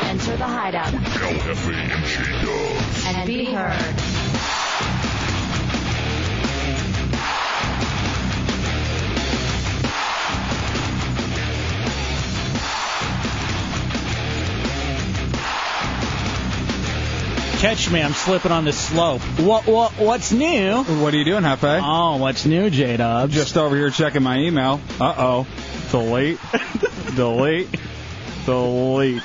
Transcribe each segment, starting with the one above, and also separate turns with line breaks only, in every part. Enter the hideout and be heard.
Catch me, I'm slipping on this slope. What what what's new?
What are you doing, Hefe?
Oh, what's new, J Dubs?
Just over here checking my email. Uh oh. Delete. Delete. Delete.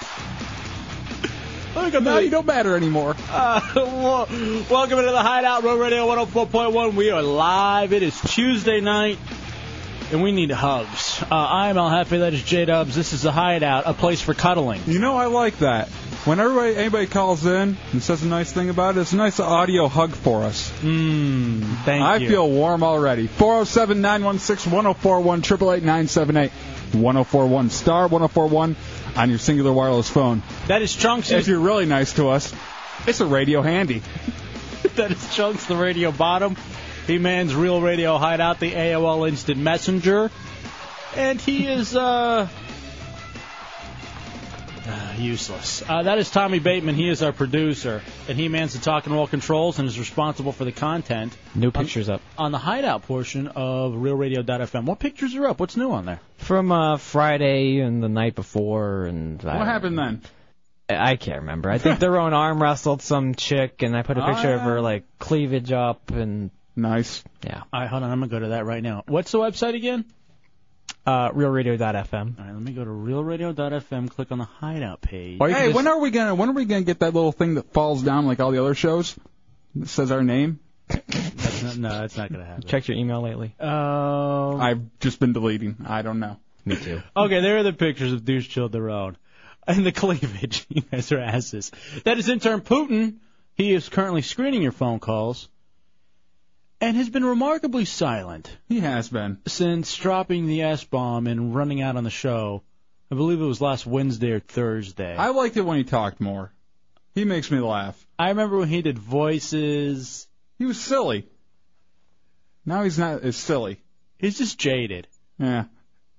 Look, now you don't matter anymore.
Uh, wel- welcome to the Hideout Road Radio 104.1. We are live. It is Tuesday night, and we need hugs. Uh, I'm Al Happy. That is J Dubs. This is the Hideout, a place for cuddling.
You know I like that. When everybody anybody calls in and says a nice thing about it, it's a nice audio hug for us.
Mmm. Thank
I
you.
feel warm already. 407 916 1041 978 1041 star 1041 on your singular wireless phone.
that is Chunks.
If you're really nice to us, it's a radio handy.
that is Chunks, the radio bottom. He mans Real Radio Hideout, the AOL Instant Messenger. And he is, uh. uh, useless. Uh, that is Tommy Bateman. He is our producer, and he mans the talk and roll controls and is responsible for the content
New pictures up
on the hideout portion of RealRadio.fm. What pictures are up? What's new on there?
from uh, Friday and the night before, and I,
What happened then?
I can't remember. I think their own arm wrestled some chick, and I put a picture of
Ah.
her like cleavage up, and
Nice.
yeah,
All right, hold on. I'm going to go to that right now. What's the website again?
uh, realradio.fm.
All right, let me go to RealRadio.fm, click on the hideout page.
Or you can
Hey,
just-
when are we gonna when are we gonna get that little thing that falls down like all the other shows? That says our name.
That's not, no, that's not going to happen.
checked your email lately?
Um,
I've just been deleting. I don't know.
Me too.
Okay, there are the pictures of Deuce Chilled Their Own. And the cleavage. You guys are asses. That is intern Putin. He is currently screening your phone calls and has been remarkably silent
He has been.
since dropping the S bomb and running out on the show. I believe it was last Wednesday or Thursday.
I liked it when he talked more. He makes me laugh.
I remember when he did voices.
He was silly. Now he's not as silly.
He's just jaded.
Yeah.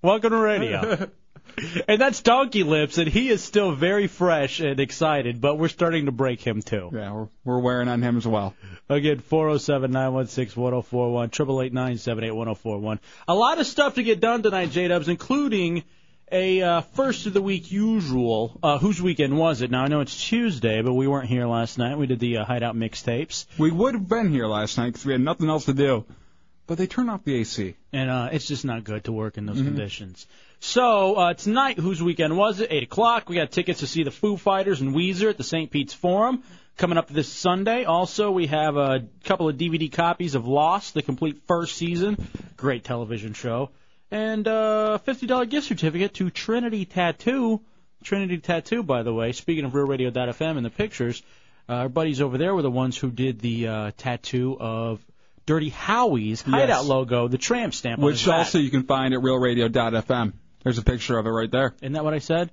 Welcome to radio. and that's Donkey Lips, and he is still very fresh and excited, but we're starting to break him too.
Yeah, we're, we're wearing on him as well.
Again, 407 916 1041, 888 978 1041. A lot of stuff to get done tonight, J Dubs, including a uh, first of the week usual. Uh, whose weekend was it? Now, I know it's Tuesday, but we weren't here last night. We did the uh, Hideout mixtapes.
We would have been here last night because we had nothing else to do, but they turned off the AC.
and uh, it's just not good to work in
Mm-hmm.
those conditions. So uh, tonight, whose weekend was it? Eight o'clock. We got tickets to see the Foo Fighters and Weezer at the St. Pete's Forum coming up this Sunday. Also, we have a couple of DVD copies of Lost, the complete first season, great television show, and uh, fifty dollar gift certificate to Trinity Tattoo. Trinity Tattoo, by the way. Speaking of RealRadio.fm and the pictures, uh, our buddies over there were the ones who did the uh, tattoo of Dirty Howie's hideout
Yes.
logo, the tramp stamp. on his
Which
back.
also you can find at realradio.fm. There's a picture of it right there.
isn't that what I said?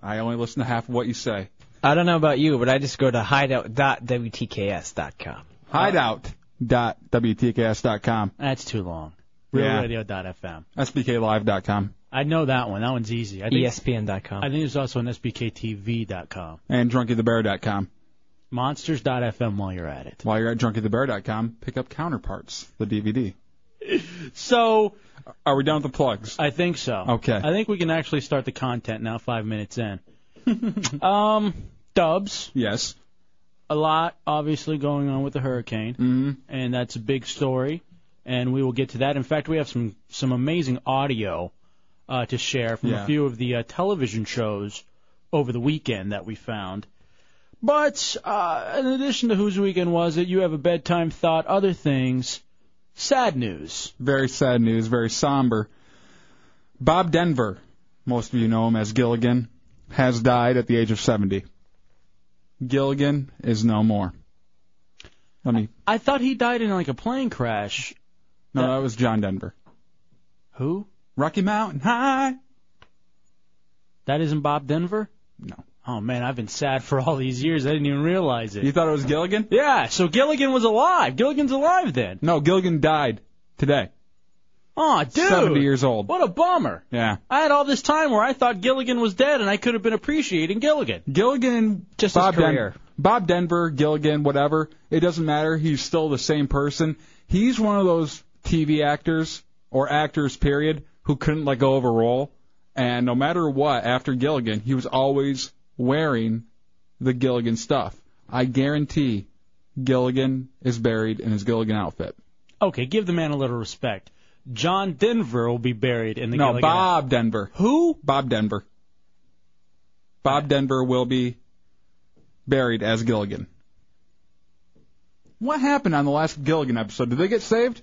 I only listen to half of what you say.
I don't know about you, but I just go to hideout.wtks.com.
Hideout.wtks.com.
That's too long.
Yeah.
RealRadio.fm.
SBKlive.com.
I know that one. That one's easy. I
E
E
think, I
ESPN.com.
think there's also an SBKTV.com.
and drunkythebear.com.
Monsters.fm while you're at it.
While you're at drunkythebear.com, pick up Counterparts, the DVD.
So
Are we done with the plugs?
I think so.
Okay.
I think we can actually start the content now. Five minutes in. um, dubs.
Yes.
a lot obviously going on with the hurricane,
Mhm.
and that's a big story, and we will get to that. In fact, we have some some amazing audio uh, to share from a
Yeah.
few of the uh, television shows over the weekend that we found. But uh, in addition to whose weekend was it, you have a bedtime thought, other things, sad news.
Very sad news, very somber. Bob Denver most of you know him as Gilligan, has died at the age of 70. Gilligan is no more. Let me.
I thought he died in like a plane crash.
No, that was John Denver.
Who?
Rocky Mountain High.
That isn't Bob Denver?
No.
Oh man, I've been sad for all these years. I didn't even realize it.
You thought it was Gilligan?
Yeah, so Gilligan was alive. Gilligan's alive then.
No, Gilligan died today.
Aw, dude.
70 years old.
What a bummer.
Yeah.
I had all this time where I thought Gilligan was dead and I could have been appreciating Gilligan.
Gilligan and
Just his
Bob
career.
Bob Denver, Gilligan, whatever. It doesn't matter. He's still the same person. He's one of those TV actors or actors, period, who couldn't let go of a role. And no matter what, after Gilligan, he was always wearing the Gilligan stuff. I guarantee Gilligan is buried in his Gilligan outfit.
Okay, give the man a little respect. John Denver will be buried in the
no,
Gilligan.
Bob Denver.
Who?
Bob Denver. Bob Denver will be buried as Gilligan. What happened on the last Gilligan episode? Did they get saved?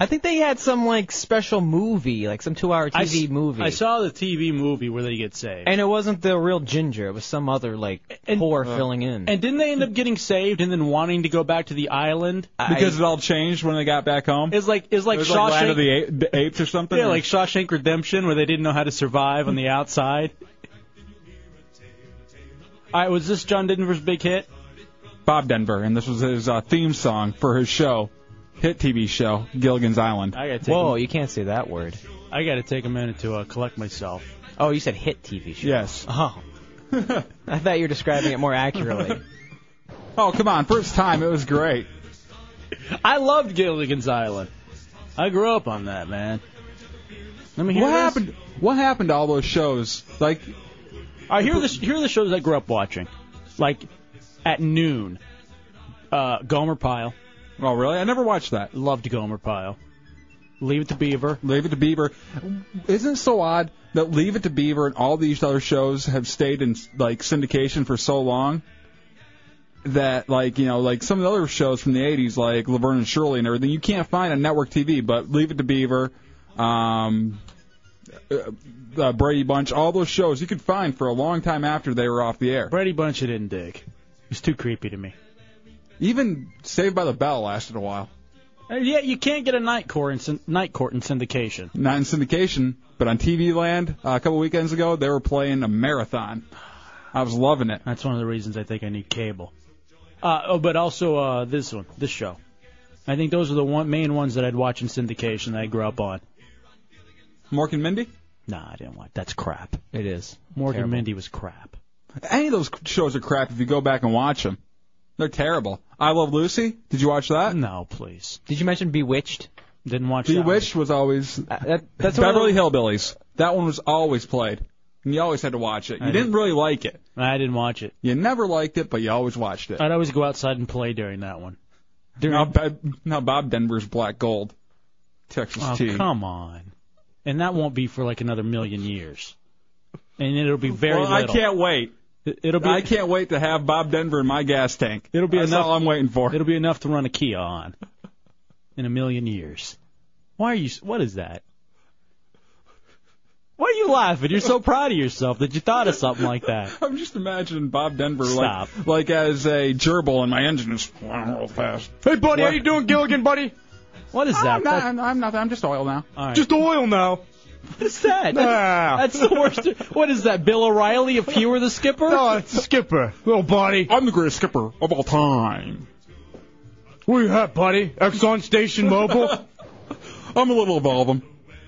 I think they had some like special movie, like some two-hour
I s-
TV movie.
I saw the TV movie where they get saved.
And it wasn't the real Ginger. It was some other like
And-
poor
Uh.
filling in.
And didn't they end up getting saved and then wanting to go back to the island?
Because it all changed when they got back home.
It's like it's like
it was
Shawshank,
like Land of the, Ape, the Apes or Hmm. something.
yeah, like Shawshank Redemption, where they didn't know how to survive on the outside. All right, was this John Denver's big hit?
Bob Denver, and this was his uh, theme song for his show, hit TV show, Gilligan's Island.
I gotta take
Whoa,
a,
you can't say that word.
I gotta take a minute to uh, collect myself.
Oh, you said hit TV show.
Yes.
Oh. I thought you were describing it more accurately.
Oh come on, first time it was great.
I loved Gilligan's Island. I grew up on that man. Let me hear
What
this.
happened? What happened to all those shows? Like
All right, here are the here are the shows I grew up watching, like at noon. Uh, Gomer Pyle,
Oh, really? I never watched that.
loved Gomer Pyle. Leave it to Beaver.
Leave It to Beaver. Isn't it so odd that Leave It to Beaver and all these other shows have stayed in like syndication for so long that like you know like some of the other shows from the 80s like Laverne and Shirley and everything you can't find on network TV but Leave It to Beaver, um, uh, uh, Brady Bunch, all those shows you could find for a long time after they were off the air.
Brady Bunch, I didn't dig. It's too creepy to me.
Even Saved by the Bell lasted a while.
And yet Uh, you can't get a night court in syn- night court in syndication.
Not in syndication, but on TV Land uh, a couple weekends ago they were playing a marathon. I was loving it.
That's one of the reasons I think I need cable. Uh, oh, but also uh, this one, this show. I think those are the one, main ones that I'd watch in syndication that I grew up on.
Mork and Mindy?
Nah, I didn't watch. That's crap.
it is.
Morgan
Terrible.
Mindy was crap.
Any of those shows are crap if you go back and watch them. They're terrible. I Love Lucy? Did you watch that?
No, please.
Did you mention Bewitched?
Didn't watch. that one.
Bewitched was always
Uh, that, that's one of
Beverly
the-
Hillbillies. That one was always played. And you always had to watch it. You didn't really like it.
I didn't watch it.
You never liked it, but you always watched it.
I'd always go outside and play during that one.
Now, Be- now Bob Denver's Black Gold, Texas
Oh,
Tea.
come on. And that won't be for like another million years. And it'll be very
well, I
little.
can't wait.
It- It'll be
I can't wait to have Bob Denver in my gas tank.
It'll be
That's
enough-
all I'm waiting for.
it'll be enough to run a Kia on in a million years. Why are you s- what is that? Why are you laughing? You're so proud of yourself that you thought of something like that.
I'm just imagining Bob Denver
Stop.
like like as a gerbil, and my engine is flying real fast. Hey, buddy,
how you
doing, Gilligan, buddy?
What is that?
I'm not. I'm, I'm nothing. I'm just oil now.
All right.
oil now.
what is that? That's the worst. What is that? Bill O'Reilly if he were the skipper?
it's Skipper, little buddy. I'm the greatest skipper of all time.
Where you at, buddy? Exxon Station Mobile?
I'm a little of all of them.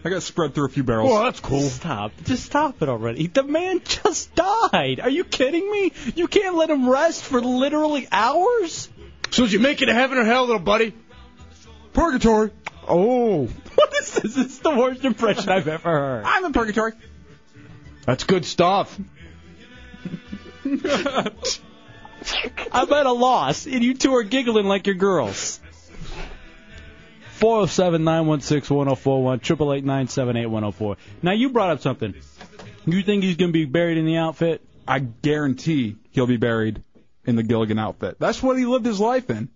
I got spread through a few barrels.
well, that's cool.
Stop. Just stop it already. The man just died. Are you kidding me? You can't let him rest for literally hours?
So did you make it to heaven or hell, little buddy?
Purgatory.
Oh,
What is this? This is the worst impression I've ever heard.
I'm in purgatory.
that's good stuff.
I'm at a loss, and you two are giggling like your girls. 407 916 1041, 888 978 1041. Now, you brought up something. You think he's going to be buried in the outfit?
I guarantee he'll be buried in the Gilligan outfit. That's what he lived his life in.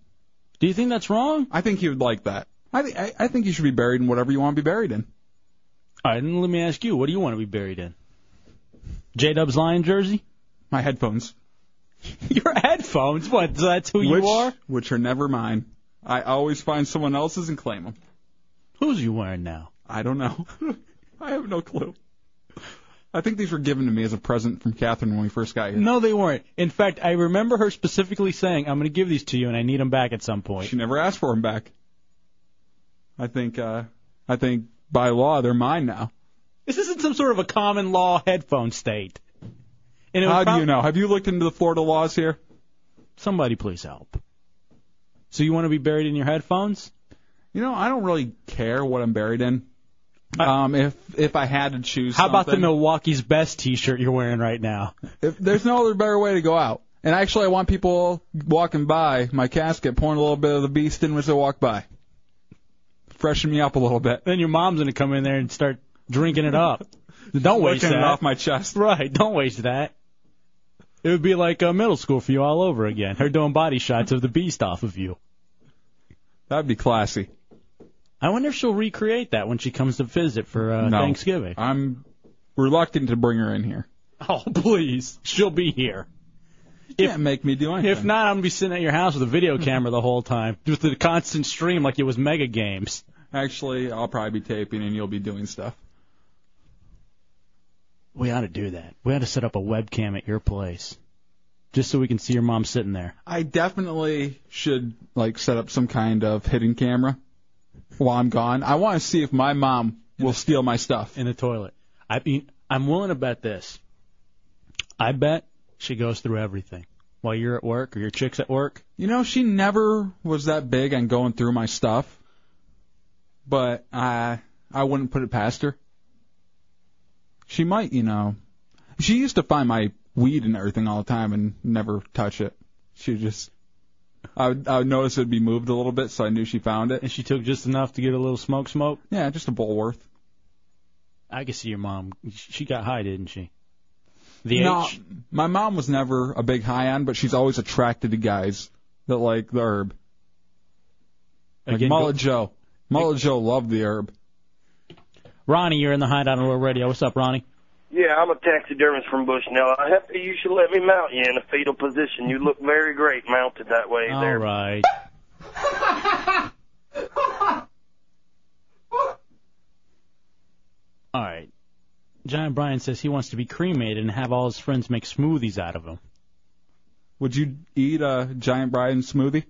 Do you think that's wrong?
I think he would like that. I, th- I, I think you should be buried in whatever you want to be buried in.
All right, then let me ask you what do you want to be buried in? J Dub's Lion jersey?
My headphones.
Your headphones? What? so That's who
which,
you are?
Which are never mine. I always find someone else's and claim them.
Who's you wearing now?
I don't know. I have no clue. I think these were given to me as a present from Catherine when we first got here.
No, they weren't. In fact, I remember her specifically saying, I'm going to give these to you and I need them back at some point.
She never asked for them back. I think, uh, I think by law they're mine now.
This isn't some sort of a common law headphone state. And it would
How do
prob-
you know? Have you looked into the Florida laws here?
Somebody please help. So you want to be buried in your headphones?
You know, I don't really care what I'm buried in. Um, if if I had to choose,
How about the
something-
Milwaukee's Best T-shirt you're wearing right now?
If there's no other better way to go out. And actually, I want people walking by my casket pouring a little bit of the beast in as they walk by. Freshen me up a little bit.
Then your mom's going to come in there and start drinking it up. Don't waste
Working
that.
it off my chest.
Right, don't waste that. It would be like uh, middle school for you all over again. Her doing body shots of the beast off of you.
That'd be classy.
I wonder if she'll recreate that when she comes to visit for uh,
No.
Thanksgiving.
I'm reluctant to bring her in here.
Oh, please. She'll be here.
You
If-
Can't make me do anything.
If not, I'm going to be sitting at your house with a video camera the whole time, with the constant stream like it was Mega Games.
actually, I'll probably be taping and you'll be doing stuff.
We ought to do that. We ought to set up a webcam at your place just so we can see your mom sitting there.
I definitely should like set up some kind of hidden camera while I'm gone. I want to see if my mom will steal my stuff.
in the toilet. I mean, I'm willing to bet this. I bet she goes through everything while you're at work or your chick's at work.
You know, she never was that big on going through my stuff, but I I wouldn't put it past her. She might, you know. She used to find my weed and everything all the time and never touch it. She just I would, I would notice it'd be moved a little bit, so I knew she found it.
And she took just enough to get a little smoke smoke.
Yeah, just a bowl worth.
I can see your mom. She got high, didn't she? The
No,
H.
my mom was never a big high on, but she's always attracted to guys that like the herb. Like
Again,
Mullet Joe. Mullet Joe loved the herb.
go- Ronnie, you're in the hideout on Real Radio. What's up, Ronnie?
Yeah, I'm a taxidermist from Bushnell. I have to, you should let me mount you in a fetal position. You look very great mounted that way
All
there.
right. All right. John Bryan says he wants to be cremated and have all his friends make smoothies out of him.
Would you eat a giant Brian smoothie?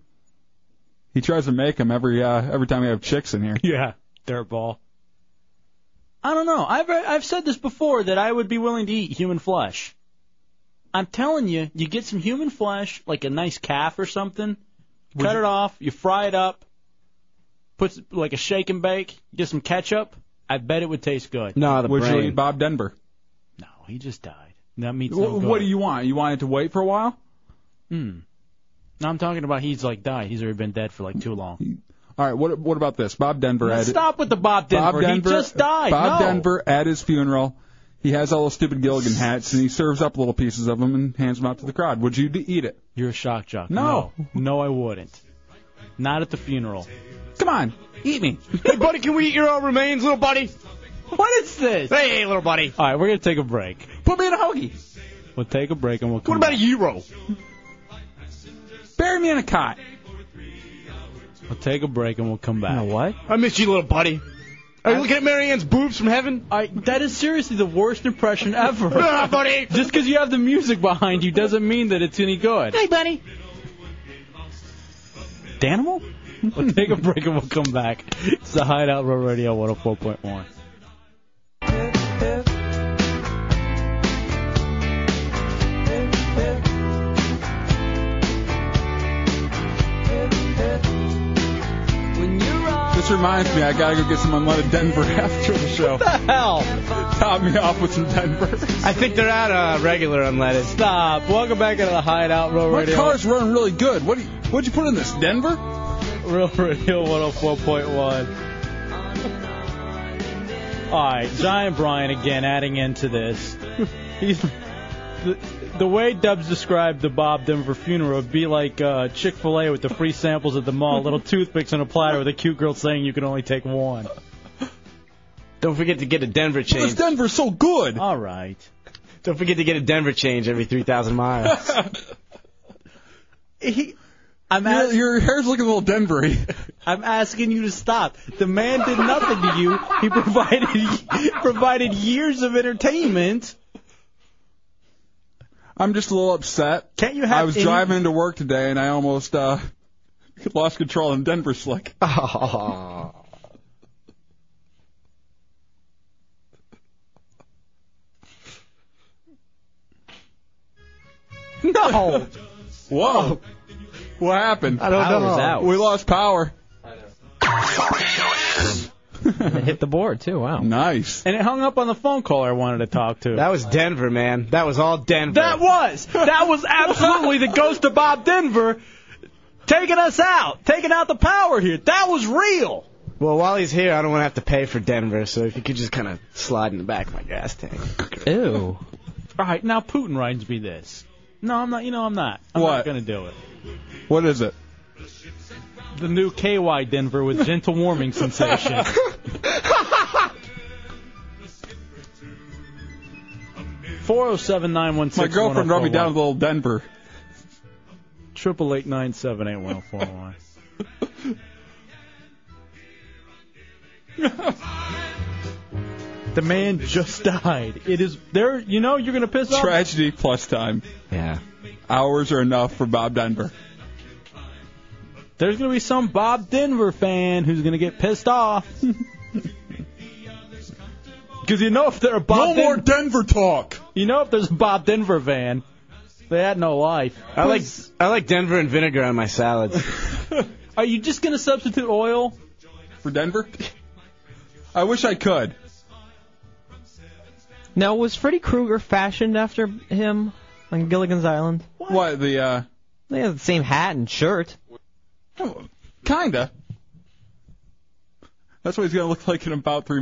He tries to make them every uh, every time we have chicks in here.
Yeah, dirt ball. I don't know. I've I've said this before that I would be willing to eat human flesh. I'm telling you, you get some human flesh, like a nice calf or something. cut it off, you fry it up, put s- like a shake and bake, get some ketchup. I bet it would taste good.
No, the
Would you eat
brain.
Bob Denver?
No, he just died. That means
Wh- what do you want? You want it to wait for a while?
No, I'm talking about he's like died. He's already been dead for like too long.
All right. What what about this? Bob Denver at
Stop with the Bob Denver.
Bob Denver.
He just died.
Bob
no.
Denver at his funeral. He has all those stupid Gilligan hats, and he serves up little pieces of them and hands them out to the crowd. Would you d- eat it?
You're a shock jock.
No.
no, No, I wouldn't. Not at the funeral.
Come on, eat me.
Hey, buddy, can we eat your own remains, little buddy?
What is this?
Hey, little buddy.
All right, we're gonna take a break.
Put me in a hoagie.
We'll take a break and we'll come.
What about a
back.
gyro?
Bury me in a cot.
We'll take a break and we'll come back.
No, what?
I miss you, little buddy. Are you looking at Marianne's boobs from heaven?
I, that is seriously the worst impression ever.
Ah, buddy.
Just because you have the music behind you doesn't mean that it's any good.
Hey, buddy.
Danimal? We'll take a break and we'll come back. It's the Hideout Row Radio 104.1.
This reminds me, I gotta go get some unleaded Denver after the show.
Hell,
Top me off with some Denver.
I think they're out uh, regular unleaded.
stop. Welcome back into the Hideout Row
My
Radio.
car's running really good. What do you, what'd you put in this, Denver?
Real Radio 104.1. Alright, Giant Brian again adding into this. He's, the, the way Dubs described the Bob Denver funeral would be like uh, Chick fil A with the free samples at the mall, little toothpicks on a platter with a cute girl saying you can only take one.
Don't forget to get a Denver
This
change.
Denver's so good.
Alright.
Don't forget to get a Denver change every 3,000 miles.
He, I'm
your, your hair's looking a little Denvery.
I'm asking you to stop. The man did nothing to you. He provided provided years of entertainment.
I'm just a little upset.
Can't you have
I was
any-
driving into work today and I almost uh lost control in Denver slick.
Oh.
no.
Whoa. What happened?
I don't Power's know. out.
We lost power.
hit the board too. Wow.
Nice.
And it hung up on the phone caller I wanted to talk to.
That was Denver, man. That was all Denver.
That was. That was absolutely the ghost of Bob Denver taking us out, taking out the power here. That was real.
well, while he's here, I don't want to have to pay for Denver, so if you could just kind of slide in the back of my gas tank.
Ew.
All right, now Putin writes me this. No, I'm not. You know, I'm not. I'm
What?
not going to do it.
What is it?
The new KY Denver with gentle warming sensation. Four zero seven nine one six.
My girlfriend rubbed me down with a little Denver.
Triple eight nine seven eight one zero four one. The man just died. It is there. You know you're gonna piss off.
Tragedy plus time.
Yeah.
Hours are enough for Bob Denver.
There's gonna be some Bob Denver fan who's gonna get pissed off. Because you know if they're a Bob
no
Den-
more Denver talk.
you know if there's a Bob Denver fan, they had no life.
I like I like Denver and vinegar on my salads.
Are you just gonna substitute oil?
For Denver? I wish I could.
Now was Freddy Krueger fashioned after him on Gilligan's Island?
What, the uh
They had the same hat and shirt.
kinda. That's what he's gonna look like in about three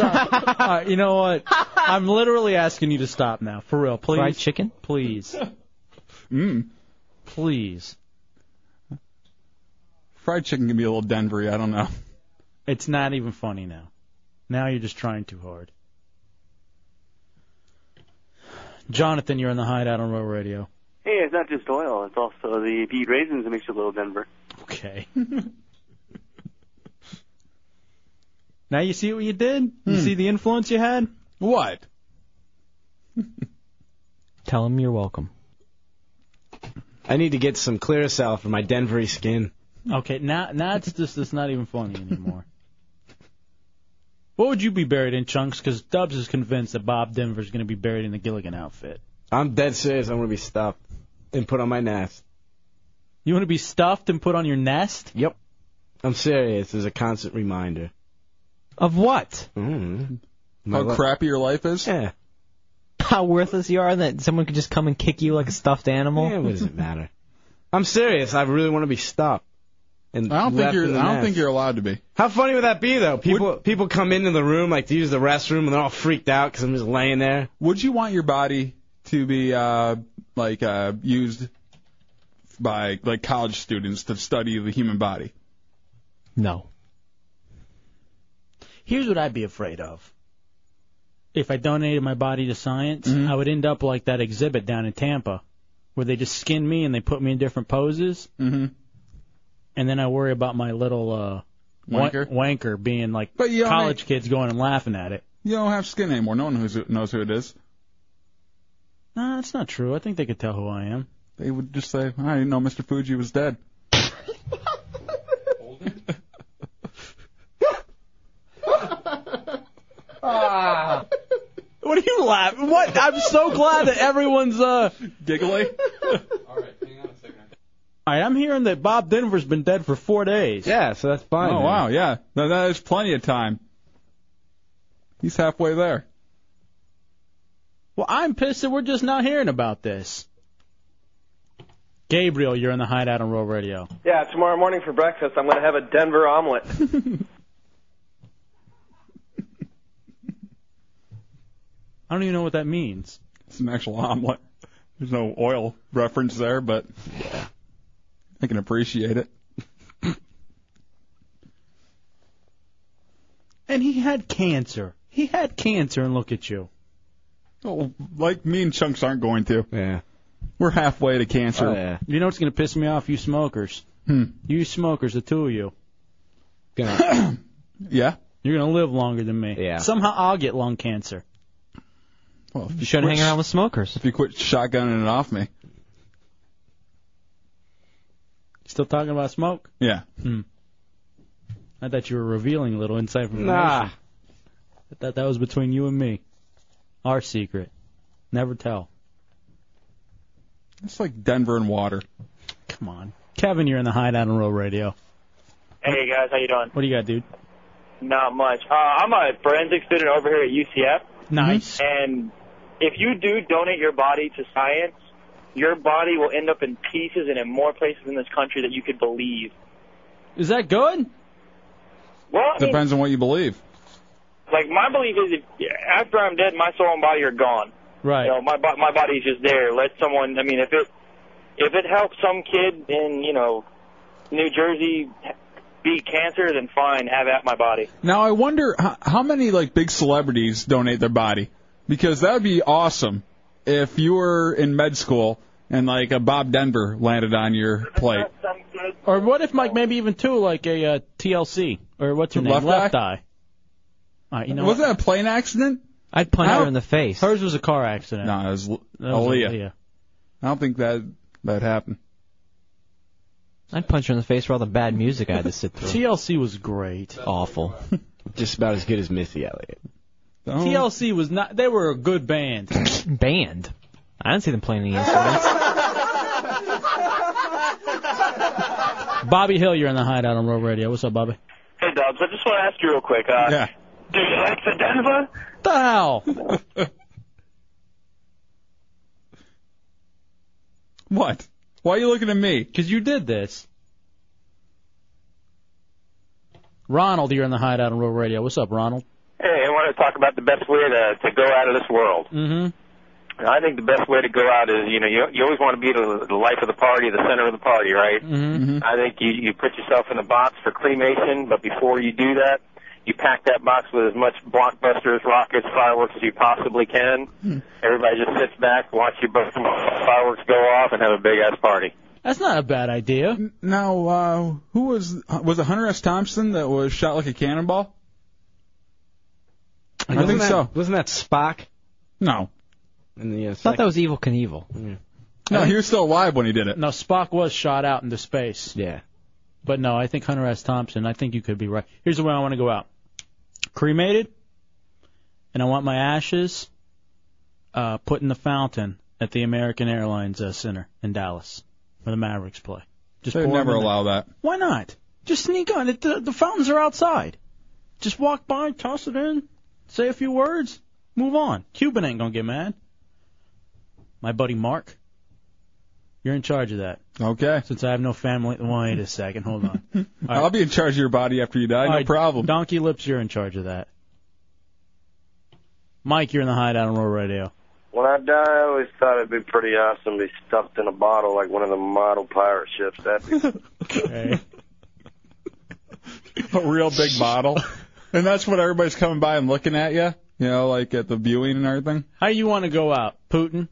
All right, you know what? I'm literally asking you to stop now, for real. Please,
Fried chicken.
please,
Mm.
please.
Fried chicken can be a little Denvery, I don't know.
It's not even funny now. Now you're just trying too hard. Jonathan, you're in the hideout on Row Radio.
Hey, it's not just oil. It's also the beet raisins that makes you a little Denver.
Okay. now you see what you did? You see the influence you had?
What?
Tell him you're welcome.
I need to get some clear cell for my Denvery skin.
Okay, now now it's just it's not even funny anymore. what would you be buried in, Chunks? Because Dubs is convinced that Bob Denver's going to be buried in the Gilligan outfit.
I'm dead serious. I'm gonna be stuffed and put on my nest.
You want to be stuffed and put on your nest?
Yep. I'm serious. As a constant reminder.
Of what?
Mm. My
How
lo-
crappy your life is?
Yeah.
How worthless you are that someone could just come and kick you like a stuffed animal.
Yeah, what does it matter? I'm serious. I really want to be stopped. And
I don't think
left
you're
in the
I don't
nest.
think you're allowed to be.
How funny would that be though? People people come into the room like to use the restroom and they're all freaked out because I'm just laying there.
Would you want your body to be uh like uh used by like college students to study the human body?
No.
Here's what I'd be afraid of. If I donated my body to science, I would end up like that exhibit down in Tampa, where they just skin me and they put me in different poses,
Mm-hmm.
and then I worry about my little uh, wa-
Wanker?
wanker being like
But you don't
college kids going and laughing at it.
You don't have skin anymore. No one who's, knows who it is.
No, that's not true. I think they could tell who I am.
They would just say, I didn't know Mr. Fuji was dead.
What are you laughing? What? I'm so glad that everyone's uh.
Giggly?
All right, I'm hearing that Bob Denver's been dead for four days.
Yeah, so that's fine.
Oh,
man.
wow, yeah. Now, that is plenty of time. He's halfway there.
Well, I'm pissed that we're just not hearing about this. Gabriel, you're in the hideout on Roll Radio.
Yeah, tomorrow morning for breakfast, I'm going to have a Denver omelet.
I don't even know what that means.
It's an actual omelet. There's no oil reference there, but I can appreciate it.
And he had cancer. He had cancer, and look at you.
Oh, like me and Chunks aren't going to.
Yeah.
We're halfway to
Oh,
cancer.
Oh, You know what's going to piss me off? You smokers.
Hmm.
You smokers, the two of you.
yeah?
You're going to live longer than me. Yeah. Somehow I'll get lung cancer.
Well,
You shouldn't hang around with smokers.
If you quit shotgunning it off me.
Still talking about smoke?
Yeah.
Hmm. I thought you were revealing a little insight from
Nah.
I thought that was between you and me. Our secret. Never tell.
It's like Denver and water.
Come on. Kevin, you're in the hideout on Roll Radio.
Hey guys, how you doing?
What do you got, dude?
Not much. Uh, I'm a forensic student over here at UCF.
Nice.
And if you do donate your body to science, your body will end up in pieces and in more places in this country that you could believe.
Is that good?
Well, I mean,
Depends on what you believe.
like my belief is, if, after I'm dead, my soul and body are gone.
Right.
You know, my bo- my body's just there. Let someone. I mean, if it if it helps some kid in you know New Jersey beat cancer, then fine. Have at my body.
Now I wonder how, how many like big celebrities donate their body because that would be awesome if you were in med school and like a Bob Denver landed on your plate.
Or what if, like, maybe even two, like a uh, TLC? Or what's her name?
Left
Eye? All right, you know
Wasn't
what?
that a plane accident?
I'd punch
I
her
don't-
in the face.
Hers was a car accident.
No, it was, L-
That was
Aaliyah.
Aaliyah.
I don't think that that happened.
I'd punch her in the face for all the bad music I had to sit through.
TLC was great.
Awful.
Just about as good as Missy Elliott.
TLC was not. They were a good band.
Band. I didn't see them playing any instruments.
Bobby Hill, you're in the hideout on Roll Radio. What's up, Bobby?
Hey Dubs, I just want to ask you real quick. Uh,
Yeah.
Do you like the Denver?
the hell?
What? Why are you looking at me?
Because you did this. Ronald, you're in the hideout on Roll Radio. What's up, Ronald?
Hey, I want to talk about the best way to, to go out of this world.
Mm-hmm.
I think the best way to go out is, you know, you, you always want to be the, the life of the party, the center of the party, right?
Mm-hmm.
I think you, you put yourself in a box for cremation, but before you do that, you pack that box with as much blockbusters, rockets, fireworks as you possibly can. Everybody just sits back, watch you burn fireworks go off, and have a big ass party.
That's not a bad idea.
Now, uh, who was was it Hunter S. Thompson that was shot like a cannonball? I think so.
Wasn't that Spock?
No,
In the, uh, Mm.
thought that was Evil Knievel.
no, he was still alive when he did it.
No, Spock was shot out into space.
yeah.
But no, I think Hunter S. Thompson. I think you could be right. Here's the way I want to go out: cremated, and I want my ashes uh, put in the fountain at the American Airlines uh, Center in Dallas, where the Mavericks play. Just
They
pour 'em
never
in there.
allow that.
Why not? Just sneak on it. The, the fountains are outside. Just walk by, toss it in, say a few words, move on. Cuban ain't gonna get mad. My buddy Mark, you're in charge of that.
Okay,
Since I have no family, wait a second, hold on.
I'll be in charge of your body after you die.
All
No
right,
problem.
Donkey Lips, you're in charge of that. Mike, you're in the hideout on Roll Radio.
When I die, I always thought it'd be pretty awesome to be stuffed in a bottle like one of the model pirate ships. That'd be
Hey.
a real big bottle. And that's what everybody's coming by and looking at you, you know, like at the viewing and everything.
How you want to go out, Putin?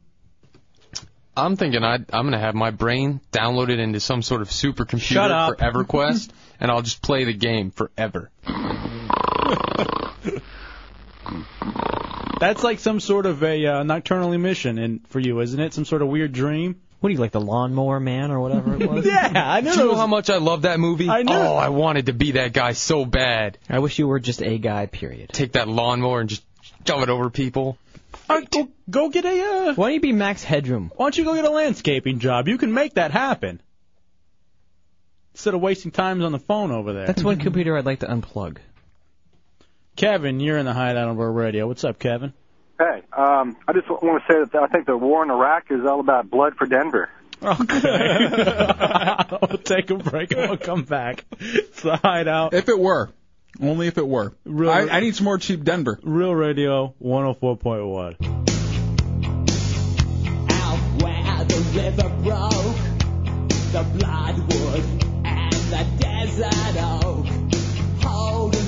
I'm thinking i I'm going to have my brain downloaded into some sort of
Shut
supercomputer for
up.
EverQuest, and I'll just play the game forever.
That's like some sort of a uh, nocturnal emission, in, for you, isn't it? Some sort of weird dream.
What are you, like the lawnmower man or whatever it was?
Yeah, I
Do
know.
you know how much I love that movie?
I know.
Oh, I wanted to be that guy so bad.
I wish you were just a guy, period.
Take that lawnmower and just shove it over people.
go, go get a. Uh,
Why don't you be Max Headroom?
why don't you go get a landscaping job? You can make that happen. Instead of wasting time on the phone over there.
That's one computer I'd like to unplug.
Kevin, you're in the hideout on Roll Radio. What's up, Kevin?
Hey, um, I just want to say that I think the war in Iraq is all about blood for Denver.
we'll take a break and we'll come back. It's the hideout.
If it were. Only if it were.
Really?
I, I need some more cheap Denver.
Real Radio 104.1.
out where the river broke, the bloodwood and the desert oak, holding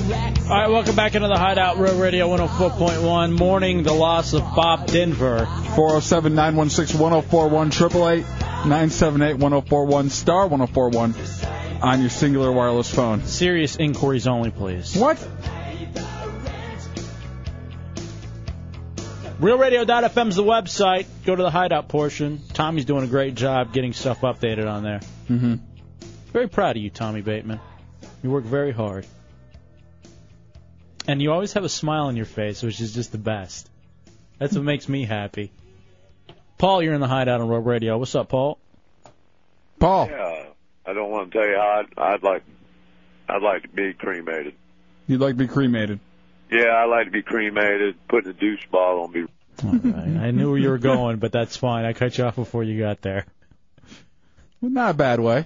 All right, welcome back into the Hideout Row Radio 104.1. Mourning the loss of Bob Denver.
407 916 1041 888 978 1041 star 1041 on your singular wireless phone.
Serious inquiries only, please.
What?
RealRadio.fm's the website. Go to the Hideout portion. Tommy's doing a great job getting stuff updated on there.
Mm-hmm.
Very proud of you, Tommy Bateman. You work very hard. And you always have a smile on your face, which is just the best. That's what makes me happy. Paul, you're in the hideout on Road Radio. What's up, Paul?
Paul.
Yeah, I don't want to tell you how I'd, I'd like. I'd like to be cremated.
You'd like to be cremated.
Yeah, I'd like to be cremated. Putting a douche bottle on me.
I, I knew where you were going, but that's fine. I cut you off before you got there.
Well, not a bad way.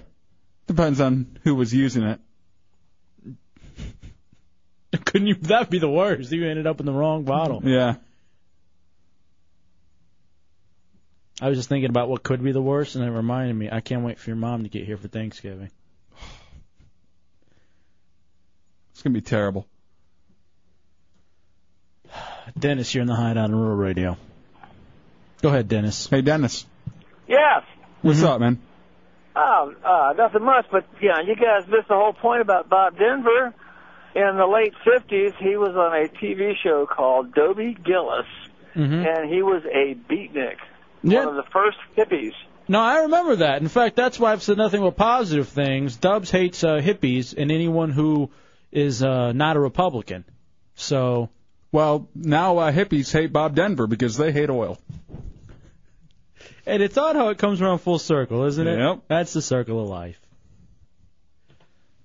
Depends on who was using it.
Couldn't you? That'd be the worst. You ended up in the wrong bottle.
Yeah.
I was just thinking about what could be the worst, and it reminded me. I can't wait for your mom to get here for Thanksgiving.
It's going to be terrible.
Dennis, you're in the hideout on Rural Radio. Go ahead, Dennis.
Hey, Dennis.
Yes.
What's
Mm-hmm.
up, man?
Oh, uh, nothing much, but yeah, you guys missed the whole point about Bob Denver. In the late 50s, he was on a TV show called Dobie Gillis, and he was a beatnik,
Yeah.
one of the first hippies.
No, I remember that. In fact, that's why I've said nothing but positive things. Dubs hates uh, hippies and anyone who is uh, not a Republican. So
Well, now uh, hippies hate Bob Denver because they hate oil.
And it's odd how it comes around full circle, isn't it?
Yep.
That's the circle of life.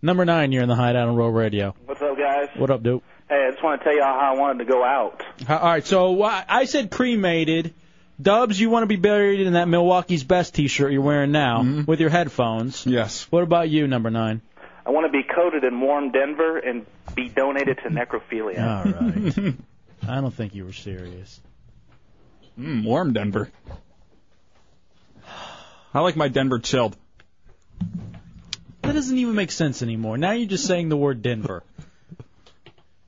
Number nine, you're in the hideout on Roll Radio.
What's up, guys?
What up, dude?
Hey, I just want to tell y'all how I wanted to go out.
All right, so uh, I said cremated. Dubs, you want to be buried in that Milwaukee's Best T-shirt you're wearing now with your headphones.
Yes.
What about you, number nine?
I want to be coated in warm Denver and be donated to necrophilia.
All right. I don't think you were serious.
Mm, warm Denver. I like my Denver chilled.
That doesn't even make sense anymore. Now you're just saying the word Denver.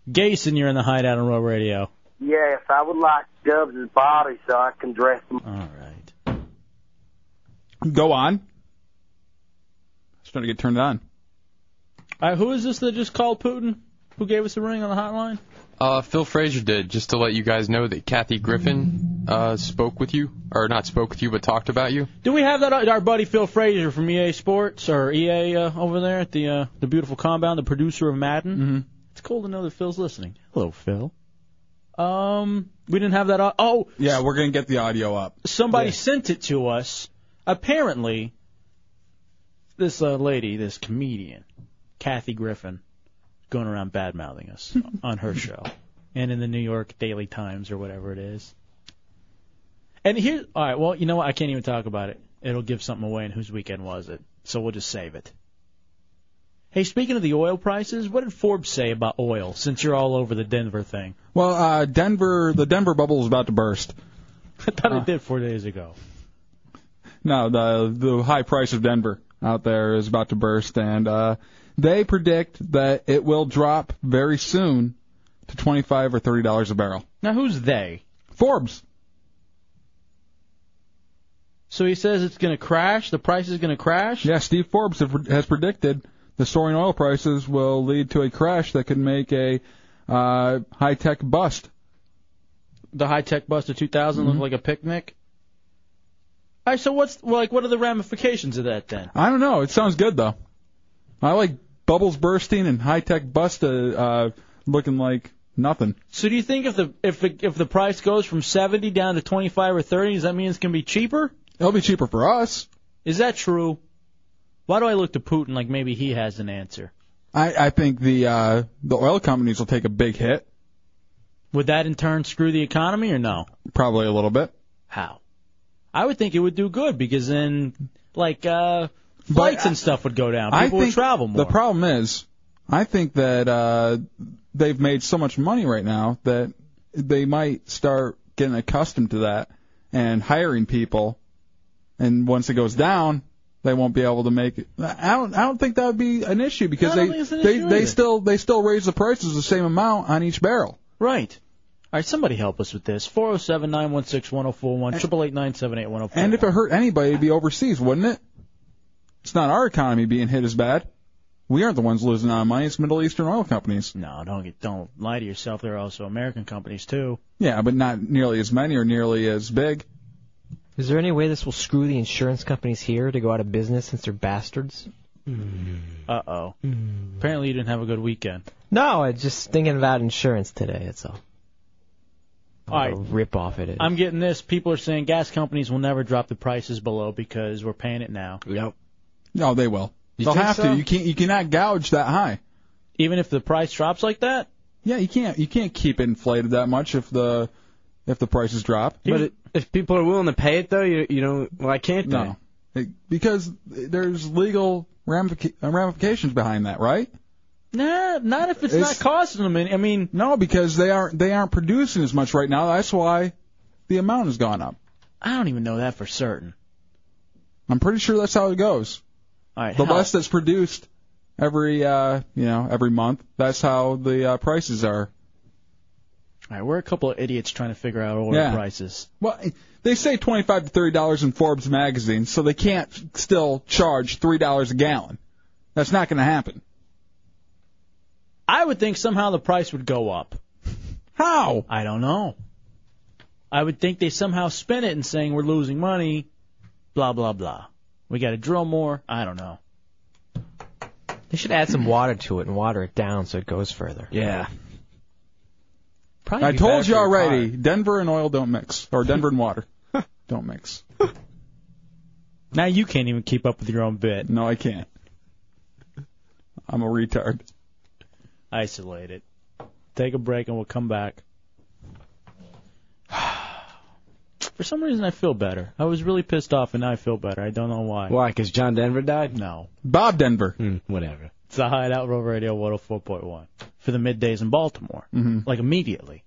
Gason, you're in the hideout on Roll Radio.
Yes, I would like Dubs' body so I can dress him.
All right.
Go on. starting to get turned on.
All right, Uh, who is this that just called Putin? Who gave us a ring on the hotline?
Uh, Phil Fraser did, just to let you guys know that Kathy Griffin uh, spoke with you, or not spoke with you, but talked about you.
Do we have that? Our buddy Phil Fraser from EA Sports or EA uh, over there at the uh, the beautiful compound, the producer of Madden. Mm-hmm. It's cool to know that Phil's listening. Hello, Phil. Um, we didn't have that. au- Oh,
yeah, we're gonna get the audio up.
Somebody sent it to us. Apparently, this uh, lady, this comedian, Kathy Griffin, going around bad mouthing us on her show and in the New York Daily Times or whatever it is. And here, all right. Well, you know what? I can't even talk about it. It'll give something away. And whose weekend was it? So we'll just save it. Hey, speaking of the oil prices, what did Forbes say about oil? Since you're all over the Denver thing,
Well, uh, Denver, the Denver bubble is about to burst.
I thought it did four days ago.
No, the the high price of Denver out there is about to burst, and uh, they predict that it will drop very soon to twenty five or thirty dollars a barrel.
Now, who's they?
Forbes.
So he says it's going to crash. The price is going to crash.
Yeah, Steve Forbes have- has predicted the soaring oil prices will lead to a crash that could make a uh, high tech bust. Mm-hmm.
The high tech bust of 2000 looked like a picnic. All right. So what's well, like? What are the ramifications of that then?
I don't know. It sounds good though. I like bubbles bursting and high tech bust uh, uh, looking like nothing.
So do you think if the if the if the price goes from 70 down to 25 or 30, does that mean it's going to be cheaper?
It'll be cheaper for us.
Is that true? Why do I look to Putin like maybe he has an answer?
I, I think the uh, the oil companies will take a big hit,
Would that in turn screw the economy or no?
probably a little bit.
How? I would think it would do good because then like uh flights and stuff would go down.
I
People would
think
travel more.
The problem is, I think that uh, they've made so much money right now that they might start getting accustomed to that and hiring people. And once it goes down, they won't be able to make it. I don't I don't think that would be an issue because
I don't
they
think it's an
they
issue
they
either.
still they still raise the prices the same amount on each barrel.
Right. All right, somebody help us with this. 407 916 1041, 888 978 1041.
And if it hurt anybody, it'd be overseas, wouldn't it? It's not our economy being hit as bad. We aren't the ones losing out on money. It's Middle Eastern oil companies.
No, don't get, don't lie to yourself. There are also American companies too.
Yeah, but not nearly as many or nearly as big.
Is there any way this will screw the insurance companies here to go out of business since they're bastards?
Mm.
Uh oh. Apparently you didn't have a good weekend.
No, I just thinking about insurance today. It's all.
All right.
Rip off it is.
I'm getting this. People are saying gas companies will never drop the prices below because we're paying it now.
Yep.
No, they will.
You
They'll
think
have
so?
to. You can't. You cannot gouge that high.
Even if the price drops like that.
Yeah, you can't. You can't keep it inflated that much if the if the prices drop.
But it, if people are willing to pay it though, you you know why can't they?
No. It- because there's legal ramifica- uh, ramifications behind that, right?
Nah, not if it's, not
It's-
costing them any. I mean,
No, because they aren't they aren't producing as much right now. That's why the amount has gone up.
I don't even know that for certain.
I'm pretty sure that's how it goes.
All right,
the
how-
less that's produced every uh, you know every month, that's how the uh, prices are.
All right, we're a couple of idiots trying to figure out oil
Yeah.
prices.
Well, they say 25 to 30 dollars in Forbes magazine, so they can't still charge three dollars a gallon. That's not going to happen.
I would think somehow the price would go up.
How?
I don't know. I would think they somehow spin it in saying we're losing money, blah blah blah. We got to drill more. I don't know.
They should add some water to it and water it down so it goes further.
Yeah.
Probably
I
be
told
better
you
for your
already. Denver and oil don't mix, or Denver and water don't mix.
Now you can't even keep up with your own bit.
No, I can't. I'm a retard.
Isolate it. Take a break and we'll come back. For some reason, I feel better. I was really pissed off, and now I feel better. I don't know why.
Why? Because John Denver died? Hmm,
No.
Bob Denver.
whatever.
It's the Hideout Road Radio 104.1 for the middays in Baltimore,
Mhm.
like immediately.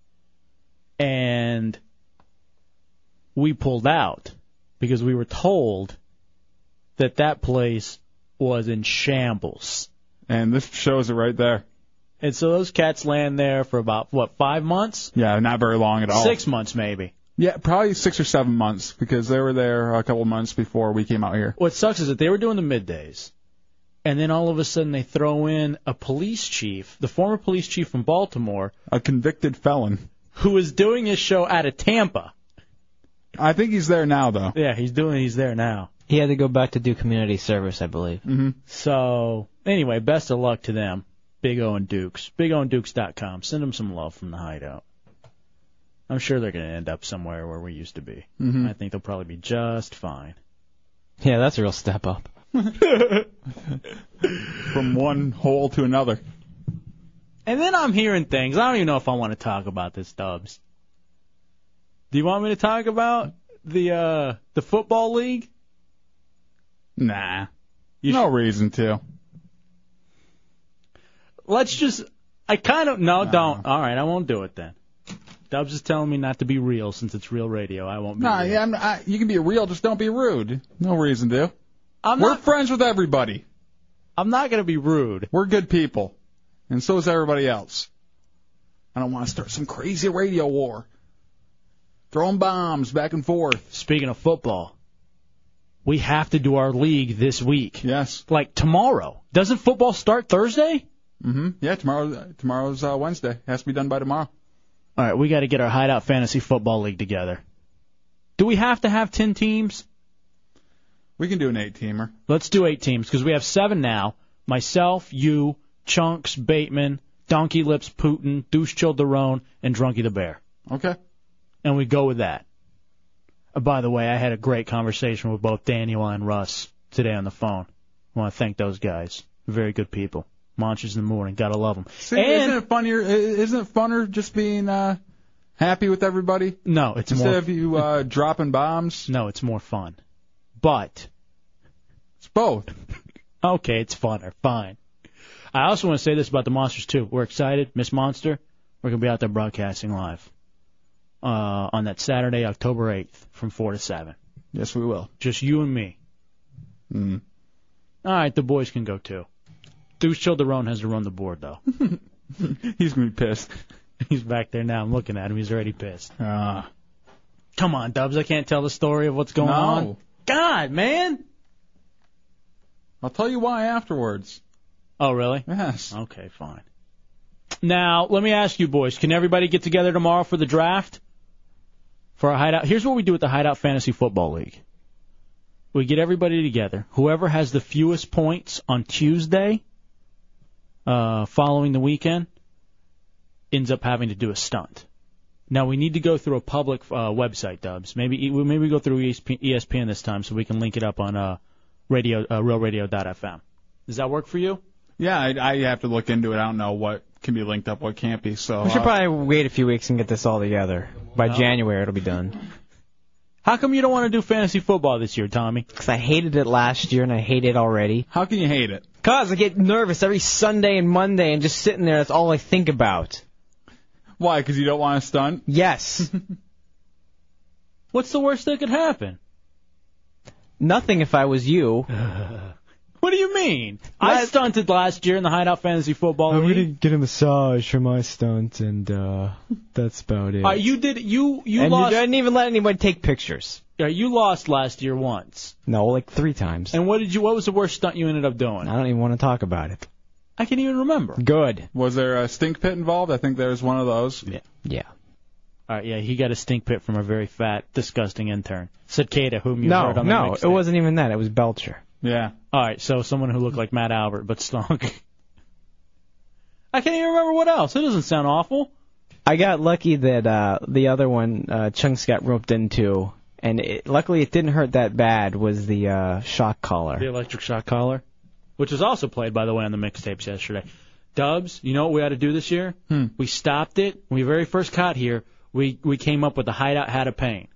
And we pulled out because we were told that that place was in shambles.
And this shows it right there.
And so those cats land there for about, what, five months?
Yeah, not very long at all.
Six months, maybe.
Yeah, probably six or seven months because they were there a couple months before we came out here.
What sucks is that they were doing the middays, and then all of a sudden they throw in a police chief, the former police chief from Baltimore,
A convicted felon.
who is doing his show out of Tampa.
I think he's there now though.
Yeah, he's doing. He's there now.
He had to go back to do community service, I believe.
Mm-hmm.
So anyway, best of luck to them, Big O and Dukes, BigOandDukes.com. Send them some love from the Hideout. I'm sure they're going to end up somewhere where we used to be.
Mhm.
Mm-hmm.
I think they'll probably be just fine.
Yeah, that's a real step up.
From one hole to another.
And then I'm hearing things. I don't even know if I want to talk about this, Dubs. Do you want me to talk about the uh the football league?
Nah. no reason to.
Let's just. I kind of no, don't. All right, I won't do it then. Dubs is telling me not to be real since it's real radio. I won't be.
Nah, yeah, I'm, I, you can be real, just don't be rude. No reason to.
I'm
We're friends with everybody.
I'm not gonna be rude.
We're good people, and so is everybody else. I don't want to start some crazy radio war. Throwing bombs back and forth.
Speaking of football, we have to do our league this week.
Yes.
Like tomorrow. Doesn't football start Thursday?
hmm Yeah, tomorrow. Tomorrow's uh, Wednesday. Has to be done by tomorrow.
All right, we got to get our Hideout Fantasy Football League together. Do we have to have 10 teams?
We can do an eight-teamer.
Let's do eight teams because we have seven now. Myself, you, Chunks, Bateman, Donkey Lips, Putin, Douche Chill Derone, and Drunky the Bear.
Okay.
And we go with that. Uh, by the way, I had a great conversation with both Daniel and Russ today on the phone. I want to thank those guys. Very good people. Monsters in the morning. Gotta love them.
See, isn't it funnier? i- Isn't it funner just being uh, happy with everybody
No, it's
instead
more.
of you uh, dropping bombs?
No, it's more fun. But
it's both.
okay, it's funner. Fine. I also want to say this about the Monsters too. We're excited, Miss Monster. We're gonna be out there broadcasting live uh, on that Saturday, October eighth, from four to seven.
Yes, we will.
Just you and me.
Mm.
All right, the boys can go too. Deuce Childerone has to run the board though.
He's gonna be pissed.
He's back there now. I'm looking at him. He's already pissed. Ah. Come on, Dubs. I can't tell the story of what's going
No.
on. God, man.
I'll tell you why afterwards.
Oh, really?
Yes.
Okay, fine. Now, let me ask you, boys. Can everybody get together tomorrow for the draft? For our hideout? Here's what we do at the Hideout Fantasy Football League. We get everybody together. Whoever has the fewest points on Tuesday, uh, following the weekend, ends up having to do a stunt. Now we need to go through a public uh, website, Dubs. Maybe we maybe we go through E ESP, ESPN this time so we can link it up on uh, radio uh, realradio.fm. Does that work for you?
Yeah, I, I have to look into it. I don't know what can be linked up, what can't be. So
We should
uh,
probably wait a few weeks and get this all together. By January, it'll be done.
How come you don't want to do fantasy football this year, Tommy?
Because I hated it last year and I hate it already.
How can you hate it?
Cause I get nervous every Sunday and Monday and just sitting there. That's all I think about.
Why? Because you don't want to stunt?
Yes.
What's the worst that could happen?
Nothing if I was you.
What do you mean? I stunted last year in the Hideout Fantasy Football League.
get a massage for my stunt, and uh, that's about it.
Uh, you did you you
and
lost
you didn't even let anyone take pictures.
uh, you lost last year once.
No, like three times.
And what did you what was the worst stunt you ended up doing?
I don't even want to talk about it.
I can't even remember.
Good.
Was there a stink pit involved? I think there's one of those.
Yeah. Yeah.
All right, yeah, he got a stink pit from a very fat, disgusting intern, Cicada, whom you
no,
heard on the
no,
mix
it wasn't even that. It was Belcher.
Yeah.
All right, so someone who looked like Matt Albert but stunk. I can't even remember what else. It doesn't sound awful.
I got lucky that uh, the other one uh, Chunks got roped into, and it, luckily it didn't hurt that bad. Was the uh, shock collar?
The electric shock collar, which was also played, by the way, on the mixtapes yesterday. Dubs, you know what we had to do this year?
Hmm.
We stopped it. When we very first caught here, we we came up with the hideout hat of pain.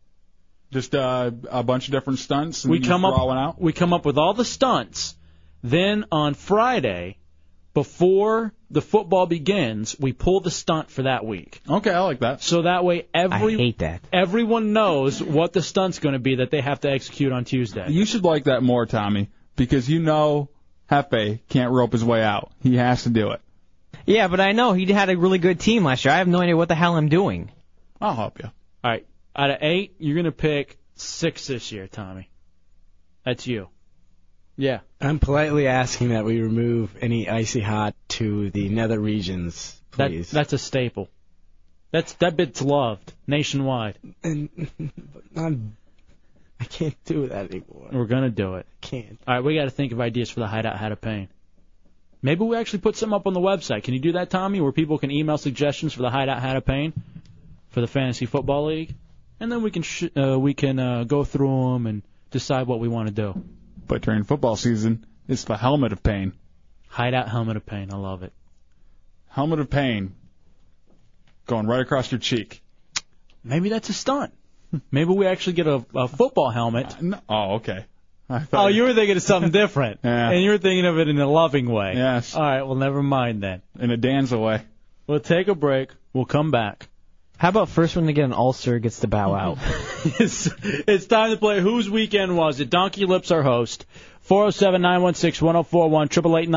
Just uh, a bunch of different stunts. And
We
you
come
throw
up
one out.
we come up with all the stunts. Then on Friday, before the football begins, we pull the stunt for that week.
Okay, I like that.
So that way every
I hate that.
everyone knows what the stunt's going to be that they have to execute on Tuesday.
You should like that more, Tommy, because you know Hefe can't rope his way out. He has to do it.
Yeah, but I know he had a really good team last year. I have no idea what the hell I'm doing.
I'll help you.
All right. Out of eight, you're going to pick six this year, Tommy. That's you. Yeah.
I'm politely asking that we remove any icy hot to the nether regions,
That,
please.
that's a staple. That's that bit's loved nationwide.
And I'm, I can't do that anymore.
We're gonna do it.
Can't.
All right, we got to think of ideas for the hideout how to pain. Maybe we actually put something up on the website. Can you do that, Tommy? Where people can email suggestions for the hideout how to pain for the fantasy football league, and then we can sh- uh, we can uh, go through 'em and decide what we want to do.
But during football season, it's the helmet of pain.
Hideout helmet of pain. I love it.
Helmet of pain. Going right across your cheek.
Maybe that's a stunt. Maybe we actually get a, a football helmet.
Oh, okay. I thought
Oh, you were thinking of something different,
Yeah.
and you were thinking of it in a loving way.
Yes.
All right, well, never mind then.
In a Danza way.
We'll take a break. We'll come back.
How about first one to get an ulcer gets to bow out?
it's, it's time to play Whose Weekend Was It? Donkey Lips, our host. 407 916 1041, 888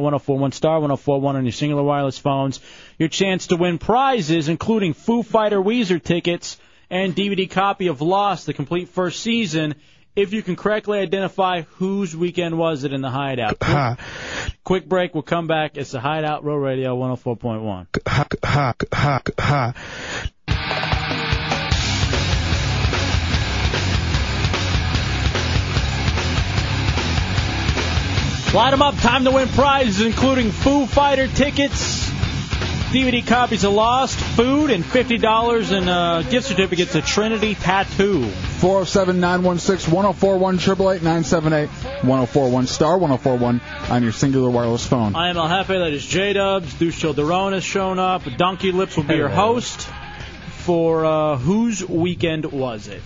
1041, star 1041 on your singular wireless phones. Your chance to win prizes, including Foo Fighter Weezer tickets and DVD copy of Lost, the complete first season, if you can correctly identify whose weekend was it in the hideout. Quick, quick break, we'll come back. It's the Hideout Row Radio 104.1. Light 'em up. Time to win prizes, including Foo Fighter tickets, DVD copies of Lost, food, and $50 in uh, gift certificates to Trinity Tattoo.
407 916 1041 888 978 1041 star 1041 on your singular wireless phone.
I am El Jefe. That is J Dubs. Deuce Childerone has shown up. Donkey Lips will be your host for uh, Whose Weekend Was It?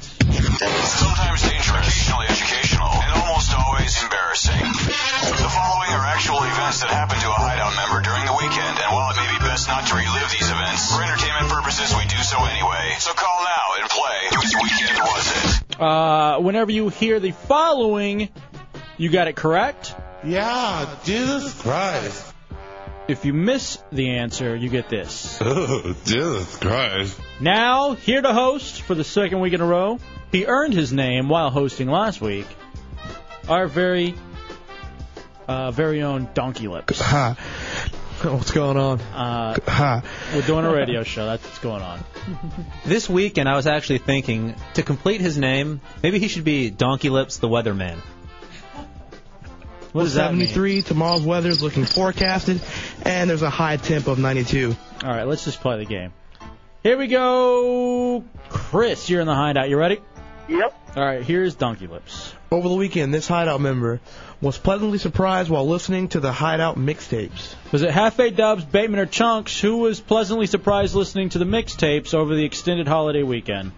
Sometimes dangerous, occasionally educational, and almost always embarrassing. The following are actual events that happened to a hideout member during the weekend, and while it may be best not to relive these events, for entertainment purposes, we do so anyway. So call now and play. Whose weekend was it?
Uh, whenever you hear the following, You got it correct? Yeah, Jesus Christ. If you miss the answer, you get this.
Oh, Jesus Christ.
Now, here to host for the second week in a row. He earned his name while hosting last week. Our very, uh, very own Donkey Lips.
Ha. What's going on?
Uh,
Ha.
we're doing a radio show. That's what's going on.
This weekend, I was actually thinking to complete his name, maybe he should be Donkey Lips the Weatherman.
What
does that mean?
73, tomorrow's weather is looking forecasted, and there's a high temp of 92.
All right, let's just play the game. Here we go. Chris, you're in the hideout. You ready?
Yep.
All right, here's Donkey Lips.
Over the weekend, this Hideout member was pleasantly surprised while listening to the Hideout mixtapes.
Was it Halfway Dubs, Bateman, or Chunks who was pleasantly surprised listening to the mixtapes over the extended holiday weekend?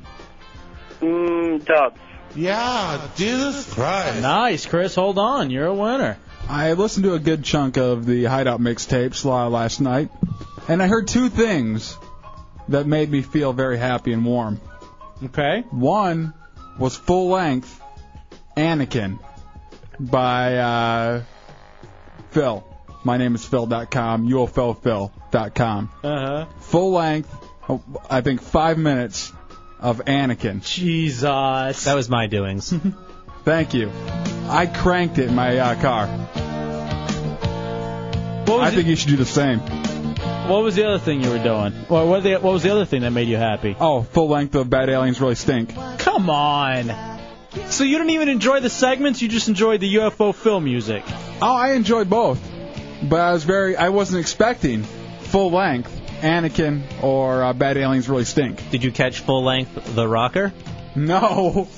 Mm, Dubs.
Yeah, Jesus Christ. Nice, Chris. Hold on. You're a winner.
I listened to a good chunk of the Hideout mixtapes la- last night, and I heard two things that made me feel very happy and warm.
Okay.
One was full length Anakin by uh, Phil. My name is Phil.com, UFLPhil.com.
Uh huh.
Full length, oh, I think five minutes of Anakin.
Jesus. That
was my doings.
Thank you. I cranked it in my uh, car. I think you should do the same.
What was the other thing you were doing? Or what, the, what was the other thing that made you happy?
Oh, full length of Bad Aliens Really Stink.
Come on. So you didn't even enjoy the segments, you just enjoyed the UFO film music.
Oh, I enjoyed both, but I was very I wasn't expecting full length Anakin or uh, Bad Aliens Really Stink.
Did you catch full length The Rocker?
No.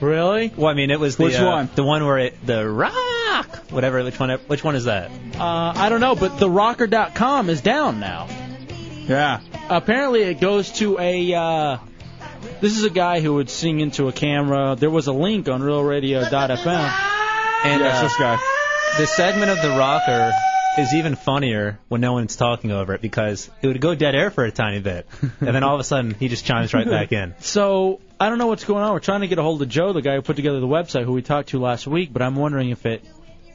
Really?
Well, I mean, it was the
Which
uh,
one?
the one where it the rock, whatever. Which one? Which one is that?
Uh, I don't know, but therocker.com is down now.
Yeah.
Apparently, it goes to a. Uh, this is a guy who would sing into a camera. There was a link on RealRadio.fm.
And
Yes,
uh,
this guy.
The segment of the rocker is even funnier when no one's talking over it because it would go dead air for a tiny bit, and then all of a sudden he just chimes right back in.
So I don't know what's going on. We're trying to get a hold of Joe, the guy who put together the website, who we talked to last week. But I'm wondering if it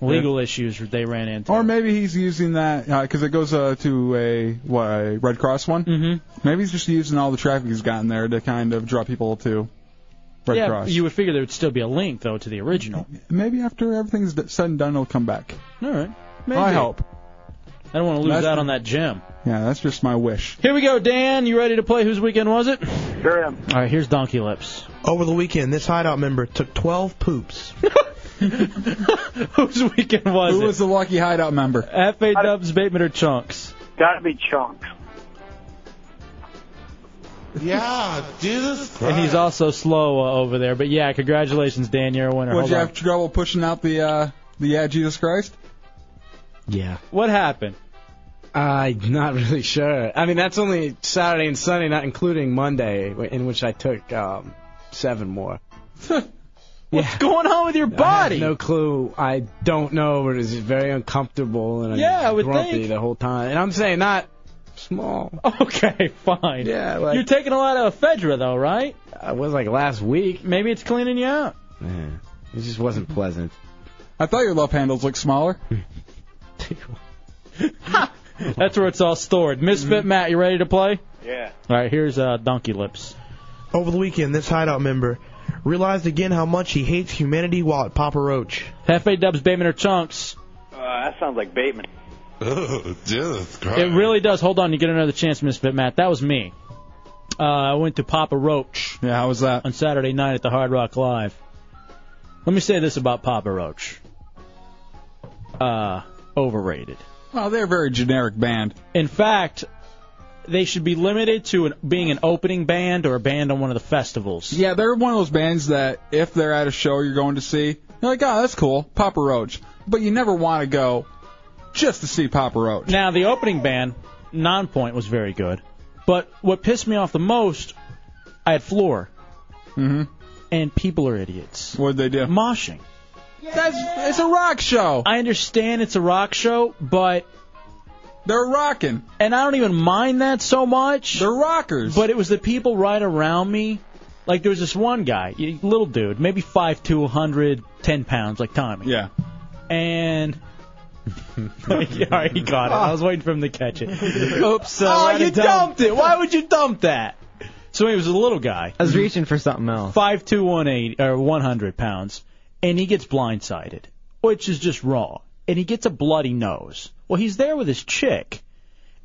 legal issues they ran into.
Or maybe he's using that because it goes uh, to a what a Red Cross one. Mm-hmm. Maybe he's just using all the traffic he's gotten there to kind of draw people to Red
yeah,
Cross.
you would figure there would still be a link though to the original.
maybe after everything's d- said and done, he'll come back.
All right, maybe.
I hope.
I don't want to lose
That's-
out on that gem.
Yeah, that's just my wish.
Here we go, Dan. You ready to play? Whose weekend was it?
Sure
All right, here's Donkey Lips.
Over the weekend, this Hideout member took 12 poops.
Whose weekend was
Who
it?
was the lucky hideout member?
F.A. Dubs, Bateman, or Chunks?
Gotta be Chunks.
Yeah, Jesus
And he's also slow uh, over there. But yeah, congratulations, Dan. You're a winner.
Would
Hold
you
on.
have trouble pushing out the uh, the yeah Jesus Christ?
Yeah.
What happened?
I'm not really sure. I mean, that's only Saturday and Sunday, not including Monday, w- in which I took um, seven more.
What's going on with your
I
body?
have no clue. I don't know, but it's very uncomfortable and I'm
Yeah, I would
grumpy
think.
the whole time. And I'm saying not small.
Okay, fine.
Yeah, like-
You're taking a lot of ephedra, though, right?
I was like last week.
Maybe it's cleaning you out.
Yeah, it just wasn't pleasant.
I thought your love handles looked smaller.
That's where it's all stored. Misfit
Mm-hmm.
Matt, you ready to play?
Yeah.
All right, here's uh, Donkey Lips.
Over the weekend, this Hideout member realized again how much he hates humanity while at Papa Roach.
Hefe dubs Bateman or Chunks.
Uh, that sounds like Bateman.
Oh, Jesus
It really does. Hold on, you get another chance, Misfit Matt. That was me. Uh, I went to Papa Roach.
Yeah, how was that?
On Saturday night at the Hard Rock Live. Let me say this about Papa Roach. Uh, overrated.
Well, Oh, they're a very generic band.
In fact, they should be limited to an, being an opening band or a band on one of the festivals.
Yeah, they're one of those bands that if they're at a show you're going to see, you're like, oh, that's cool, Papa Roach. But you never want to go just to see Papa Roach.
Now, the opening band, Nonpoint, was very good. But what pissed me off the most, I had Floor.
Mm-hmm.
And people are idiots.
What'd they do?
Moshing.
That's it's a rock show.
I understand it's a rock show, but
they're rocking.
And I don't even mind that so much. They're
rockers.
But it was the people right around me Like there was this one guy, y- little dude, maybe five to 110 pounds, like Tommy.
Yeah.
And. like, all right, he got it. I was waiting for him to catch it. Oops. Uh,
Oh,
let
you
it down.
dumped
it. Why would you dump that? So he was a little guy.
I was reaching for something else.
Five two one eight or one hundred pounds, and he gets blindsided, which is just raw. And he gets a bloody nose. Well, he's there with his chick,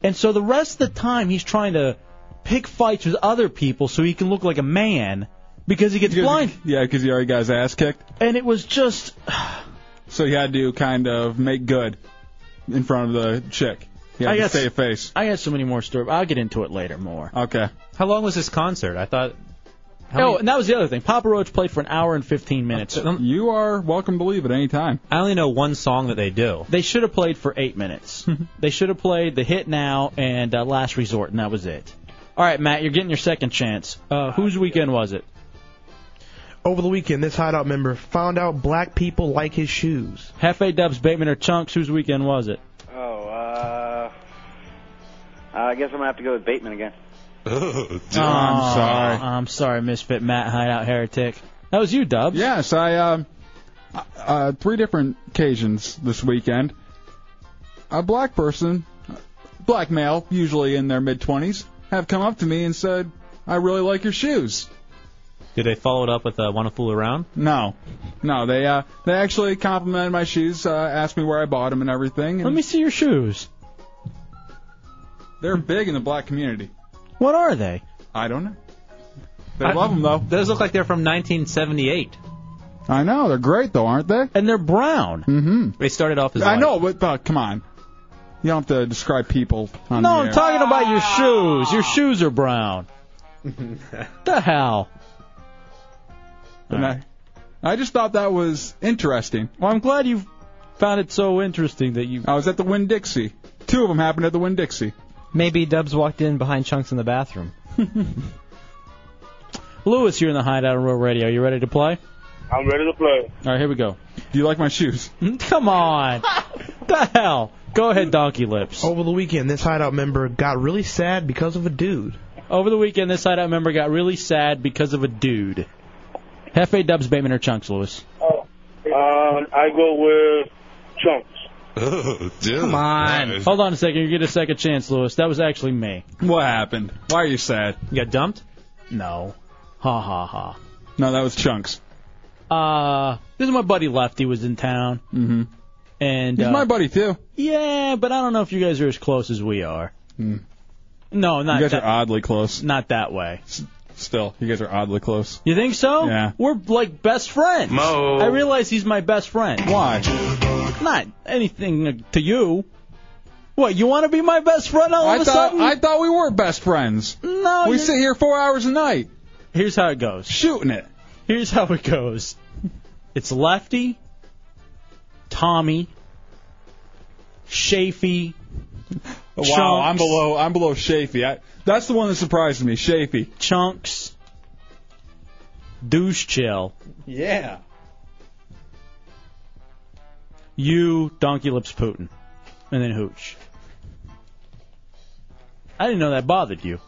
and so the rest of the time he's trying to pick fights with other people so he can look like a man because he gets blind.
Yeah, because he already got his ass kicked.
And it was just.
so he had to kind of make good in front of the chick. He had
I
to
got-
save face.
I got so many more stories. I'll get into it later more.
Okay.
How long was this concert? I thought. oh, and that was the other thing. Papa Roach played for an hour and 15 minutes.
You are welcome to leave at any time.
I only know one song that they do. They should have played for eight minutes. they should have played the hit now and uh, last resort, and that was it. All right, Matt, you're getting your second chance. Uh, whose weekend was it?
Over the weekend, this hideout member found out black people like his shoes.
Hefe Dubs, Bateman, or Chunks? Whose weekend was it?
Oh, uh, I guess I'm gonna have to go with Bateman again.
Oh, I'm sorry. I'm sorry, Misfit Matt Hideout Heretic. That was you, Dubs.
Yes, I um, uh, three different occasions this weekend. A black person, black male, usually in their mid twenties, have come up to me and said, "I really like your shoes."
Did they follow it up with uh, "Wanna Fool Around"?
No, no, they uh, they actually complimented my shoes, uh, asked me where I bought them and everything. And
Let me see your shoes.
They're big in the black community.
What are they?
I don't know. They love them though.
Those look like they're from 1978.
I know they're great though, aren't they?
And they're brown.
Mm-hmm.
They started off as
I
light.
know, but uh, come on. You don't have to describe people. On
No,
the
I'm
air.
talking about your shoes. Your shoes are brown. the hell?
And I, I just thought that was interesting.
Well, I'm glad you found it so interesting that you.
I was at the Win Dixie. Two of them happened at the Win Dixie.
Maybe Dubs walked in behind Chunks in the bathroom.
Lewis, you're in the Hideout on Real Radio. You ready to play?
I'm ready to play.
All right, here we go.
Do you like my shoes?
Come on. the hell? Go ahead, Donkey Lips.
Over the weekend, this hideout member got really sad because of a dude.
Over the weekend, this hideout member got really sad because of a dude. Hefe dubs Bateman or Chunks, Lewis.
Um, I go with Chunks.
Come on. Hold on a second. You get a second chance, Lewis. That was actually me.
What happened? Why are you sad?
You got dumped? No. Ha ha ha.
No, that was Chunks.
Uh, this is my buddy Lefty was in town.
Mm-hmm.
And
He's
uh,
my buddy too.
Yeah, but I don't know if you guys are as close as we are.
Mm.
No, not
you guys
that.
are oddly close.
Not that way.
Still, you guys are oddly close.
You think so?
Yeah.
We're like best friends.
Mo.
I realize he's my best friend.
Why?
Not anything to you. What? You want to be my best friend all
I
of a
thought
sudden?
I thought we were best friends.
No,
we
you're-
sit here four hours a night.
Here's how it goes.
Shooting it.
Here's how it goes. It's Lefty, Tommy, Shafee.
Wow,
Chunks.
I'm below. I'm below Shafee. I, that's the one that surprised me. Shafee.
Chunks. Douche chill.
Yeah.
You, Donkey Lips Putin. And then Hooch. I didn't know that bothered you.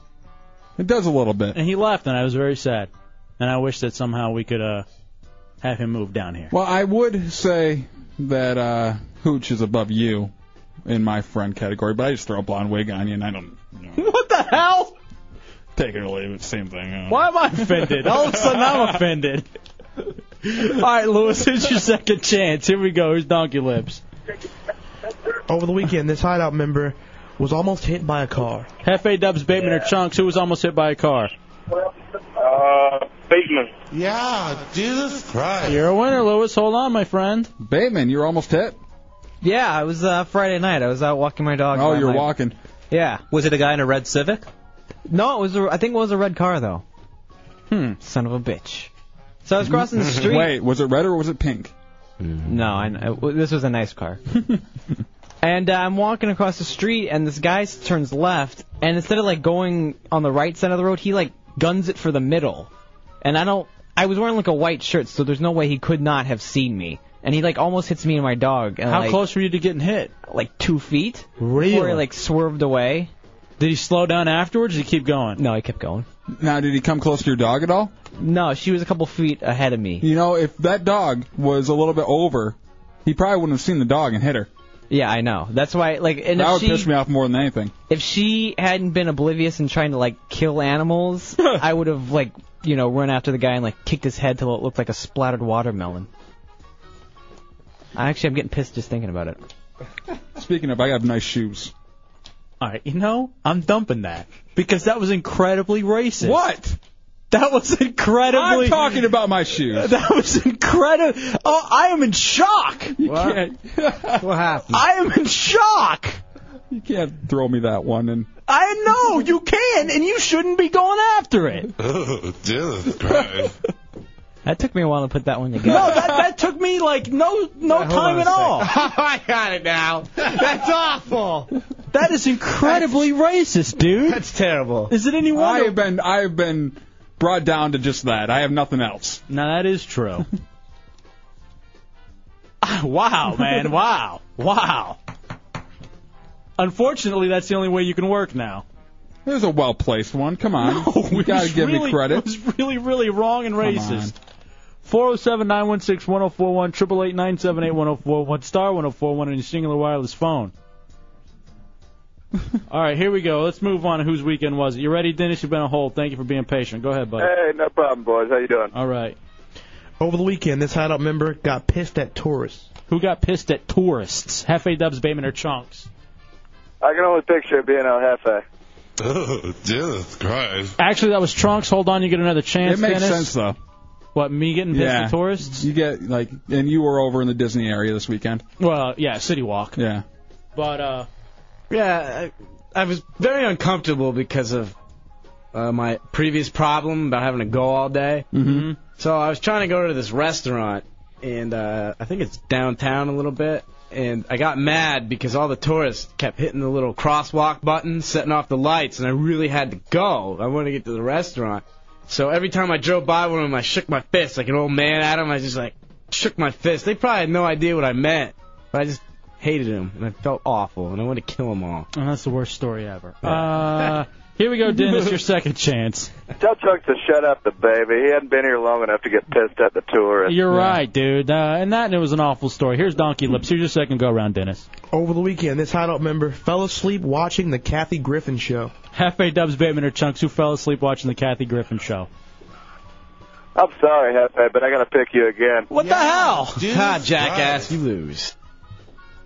It does a little bit.
And he left, and I was very sad. And I wish that somehow we could uh, have him move down here.
Well, I would say that uh, Hooch is above you in my friend category, but I just throw a blonde wig on you, and I don't
What the hell?
take it or leave it. Same thing. uh.
Why am I offended? All of a sudden, I'm offended. All right, Lewis, it's your second chance. Here we go. Here's Donkey Lips.
Over the weekend, this hideout member was almost hit by a car.
Hefe Dubs Bateman or Chunks, who was almost hit by a car.
Uh, Bateman.
Yeah, Jesus Christ.
You're a winner, Lewis. Hold on, my friend.
Bateman, you were almost hit.
Yeah, it was uh, Friday night. I was out walking my dog.
Oh,
by
you're
my-
walking.
Yeah.
Was it a guy in a red Civic?
No, it was. A, I think it was a red car though.
Hmm.
Son of a bitch. So I was crossing the street. Mm-hmm.
Wait, was it red or was it pink?
No, I, I- well, this was a nice car. and uh, I'm walking across the street, and this guy s- turns left, and instead of like going on the right side of the road, he like guns it for the middle. And I don't. I was wearing like a white shirt, so there's no way he could not have seen me. And he like almost hits me and my dog. And,
How
like,
close were you to getting hit?
Like two feet.
Really?
Before he like swerved away.
Did he slow down afterwards? Did he keep going?
No, he kept going.
Now, did he come close to your dog at all?
No, she was a couple feet ahead of me.
You know, if that dog was a little bit over, he probably wouldn't have seen the dog and hit her.
Yeah, I know. That's why, like, and
that
if
would
she
piss me off more than anything.
if she hadn't been oblivious and trying to like kill animals, I would have like you know run after the guy and like kicked his head till it looked like a splattered watermelon. I actually I'm getting pissed just thinking about it.
Speaking of, I have nice shoes.
All right, you know, I'm dumping that because that was incredibly racist.
What?
That was incredibly.
I'm talking about my shoes.
That was incredible. Oh, I am in shock.
What?
what happened?
I am in shock.
You can't throw me that one and
I know you can, and you shouldn't be going after it.
Oh, Jesus Christ. That took me a while to put that one together.
No, that, that took me like no no
hold
time
on a
at all.
I got it now. That's awful.
That is incredibly racist, dude.
That's terrible.
Is it any
I have been I have been brought down to just that. I have nothing else.
Now that is true. wow, man. Wow. Wow. Unfortunately, that's the only way you can work now.
There's a well placed one. Come on. you gotta
It's
give
really,
me credit.
It was really, really wrong and racist. 407 916 1041, 888 978 1041, star 1041 on your singular wireless phone. All right, here we go. Let's move on to whose weekend was it. You ready, Dennis? You've been on hold. Thank you for being patient. Go ahead, buddy.
Hey, no problem, boys. How you doing?
All right.
Over the weekend, this hideout member got pissed at tourists.
Who got pissed at tourists? Hefe Dubs, Bayman, or Chunks?
I can only picture it being El Jefe.
Oh, Jesus Christ.
Actually, that was Trunks. Hold on, you get another chance.
It makes
Dennis.
sense though.
What me getting pissed
yeah.
at tourists?
You get like and you were over in the Disney area this weekend.
Well, yeah, City Walk.
Yeah.
But uh,
Yeah, I, I was very uncomfortable because of uh, my previous problem about having to go all day.
Mm-hmm.
So I was trying to go to this restaurant, and uh, I think it's downtown a little bit. And I got mad because all the tourists kept hitting the little crosswalk button, setting off the lights, and I really had to go. I wanted to get to the restaurant. So every time I drove by one of them, I shook my fist like an old man at them. I just like shook my fist. They probably had no idea what I meant, but I just hated them, and I felt awful, and I wanted to kill them all.
oh, that's the worst story ever. Uh, here we go, Dennis. Your second chance.
Tell Chuck to shut up the baby. He hadn't been here long enough to get pissed at the tourists.
You're right, dude. Uh, and that it was an awful story. Here's Donkey Lips. Here's your second go round, Dennis.
Over the weekend, this hideout member fell asleep watching the Kathy Griffin show.
Hefe Dubs, Bateman, or Chunks, who fell asleep watching the Kathy Griffin show.
I'm sorry, Jefe, but I gotta pick you again.
What the hell?
Ha, jackass, you lose.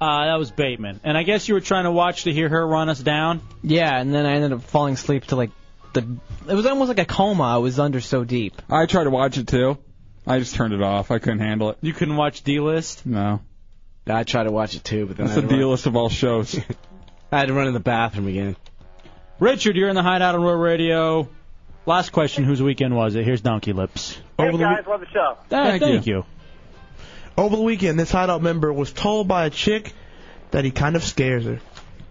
Uh, that was Bateman. And I guess you were trying to watch to hear her run us down.
Yeah, and then I ended up falling asleep to like the. It was almost like a coma. I was under so deep.
I tried to watch it too. I just turned it off. I couldn't handle it.
You couldn't watch D List.
No.
I tried to watch it too, but then
That's
I
the
had to run-
dealest of all shows.
I had to run to the bathroom again.
Richard, you're in the hideout on Royal Radio. Last question: Whose weekend was it? Here's Donkey Lips.
Over the
love the show.
Ah,
Thank
thank you.
Over the weekend, this hideout member was told by a chick that he kind of scares her.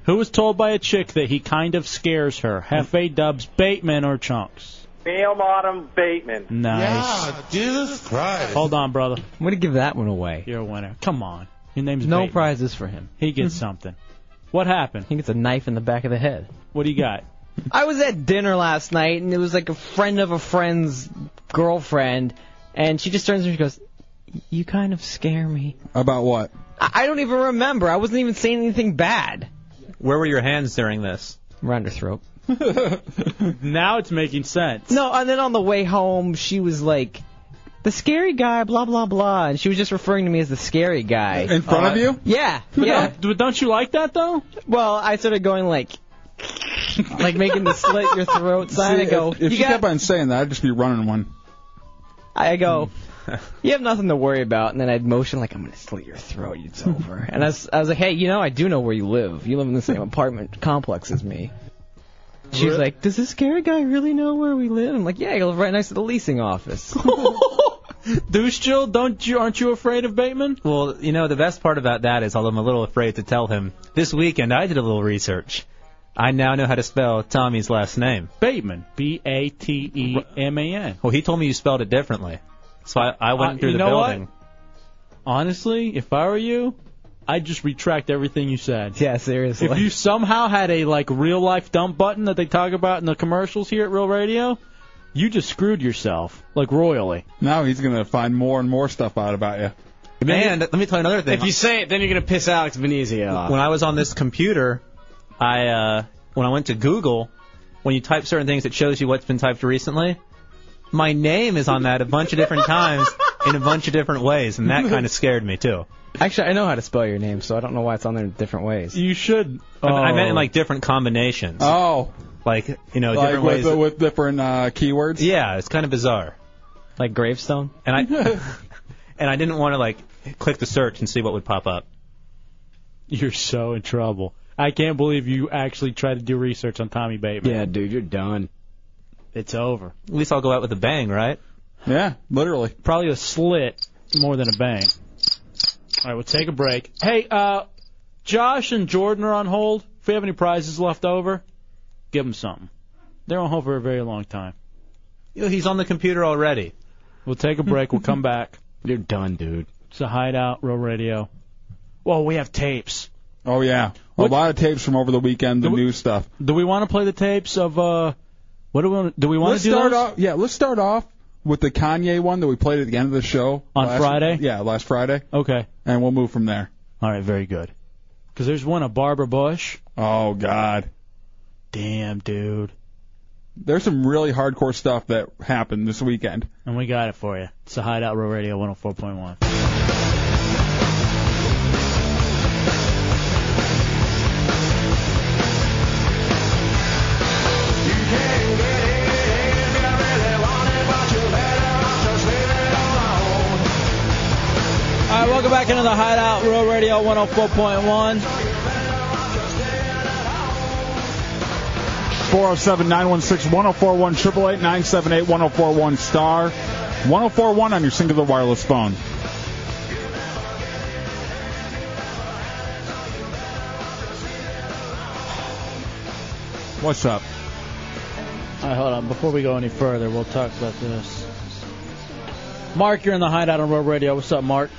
Who was told by a chick that he kind of scares her? Hefe Dubs, Bateman, or Chunks?
Neil Autumn Bateman.
Nice.
Jesus Christ.
Hold on, brother.
I'm gonna give that one away.
You're a winner. Come on. Your name's
No
Bateman.
prizes for him.
He gets something. What happened?
I think it's a knife in the back of the head.
What do you got?
I was at dinner last night, and it was like a friend of a friend's girlfriend, and she just turns to me and she goes, "You kind of scare me."
About what?
I, I don't even remember. I wasn't even saying anything bad.
Where were your hands during this?
Around her throat.
now it's making sense.
No, and then on the way home, she was like, "The scary guy," blah blah blah, and she was just referring to me as the scary guy
In front of you?
Yeah, yeah.
Don't, don't you like that though?
Well, I started going like, like making the slit your throat sign. I
See,
go,
if, if
you
she
got,
kept on saying that, I'd just be running one.
I go, you have nothing to worry about. And then I'd motion like, I'm gonna slit your throat. It's over. And I was, I was like, hey, you know, I do know where you live. You live in the same apartment complex as me. She was like, does this scary guy really know where we live? I'm like, yeah, he lives right next to the leasing office.
Deuce Jill, don't you? Aren't you afraid of Bateman?
Well, you know, the best part about that is I'm a little afraid to tell him. This weekend, I did a little research. I now know how to spell Tommy's last name.
Bateman, B A T E M A N.
Well, he told me you spelled it differently. So I, I went
Uh,
through
you
the
know
building.
Honestly, if I were you, I just retract everything you said.
Yeah, seriously.
If you somehow had a like real life dump button that they talk about in the commercials here at Real Radio, you just screwed yourself like royally.
Now he's gonna find more and more stuff out about you.
Man, let me tell you another thing.
If you say it, then you're gonna piss Alex Venezia off.
when I was on this computer, I uh, when I went to Google, when you type certain things, it shows you what's been typed recently. My name is on that a bunch of different times in a bunch of different ways, and that kind of scared me too.
Actually, I know how to spell your name, so I don't know why it's on there in different ways.
You should.
I, I meant in like different combinations.
Oh.
Like you know
like
different
with,
ways.
uh, with different uh, keywords.
Yeah, it's kind of bizarre.
Like gravestone.
And I and I didn't want to like click the search and see what would pop up.
You're so in trouble. I can't believe you actually tried to do research on Tommy Bateman.
Yeah, dude, you're done.
It's over.
At least I'll go out with a bang, right?
Yeah, literally.
Probably a slit more than a bang. All right, we'll take a break. Hey, uh, Josh and Jordan are on hold. If we have any prizes left over, give them something. They're on hold for a very long time.
You know, he's on the computer already.
We'll take a break. We'll come back.
You're done, dude.
It's a hideout, real radio. Whoa, we have tapes.
Oh yeah, a lot of tapes from over the weekend, the new stuff.
Do we want to play the tapes of uh? What do we want? Do we want
let's
to do
start
those?
off. Yeah, let's start off with the Kanye one that we played at the end of the show
On
last-
Friday?
Yeah, last Friday,
Okay.
and we'll move from there.
All right, very good. Because there's one of Barbara Bush.
Oh God,
damn dude,
there's some really hardcore stuff that happened this weekend.
And we got it for you. It's a Hideout Real Radio 104.1. All right, welcome back into the Hideout Real Radio 104.1.
407 916 1041 888 978 1041 star 1041 on your singular wireless phone. What's up?
All right, hold on. Before we go any further, we'll talk about this. Mark, you're in the Hideout on Real Radio. What's up, Mark?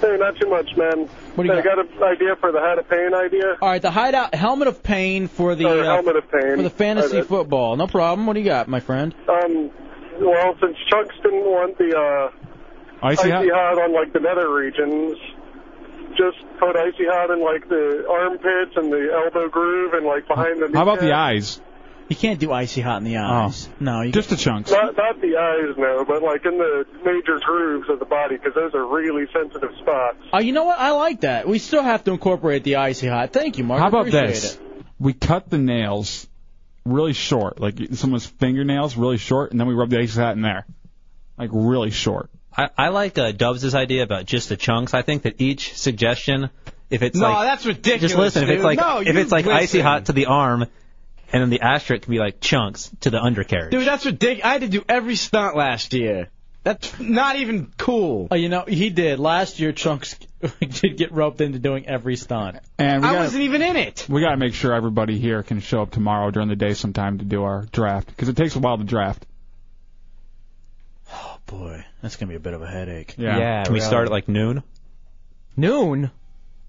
Hey, not too much, man.
What do you
I got? an idea for the hat of pain idea.
All right, the Hideout Helmet of Pain for the
Or
uh,
helmet of pain.
for the fantasy
Uh,
football. No problem. What do you got, my friend?
Um, well, since Chunks didn't want the uh,
Icy hot?
hot on like the nether regions, just put icy hot in like the armpits and the elbow groove and like behind the.
How about the
kneecap.
eyes? Oh.
You can't do icy hot in the eyes. No, you
just the chunks.
Not, not the eyes, no, but like in the major grooves of the body, because those are really sensitive spots.
Oh, you know what? I like that. We still have to incorporate the icy hot. Thank you, Mark.
How about
Appreciate
this?
It.
We cut the nails really short, like someone's fingernails really short, and then we rub the ice hat in there, like really short.
I, I like uh, Dubs' idea about just the chunks. I think that each suggestion, if it's
No,
like,
that's ridiculous,
Just listen. If it's
dude.
like,
No,
if
you
it's like icy
listen.
hot to the arm, and then the asterisk can be like chunks to the undercarriage.
Dude, that's ridiculous. I had to do every stunt last year. That's not even cool.
Oh, you know, he did. Last year, Chunks did get roped into doing every stunt.
And we
I
gotta-
wasn't even in it.
We got to make sure everybody here can show up tomorrow during the day sometime to do our draft because it takes a while to draft.
Oh, boy. That's going to be a bit of a headache.
Yeah.
Can we start at like noon?
Noon?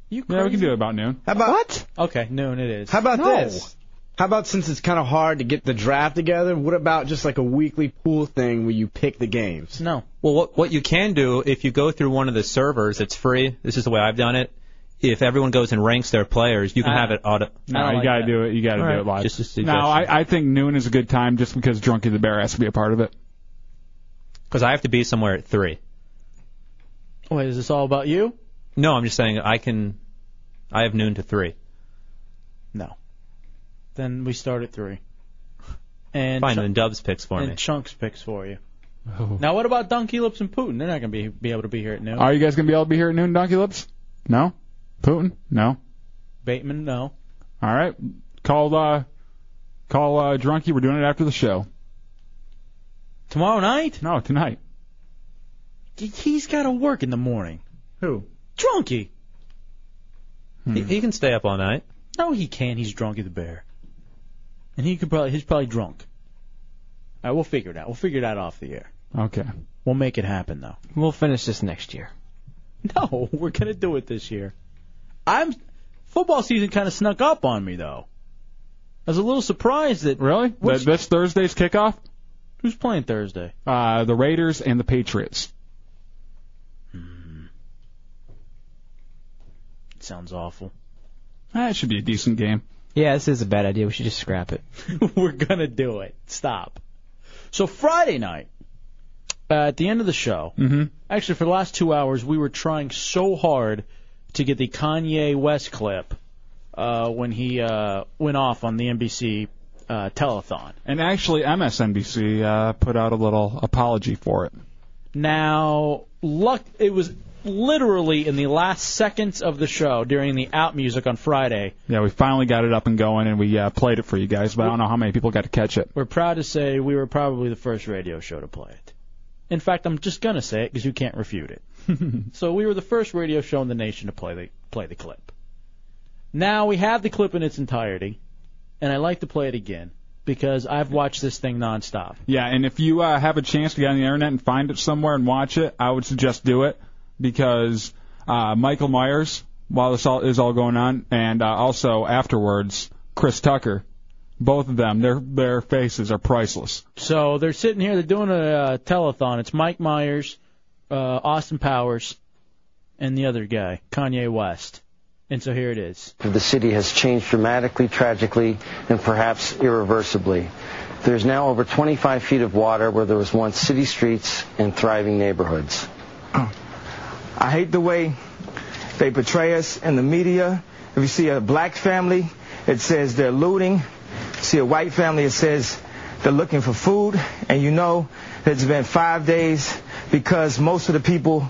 You
Yeah, we can do it about noon.
How about what?
Okay, noon it is.
How about
No.
this? How about since it's kind of hard to get the draft together, what about just like a weekly pool thing where you pick the games?
No.
Well, what what you can do if you go through one of the servers, it's free. This is the way I've done it. If everyone goes and ranks their players, you can
Ah.
have it auto.
No, you got to do it. You got to do
All
it
right.
live.
Just a suggestion.
no, I, I think noon is a good time just because Drunky the Bear has to be a part of it.
Because I have to be somewhere at three.
Wait, is this all about you?
No, I'm just saying I can. I have noon to three.
No. Then we start at 3. And
Fine,
Chunk-
then Dubs picks for
and
me.
Chunks picks for you. Now, what about Donkey Lips and Putin? They're not going to be, be able to be here at noon.
Oh. Are you guys gonna be able to be here at noon, Donkey Lips? No. Putin? No.
Bateman, no.
All right. Call uh, call uh, Drunky. We're doing it after the show.
Tomorrow night?
No, tonight.
He- He's got to work in the morning.
Who?
Drunky.
Hmm.
He, he can stay up all night.
No, he can't. He's Drunky the Bear. And he could probably he's probably drunk. All right, we'll figure it out. We'll figure it out off the air.
Okay.
We'll make it happen though.
We'll finish this next year.
No, we're gonna do it this year. I'm football season kind of snuck up on me though. I was a little surprised that
really
What's-
That- that's Thursday's kickoff.
Who's playing Thursday?
Uh, the Raiders and the Patriots.
It sounds awful.
That should be a decent game.
Yeah, this is a bad idea. We should just scrap it.
We're gonna do it. Stop. So Friday night, uh, at the end of the show,
Mm-hmm.
actually for the last two hours, we were trying so hard to get the Kanye West clip uh, when he uh, went off on the NBC uh, telethon.
And actually, MSNBC uh, put out a little apology for it.
Now, luck it was literally in the last seconds of the show during the out music on Friday.
Yeah, we finally got it up and going, and we uh, played it for you guys, but I don't know how many people got to catch it.
We're proud to say we were probably the first radio show to play it. In fact, I'm just gonna say it because you can't refute it. so we were the first radio show in the nation to play the play the clip. Now we have the clip in its entirety, and I like to play it again because I've watched this thing nonstop.
Yeah, and if you uh, have a chance to get on the internet and find it somewhere and watch it, I would suggest do it because uh, Michael Myers, while this all is all going on, and uh, also afterwards Chris Tucker, both of them, their their faces are priceless.
So they're sitting here, they're doing a uh, telethon. It's Mike Myers, uh, Austin Powers, and the other guy, Kanye West. And so here it is.
of the city has changed dramatically, tragically, and perhaps irreversibly. There's now over 25 feet of water where there was once city streets and thriving neighborhoods.
I hate the way they portray us in the media. If you see a black family, it says they're looting. See a white family, it says they're looking for food. And you know that it's been five days because most of the people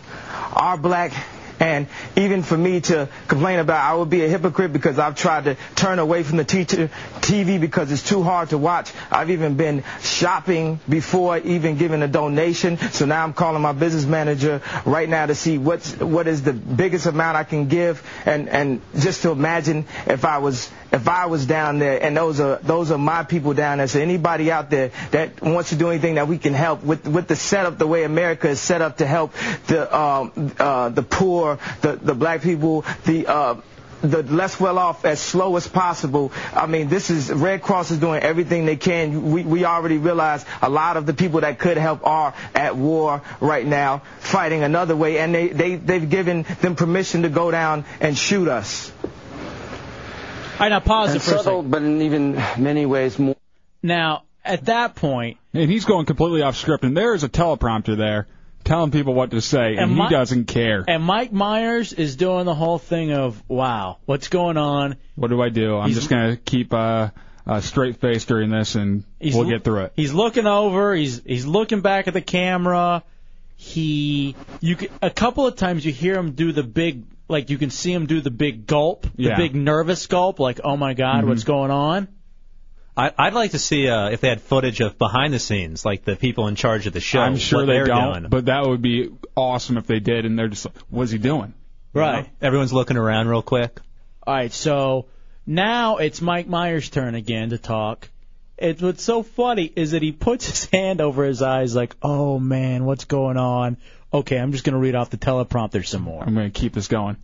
are black. And even for me to complain about, I would be a hypocrite because I've tried to turn away from the teacher TV because it's too hard to watch. I've even been shopping before even giving a donation. So now I'm calling my business manager right now to see what's what is the biggest amount I can give and and just to imagine if I was if I was down there and those are those are my people down there. So anybody out there that wants to do anything that we can help with with the setup the way America is set up to help the um, uh, the poor, the the black people, the uh, the less well off as slow as possible. I mean, this is Red Cross is doing everything they can. We we already realize a lot of the people that could help are at war right now, fighting another way, and they they they've given them permission to go down and shoot us.
All right, now pause
and
it for a
subtle,
second.
but in even many ways more.
Now, at that point,
And he's going completely off script, and there is a teleprompter there telling people what to say, and,
And
he
my-
doesn't care.
and Mike Myers is doing the whole thing of, wow, what's going on?
What do I do? I'm
He's-
just gonna keep uh, a straight face during this, and
He's
we'll
l-
get through it.
He's looking over. He's he's looking back at the camera. He you c- a couple of times you hear him do the big like you can see him do the big gulp, the
Yeah.
big nervous gulp, like oh my god, what's
Mm-hmm.
going on?
I, I'd like to see uh, if they had footage of behind the scenes, like the people in charge of the show.
I'm sure
what
they
they're
don't,
doing.
but that would be awesome if they did. And they're just like, "What's he doing?"
Right.
Everyone's looking around real quick.
All right, so now it's Mike Myers' turn again to talk. It's what's so funny is that he puts his hand over his eyes, like, oh man, what's going on? Okay, I'm just gonna read off the teleprompter some more. I'm
gonna keep this going.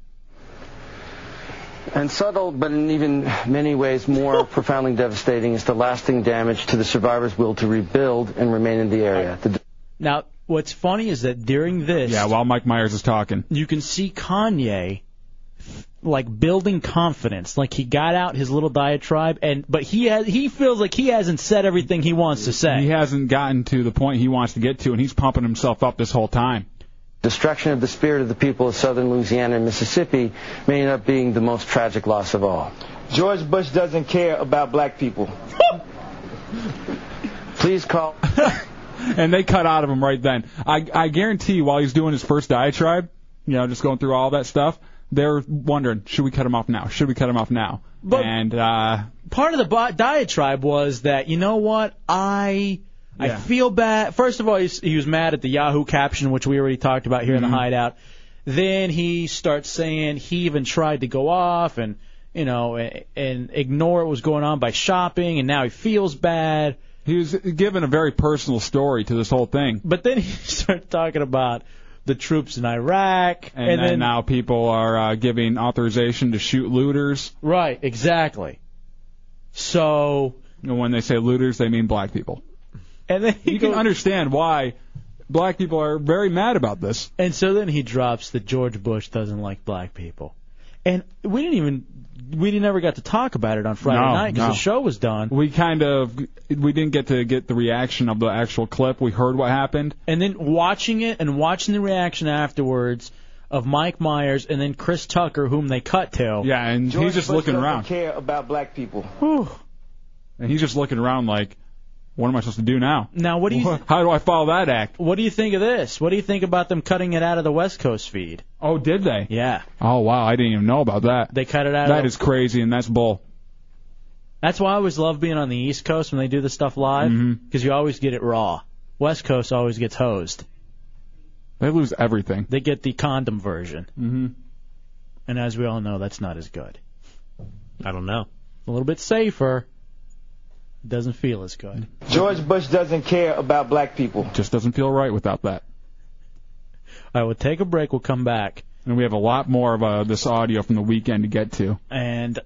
And subtle, but in even many ways more profoundly devastating, is the lasting damage to the survivors' will to rebuild and remain in the area. The
Now, what's funny is that during this, yeah,
while Mike Myers is talking,
you can see Kanye like building confidence, like he got out his little diatribe, and but he has he feels like he hasn't said everything he wants to say.
He hasn't gotten to the point he wants to get to, and he's pumping himself up this whole time.
destruction of the spirit of the people of southern Louisiana and Mississippi may end up being the most tragic loss of all.
George Bush doesn't care about black people.
Please call.
and they cut out of him right then. I, I guarantee while he's doing his first diatribe, you know, just going through all that stuff, they're wondering, should we cut him off now? Should we cut him off now?
But-
and uh,
Part of the bi- diatribe was that you know what I. I
Yeah.
feel bad. First of all, he's, he was mad at the Yahoo caption, which we already talked about here
Mm-hmm.
in the hideout. Then he starts saying he even tried to go off and you know and, and ignore what was going on by shopping, and now he feels bad.
he was given a very personal story to this whole thing.
But then he started talking about
the troops in Iraq, and,
and
then,
then-
now people are uh, giving authorization to shoot looters.
Right, exactly. So
and when they say looters, they mean black people.
And then
you can understand why black people are very mad about this.
And so then he drops that George Bush doesn't like black people. And we didn't even we never got to talk about it on Friday
No,
night because
no.
the show was done.
We kind of we didn't get to get the reaction of the actual clip. We heard what happened.
And then watching it and watching the reaction afterwards of Mike Myers and then Chris Tucker, whom they cut to.
Yeah, and
George Bush doesn't Care about black people.
And he's just looking around like, what am I supposed to do now?
Now, what do you?
How do I follow that act?
What do you think of this? What do you think about them cutting it out of the West Coast feed?
Oh, did they?
Yeah.
Oh wow, I didn't even know about that.
They cut it out.
That
of,
is crazy and that's bull.
That's why I always love being on the East Coast when they do this stuff live
Mm-hmm.
because you always get it raw. West Coast always gets hosed.
They lose everything.
They get the condom version.
Mm-hmm.
And as we all know, that's not as good. I don't know. A little bit safer. Doesn't feel as good.
George Bush doesn't care about black people.
Just doesn't feel right without that.
All right, we'll take a break. We'll come back.
And we have a lot more of uh, this audio from the weekend to get to.
And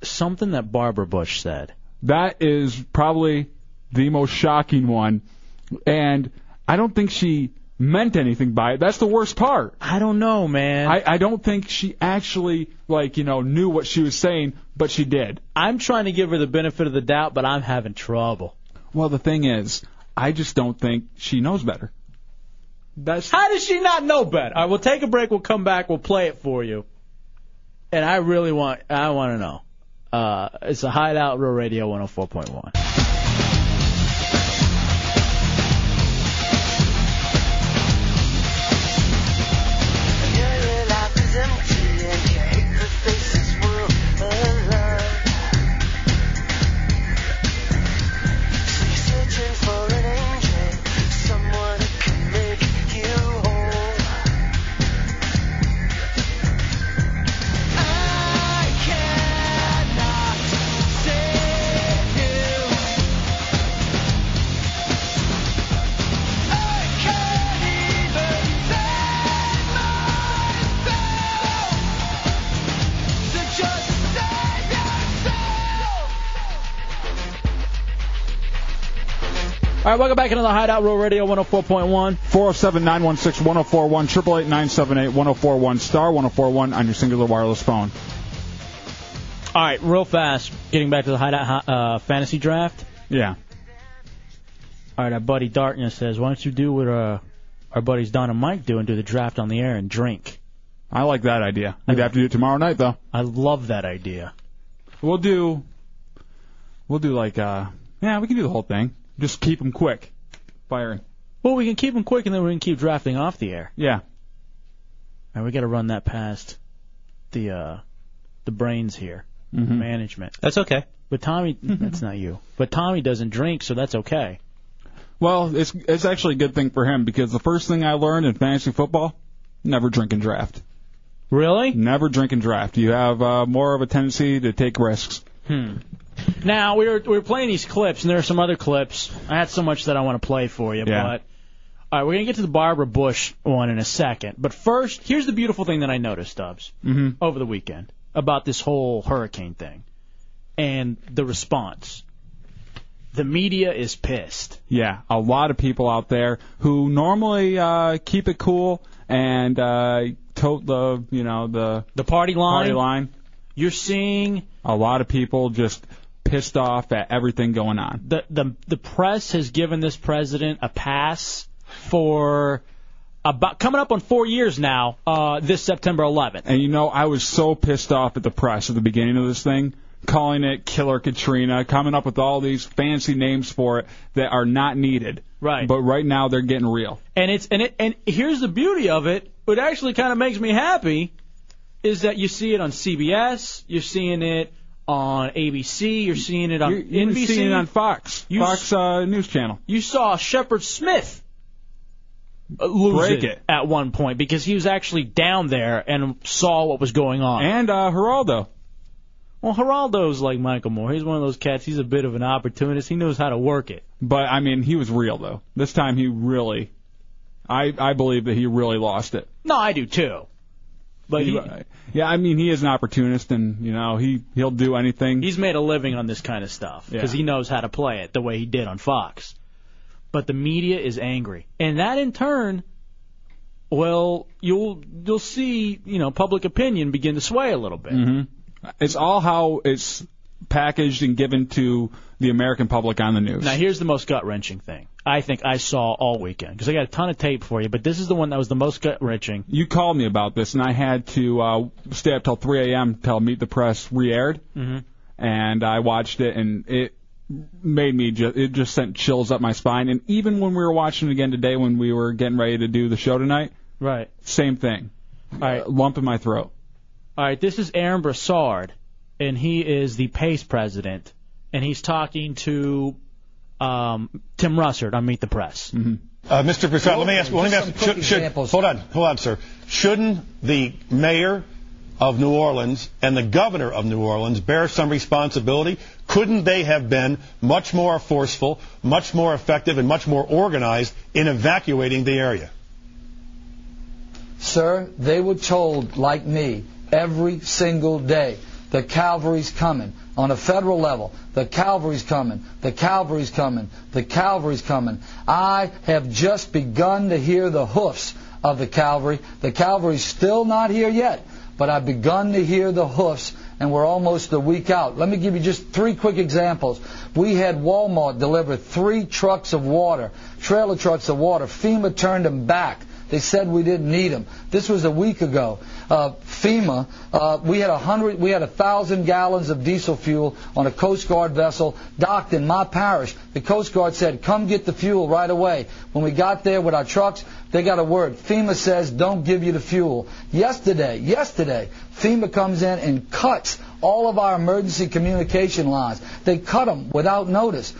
something that Barbara Bush said.
That is probably the most shocking one. And I don't think she meant anything by it. That's the worst part.
I don't know, man.
I, I don't think she actually, like, you know, knew what she was saying, but she did.
I'm trying to give her the benefit of the doubt, but I'm having trouble.
Well, the thing is, I just don't think she knows better. That's
How does she not know better? All right, we'll take a break. We'll come back. We'll play it for you. And I really want, I want to know. Uh, it's a Hideout Real Radio 104.1. All right, welcome back into the Hideout Real Radio 104.1.
407 916 1041, 888 978 1041, star 1041 on your singular wireless phone.
All right, real fast, getting back to the Hideout uh, fantasy draft.
Yeah.
All right, our buddy Darkness says, why don't you do what uh, our buddies Don and Mike do and do the draft on the air and drink?
I like that idea. We'd have to do it tomorrow night, though.
I love that idea.
We'll do. We'll do like. uh Yeah, we can do the whole thing. Just keep them quick, firing.
Well, we can keep them quick and then we can keep drafting off the air.
Yeah.
And we got to run that past the uh, the brains here,
Mm-hmm.
management.
That's okay.
But Tommy, that's not you. But Tommy doesn't drink, so that's okay.
Well, it's it's actually a good thing for him because the first thing I learned in fantasy football, never drink and draft.
Really?
Never drink and draft. You have uh, more of a tendency to take risks.
Hmm. Now we were we were playing these clips, and there are some other clips. I had so much that I want to play for you,
Yeah.
but all right, we're gonna get to the Barbara Bush one in a second. But first, here's the beautiful thing that I noticed, Stubbs,
Mm-hmm.
over the weekend about this whole hurricane thing and the response. The media is pissed.
Yeah, a lot of people out there who normally uh, keep it cool and uh, tote the you know the
the party line.
Party line.
You're seeing
a lot of people just pissed off at everything going on.
The the the press has given this president a pass for about coming up on four years now. Uh, this September 11th.
And you know, I was so pissed off at the press at the beginning of this thing, calling it Killer Katrina, coming up with all these fancy names for it that are not needed.
Right.
But right now they're getting real.
and it's and it and here's the beauty of it. What actually kind of makes me happy is that you see it on CBS, you're seeing it on ABC, you're seeing it on
You're, you're
NBC,
seeing it on Fox,
You
Fox uh, News Channel.
You saw Shepard Smith uh, lose
Break it.
at one point because he was actually down there and saw what was going on.
And uh, Geraldo.
Well, Geraldo's like Michael Moore. He's one of those cats. He's a bit of an opportunist. He knows how to work it.
But I mean, he was real though. This time he really I I believe that he really lost it.
No, I do too. But he,
yeah, I mean he is an opportunist, and you know he he'll do anything.
he's made a living on this kind of stuff because
Yeah.
he knows how to play it the way he did on Fox. But the media is angry, and that in turn, well, you'll you'll see you know public opinion begin to sway a little bit.
hmm It's all how it's packaged and given to the American public on the news.
Now, here's the most gut wrenching thing I think I saw all weekend because I got a ton of tape for you, but this is the one that was the most gut wrenching.
You called me about this, and I had to uh, stay up till 3 a.m. till Meet the Press re-aired,
Mhm.
and I watched it, and it made me just it just sent chills up my spine. And even when we were watching it again today, when we were getting ready to do the show tonight,
right,
same thing,
right.
lump in my throat.
All right, this is Aaron Brassard, and he is the PACE president, and he's talking to um, Tim Russert on Meet the Press. Mm-hmm.
Uh, Mr. Broussard, let me ask. Let me ask. Should, should, hold on, hold on, sir. Shouldn't the mayor of New Orleans and the governor of New Orleans bear some responsibility? Couldn't they have been much more forceful, much more effective, and much more organized in evacuating the area?
Sir, they were told, like me, every single day, the cavalry's coming. On a federal level, the cavalry's coming, the cavalry's coming, the cavalry's coming. I have just begun to hear the hoofs of the cavalry. The cavalry's still not here yet, but I've begun to hear the hoofs, and we're almost a week out. Let me give you just three quick examples. We had Walmart deliver three trucks of water, trailer trucks of water. FEMA turned them back. They said we didn't need them. This was a week ago. Uh, FEMA, uh, we had a hundred, we had a thousand gallons of diesel fuel on a Coast Guard vessel docked in my parish. The Coast Guard said, "Come get the fuel right away." When we got there with our trucks, they got a word. FEMA says, "Don't give you the fuel." Yesterday, yesterday, FEMA comes in and cuts all of our emergency communication lines. They cut them without notice.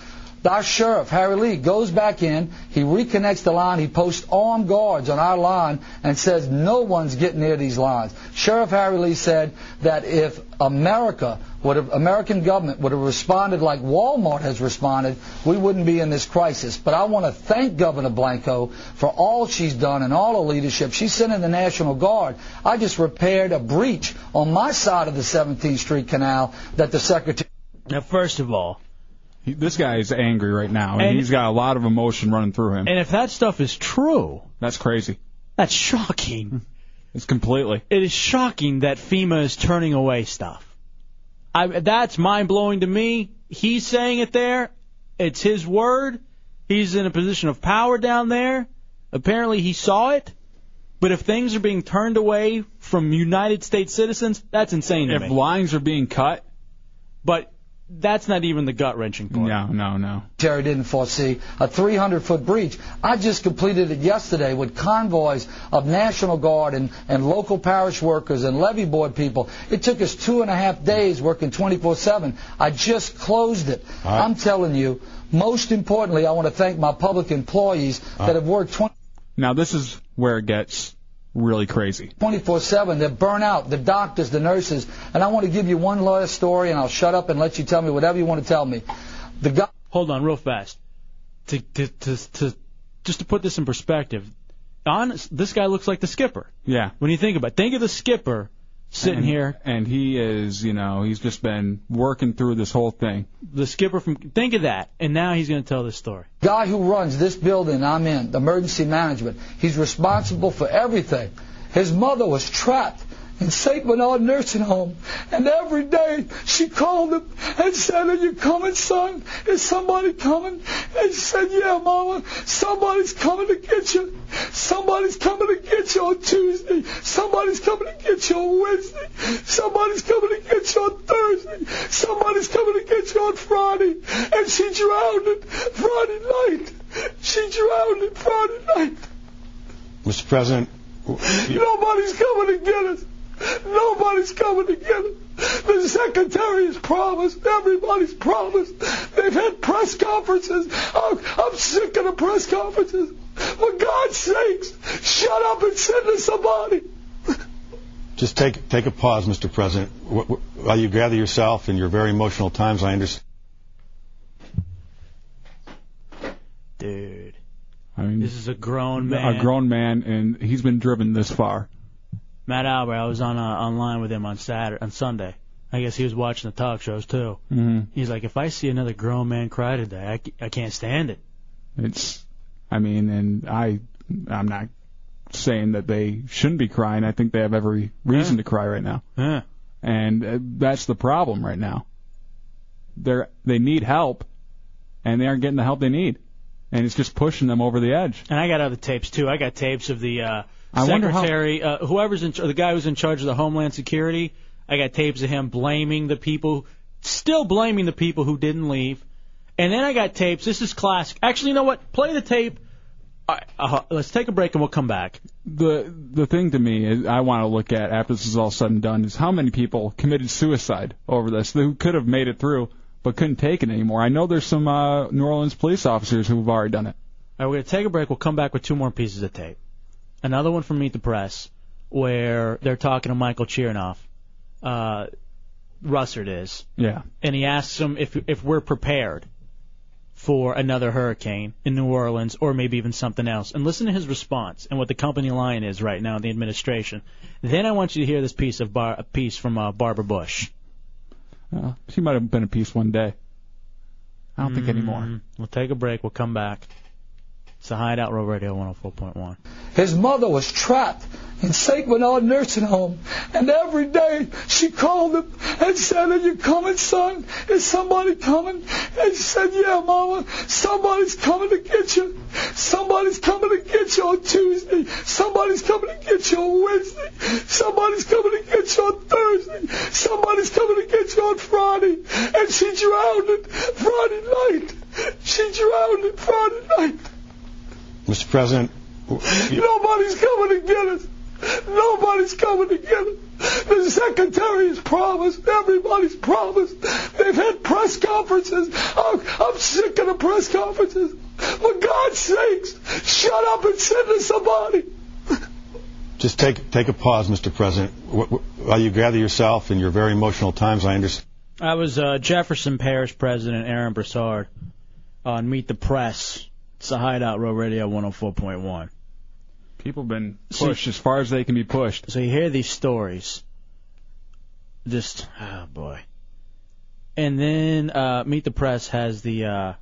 Our sheriff, Harry Lee, goes back in, he reconnects the line, he posts armed guards on our line and says no one's getting near these lines. Sheriff Harry Lee said that if America would have, American government would have responded like Walmart has responded, we wouldn't be in this crisis. But I want to thank Governor Blanco for all she's done and all her leadership. She sent in the National Guard. I just repaired a breach on my side of the 17th Street Canal that the Secretary
Now, first of all,
He, this guy is angry right now, and,
And-
he's got a lot of emotion running through him.
and if that stuff is true,
That's crazy.
that's shocking.
It's completely.
It is shocking that FEMA is turning away stuff. I, that's mind blowing to me. He's saying it there. It's his word. He's in a position of power down there. Apparently, he saw it. But if things are being turned away from United States citizens, that's insane to
If
me.
lines are being cut,
but that's not even the gut wrenching part.
No, no, no.
Terry didn't foresee a 300 foot breach. I just completed it yesterday with convoys of National Guard and, and local parish workers and levee board people. It took us two and a half days working 24 7. I just closed it. I'm telling you, most importantly, I want to thank my public employees that have worked 20.
Now this is where it gets really crazy.
24-7. They're burnt out, the doctors, the nurses. And I want to give you one last story, and I'll shut up and let you tell me whatever you want to tell me. The guy...
Hold on, real fast. To, to, to, to, just to put this in perspective, honest, this guy looks like the skipper.
Yeah.
When you think about it, think of the skipper sitting
And-
here
And he is, you know, he's just been working through this whole thing.
the skipper from think of that and now he's going to tell this story
guy who runs this building I'm in, the emergency management, he's responsible for everything. His mother was trapped in St. Bernard Nursing Home, and every day she called him and said, Are you coming, son? Is somebody coming? And he said, Yeah, Mama, somebody's coming to get you. Somebody's coming to get you on Tuesday. Somebody's coming to get you on Wednesday. Somebody's coming to get you on Thursday. Somebody's coming to get you on Friday. And she drowned it Friday night. She drowned it Friday night.
Mr. President,
Nobody's coming to get us. Nobody's coming to get us. The secretary has promised. Everybody's promised. They've had press conferences. I'm, I'm sick of the press conferences. For God's sakes, shut up and send us somebody.
just take take a pause, Mr. President, wh- wh- while you gather yourself in your very emotional times. I understand.
dude
I mean,
This is a grown man.
a grown man, and he's been driven this far.
Matt Albert. I was on uh, online with him on Saturday, on Sunday. I guess he was watching the talk shows too.
Mm-hmm.
He's like, if I see another grown man cry today, I, c- I can't stand it.
It's, I mean, and I, I'm not saying that they shouldn't be crying. I think they have every reason to cry right now,
Yeah.
and uh, that's the problem right now. They're they need help, and they aren't getting the help they need, and it's just pushing them over the edge.
And I got other tapes too. I got tapes of the uh,
I wonder how-
secretary, uh, whoever's in, char- the guy who's in charge of the Homeland Security. I got tapes of him blaming the people, still blaming the people who didn't leave. And then I got tapes. This is classic. Actually, you know what? Play the tape. All right, uh, let's take a break and we'll come back.
The the thing to me is I want to look at after this is all said and done is how many people committed suicide over this who could have made it through but couldn't take it anymore. I know there's some uh, New Orleans police officers who've already done it.
All right, we're going to take a break. We'll come back with two more pieces of tape. Another one from Meet the Press, where they're talking to Michael Chernoff. Uh, Russert is.
Yeah.
And he asks him if, if we're prepared for another hurricane in New Orleans or maybe even something else. And listen to his response and what the company line is right now in the administration. Then I want you to hear this piece of bar, a piece from uh, Barbara Bush.
Uh, she might have been a piece one day. I don't think anymore.
Mm-hmm. We'll take a break. We'll come back. It's the Hideout Row Radio 104.1.
His mother was trapped in St. Bernard Nursing Home, and every day she called him and said, Are you coming, son? Is somebody coming? And she said, Yeah, Mama, somebody's coming to get you. Somebody's coming to get you on Tuesday. Somebody's coming to get you on Wednesday. Somebody's coming to get you on Thursday. Somebody's coming to get you on Friday. And she drowned it Friday night. She drowned it Friday night.
Mr. President,
Nobody's coming to get us. Nobody's coming to get us. The secretary has promised. Everybody's promised. They've had press conferences. I'm, I'm sick of the press conferences. For God's sakes, shut up and send us somebody.
just take take a pause, Mr. President, wh- wh- while you gather yourself in your very emotional times. I understand.
I was uh, Jefferson Parish President Aaron Broussard on Meet the Press. It's the Hideout Row Radio 104.1.
People been pushed as far as they can be pushed.
So you hear these stories. Just, oh boy. And then uh, Meet the Press has the uh,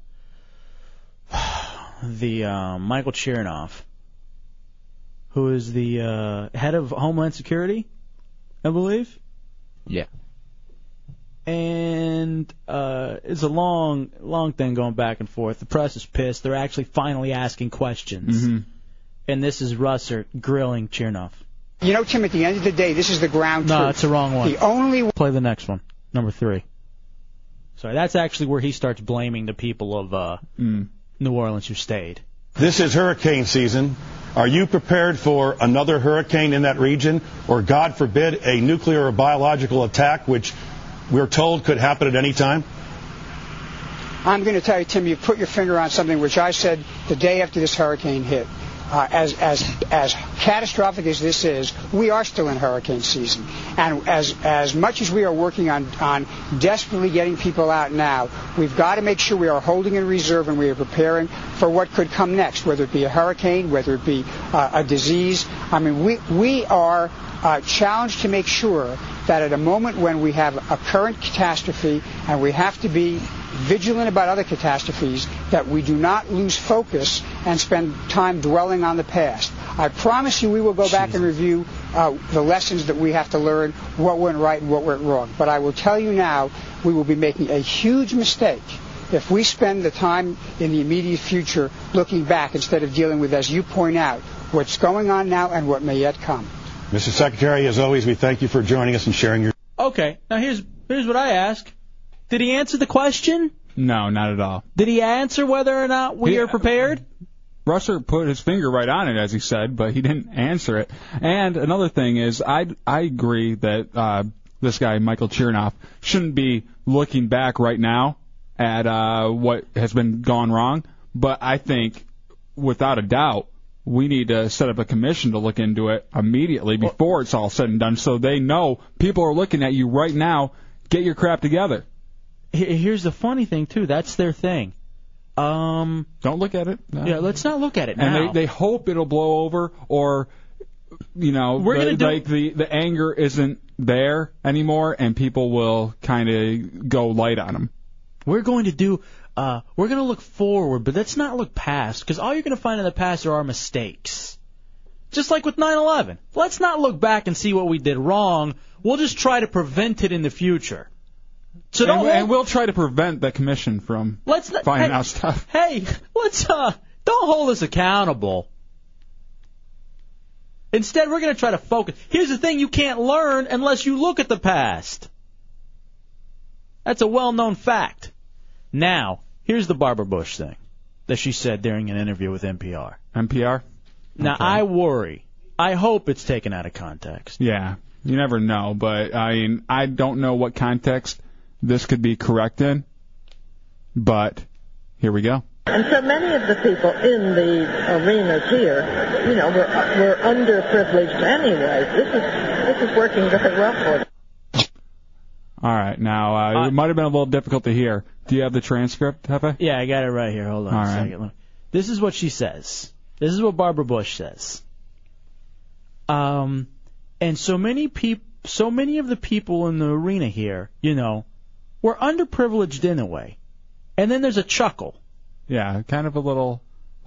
the uh, Michael Chernoff, who is the uh, head of Homeland Security, I believe.
Yeah.
and uh, it's a long, long thing going back and forth. The press is pissed. They're actually finally asking questions,
Mm-hmm.
and this is Russert grilling Chernoff.
You know, Tim, at the end of the day, this is the ground
No,
truth.
that's the wrong one.
The only
play the next one, number three. Sorry, that's actually where he starts blaming the people of uh,
Mm.
New Orleans who stayed.
This is hurricane season. Are you prepared for another hurricane in that region, or God forbid, a nuclear or biological attack, which we're told could happen at any time?
I'm going to tell you, Tim, you put your finger on something which I said the day after this hurricane hit. Uh, as as as catastrophic as this is, we are still in hurricane season, and as as much as we are working on on desperately getting people out now, we've got to make sure we are holding in reserve and we are preparing for what could come next, whether it be a hurricane, whether it be uh, a disease. I mean, we we are uh, challenged to make sure that at a moment when we have a current catastrophe and we have to be vigilant about other catastrophes, that we do not lose focus and spend time dwelling on the past. I promise you we will go back and review uh, the lessons that we have to learn, what went right and what went wrong. But I will tell you now, we will be making a huge mistake if we spend the time in the immediate future looking back instead of dealing with, as you point out, what's going on now and what may yet come.
Mr. Secretary, as always, we thank you for joining us and sharing your.
Okay, now here's here's what I ask: Did he answer the question?
No, not at all.
Did he answer whether or not we
He-
are prepared?
Russer put his finger right on it, as he said, but he didn't answer it. And another thing is, I I agree that uh, this guy Michael Chernoff shouldn't be looking back right now at uh, what has been gone wrong. But I think, without a doubt, we need to set up a commission to look into it immediately before it's all said and done, so they know people are looking at you right now. Get your crap together.
Here- Here's the funny thing too. That's their thing. Um,
don't look at it. No.
Yeah, let's not look at it
and
now.
they, they hope it'll blow over or you know
We're
the-
gonna do-
like the the anger isn't there anymore and people will kind of go light on them
we're going to do uh, we're going to look forward, but let's not look past, because all you're going to find in the past are our mistakes. Just like with 9/11, let's not look back and see what we did wrong. We'll just try to prevent it in the future. So
and,
don't
we-
hold-
and we'll try to prevent the commission from
Let's not-
finding
hey.
out stuff
hey, let's uh, don't hold us accountable. Instead, we're going to try to focus. Here's the thing: you can't learn unless you look at the past. That's a well-known fact. Now, here's the Barbara Bush thing that she said during an interview with NPR.
npr
Now, I worry. I hope it's taken out of context.
yeah you never know but i mean i don't know what context this could be correct in but here we go
And so many of the people in the arenas here, you know, were, were underprivileged anyway. This is this is working very well for them.
all right now uh, it might have been a little difficult to hear do you have the transcript hefe
Yeah, I got it right here. Hold on
All
a
right.
second. Let me- This is what she says. This is what Barbara Bush says. Um, and so many peop so many of the people in the arena here, you know, were underprivileged in a way. And then there's a chuckle.
yeah kind of a little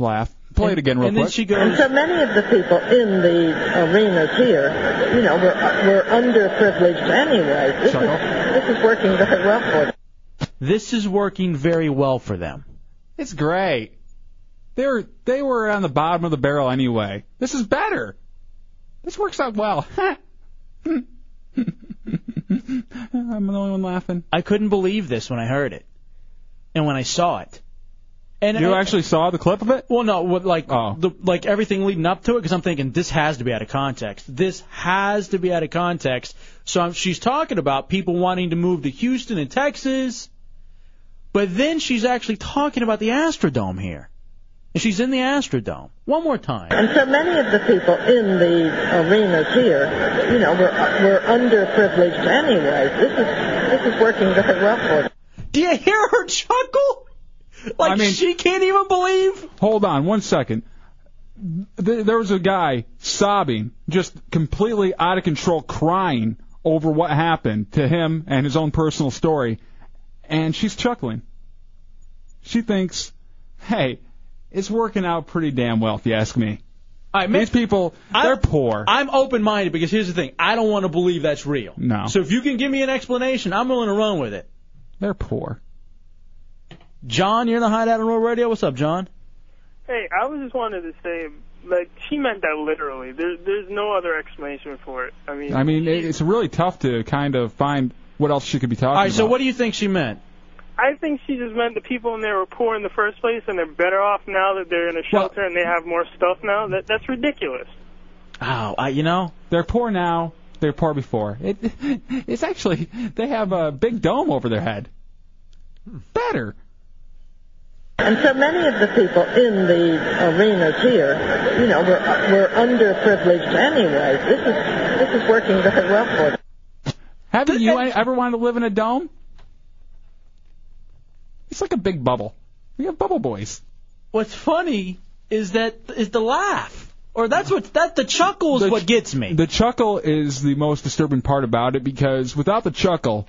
laugh play it again real
and
quick
then she And so many of the people in the arenas here, you know, were, were underprivileged anyway. This is this is working very well for them.
This is working very well for them.
It's great. They were they were on the bottom of the barrel anyway. This is better. This works out well. I'm the only one laughing.
I couldn't believe this when I heard it, and when I saw it. And
You actually saw the clip of it? Oh.
Well, no, what, like the, like everything leading up to it, because I'm thinking this has to be out of context. This has to be out of context. So I'm, she's talking about people wanting to move to Houston and Texas, but then she's actually talking about the Astrodome here, and she's in the Astrodome. One more time.
And so many of the people in the arenas here, you know, were, were underprivileged anyway. This is this is working very well for them.
Do you hear her chuckle? Like she can't even believe.
Hold on one second. Th- There was a guy sobbing, just completely out of control, crying over what happened to him and his own personal story, and she's chuckling. She thinks, "Hey, it's working out pretty damn well, if you ask me."
I mean,
These people, they're poor.
I'm open minded because here's the thing. I don't want to believe that's real.
No.
So if you can give me an explanation, I'm willing to run with it.
They're poor.
John, you're in the Hideout on Roll Radio. What's up, John?
Hey, I was just wanted to say, like, she meant that literally. There's there's no other explanation for it. I mean,
I mean, it- it's really tough to kind of find what else she could be talking about. All right, so what
do you think she meant?
I think she just meant the people in there were poor in the first place, and they're better off now that they're in a shelter and they have more stuff now. That that's ridiculous.
Oh, I, you know,
they're poor now. They're poor before. It, it's actually they have a big dome over their head. Better.
And so many of the people in the arenas here, you know, were, were underprivileged anyway. This is this is working very well for them.
Haven't you e-, ever wanted to live in a dome? It's like a big bubble. We have bubble boys.
What's funny is that is the laugh, or that's what that the chuckle is what gets me.
The chuckle is the most disturbing part about it because without the chuckle,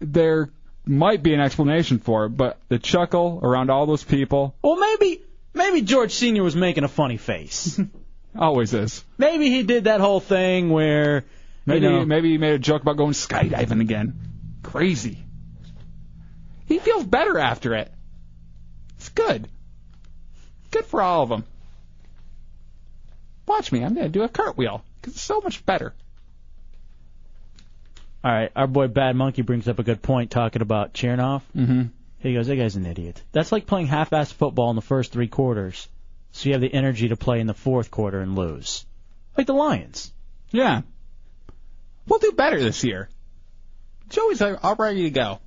there might be an explanation for it. But the chuckle around all those people
Well, maybe maybe George Senior was making a funny face.
always is.
maybe he did that whole thing where
Maybe
you know,
maybe he made a joke about going skydiving again. Crazy. He feels better after it. It's good. Good for all of them. Watch me. I'm gonna do a cartwheel because it's so much better.
All right, our boy Bad Monkey brings up a good point talking about Chernoff. Mm-hmm. He goes, "That guy's an idiot. That's like playing half-assed football in the first three quarters, so you have the energy to play in the fourth quarter and lose, like the Lions."
Yeah, we'll do better this year. Joey's uh, all all ready to go.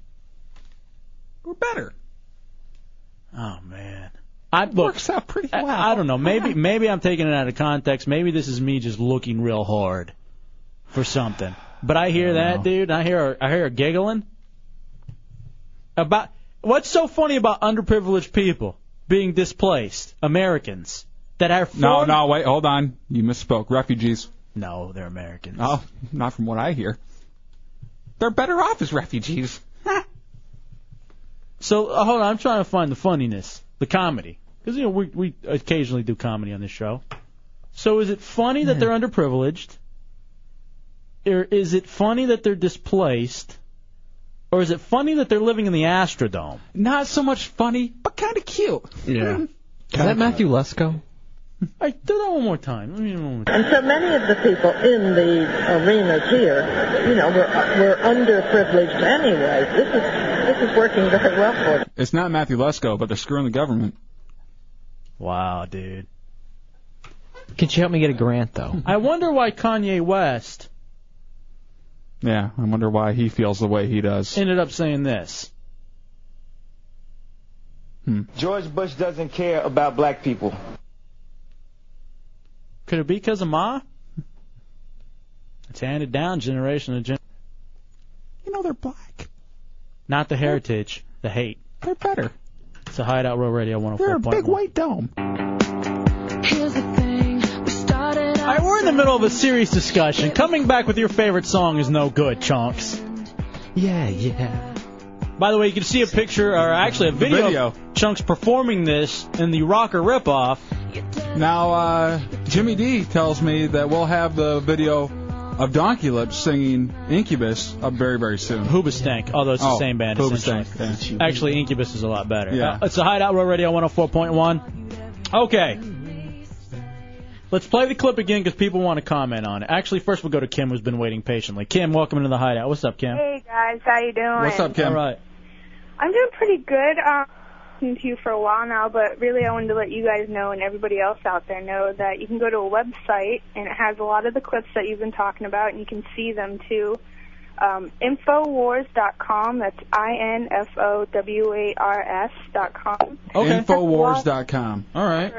We're better.
Oh man, I look, works
out pretty
well. I, I don't know. Maybe maybe I'm taking it out of context. Maybe this is me just looking real hard for something. But I hear that, dude. I hear I hear her giggling about What's so funny about underprivileged people being displaced, Americans that are
No,
formed-
no, wait, hold on. You misspoke. Refugees.
No, they're Americans.
Oh, not from what I hear. They're better off as refugees.
So uh, hold on, I'm trying to find the funniness, the comedy, because you know we we occasionally do comedy on this show. So is it funny that they're underprivileged, or is it funny that they're displaced, or is it funny that they're living in the Astrodome?
Not so much funny, but kind of cute. Hmm.
Yeah.
Is that Matthew Lesko?
I do that one more time. Let me one more time.
And so many of the people in the arenas here, you know, we're, we're underprivileged anyway. This is this is working very well for them.
It's not Matthew Lesko, but they're screwing the government.
Wow, dude.
Could you help me get a grant though?
I wonder why Kanye West
Yeah, I wonder why he feels the way he does.
ended up saying this.
George Bush doesn't care about black people.
Could it be because of Ma? It's handed down generation to gen.
You know they're black.
Not the heritage, the hate.
They're better.
It's a Hideout Row Radio 104.1.
They're a big white dome.
All right, we're in the middle of a serious discussion. Coming back with your favorite song is no good, chunks.
Yeah, yeah.
By the way, you can see a picture, or actually a video,
Video.
of Chunks performing this in the rocker ripoff.
Now, uh, Jimmy D tells me that we'll have the video of Donkey Lips singing Incubus up very, very soon. Oh,
Hoobastank, although it's the same band,
Hoobastank. yeah.
Actually, Incubus is a lot better.
Yeah.
Uh, it's the Hideout Row Radio 104.1. Okay. Let's play the clip again because people want to comment on it. Actually, first we'll go to Kim, who's been waiting patiently. Kim, welcome into the Hideout. What's up, Kim?
Hey guys, how you doing?
All right.
I'm doing pretty good. Um, listened to you for a while now, but really I wanted to let you guys know and everybody else out there know that you can go to a website and it has a lot of the clips that you've been talking about and you can see them too. Um, Infowars.com. That's I N F O W A R S dot com.
Infowars.com. All right.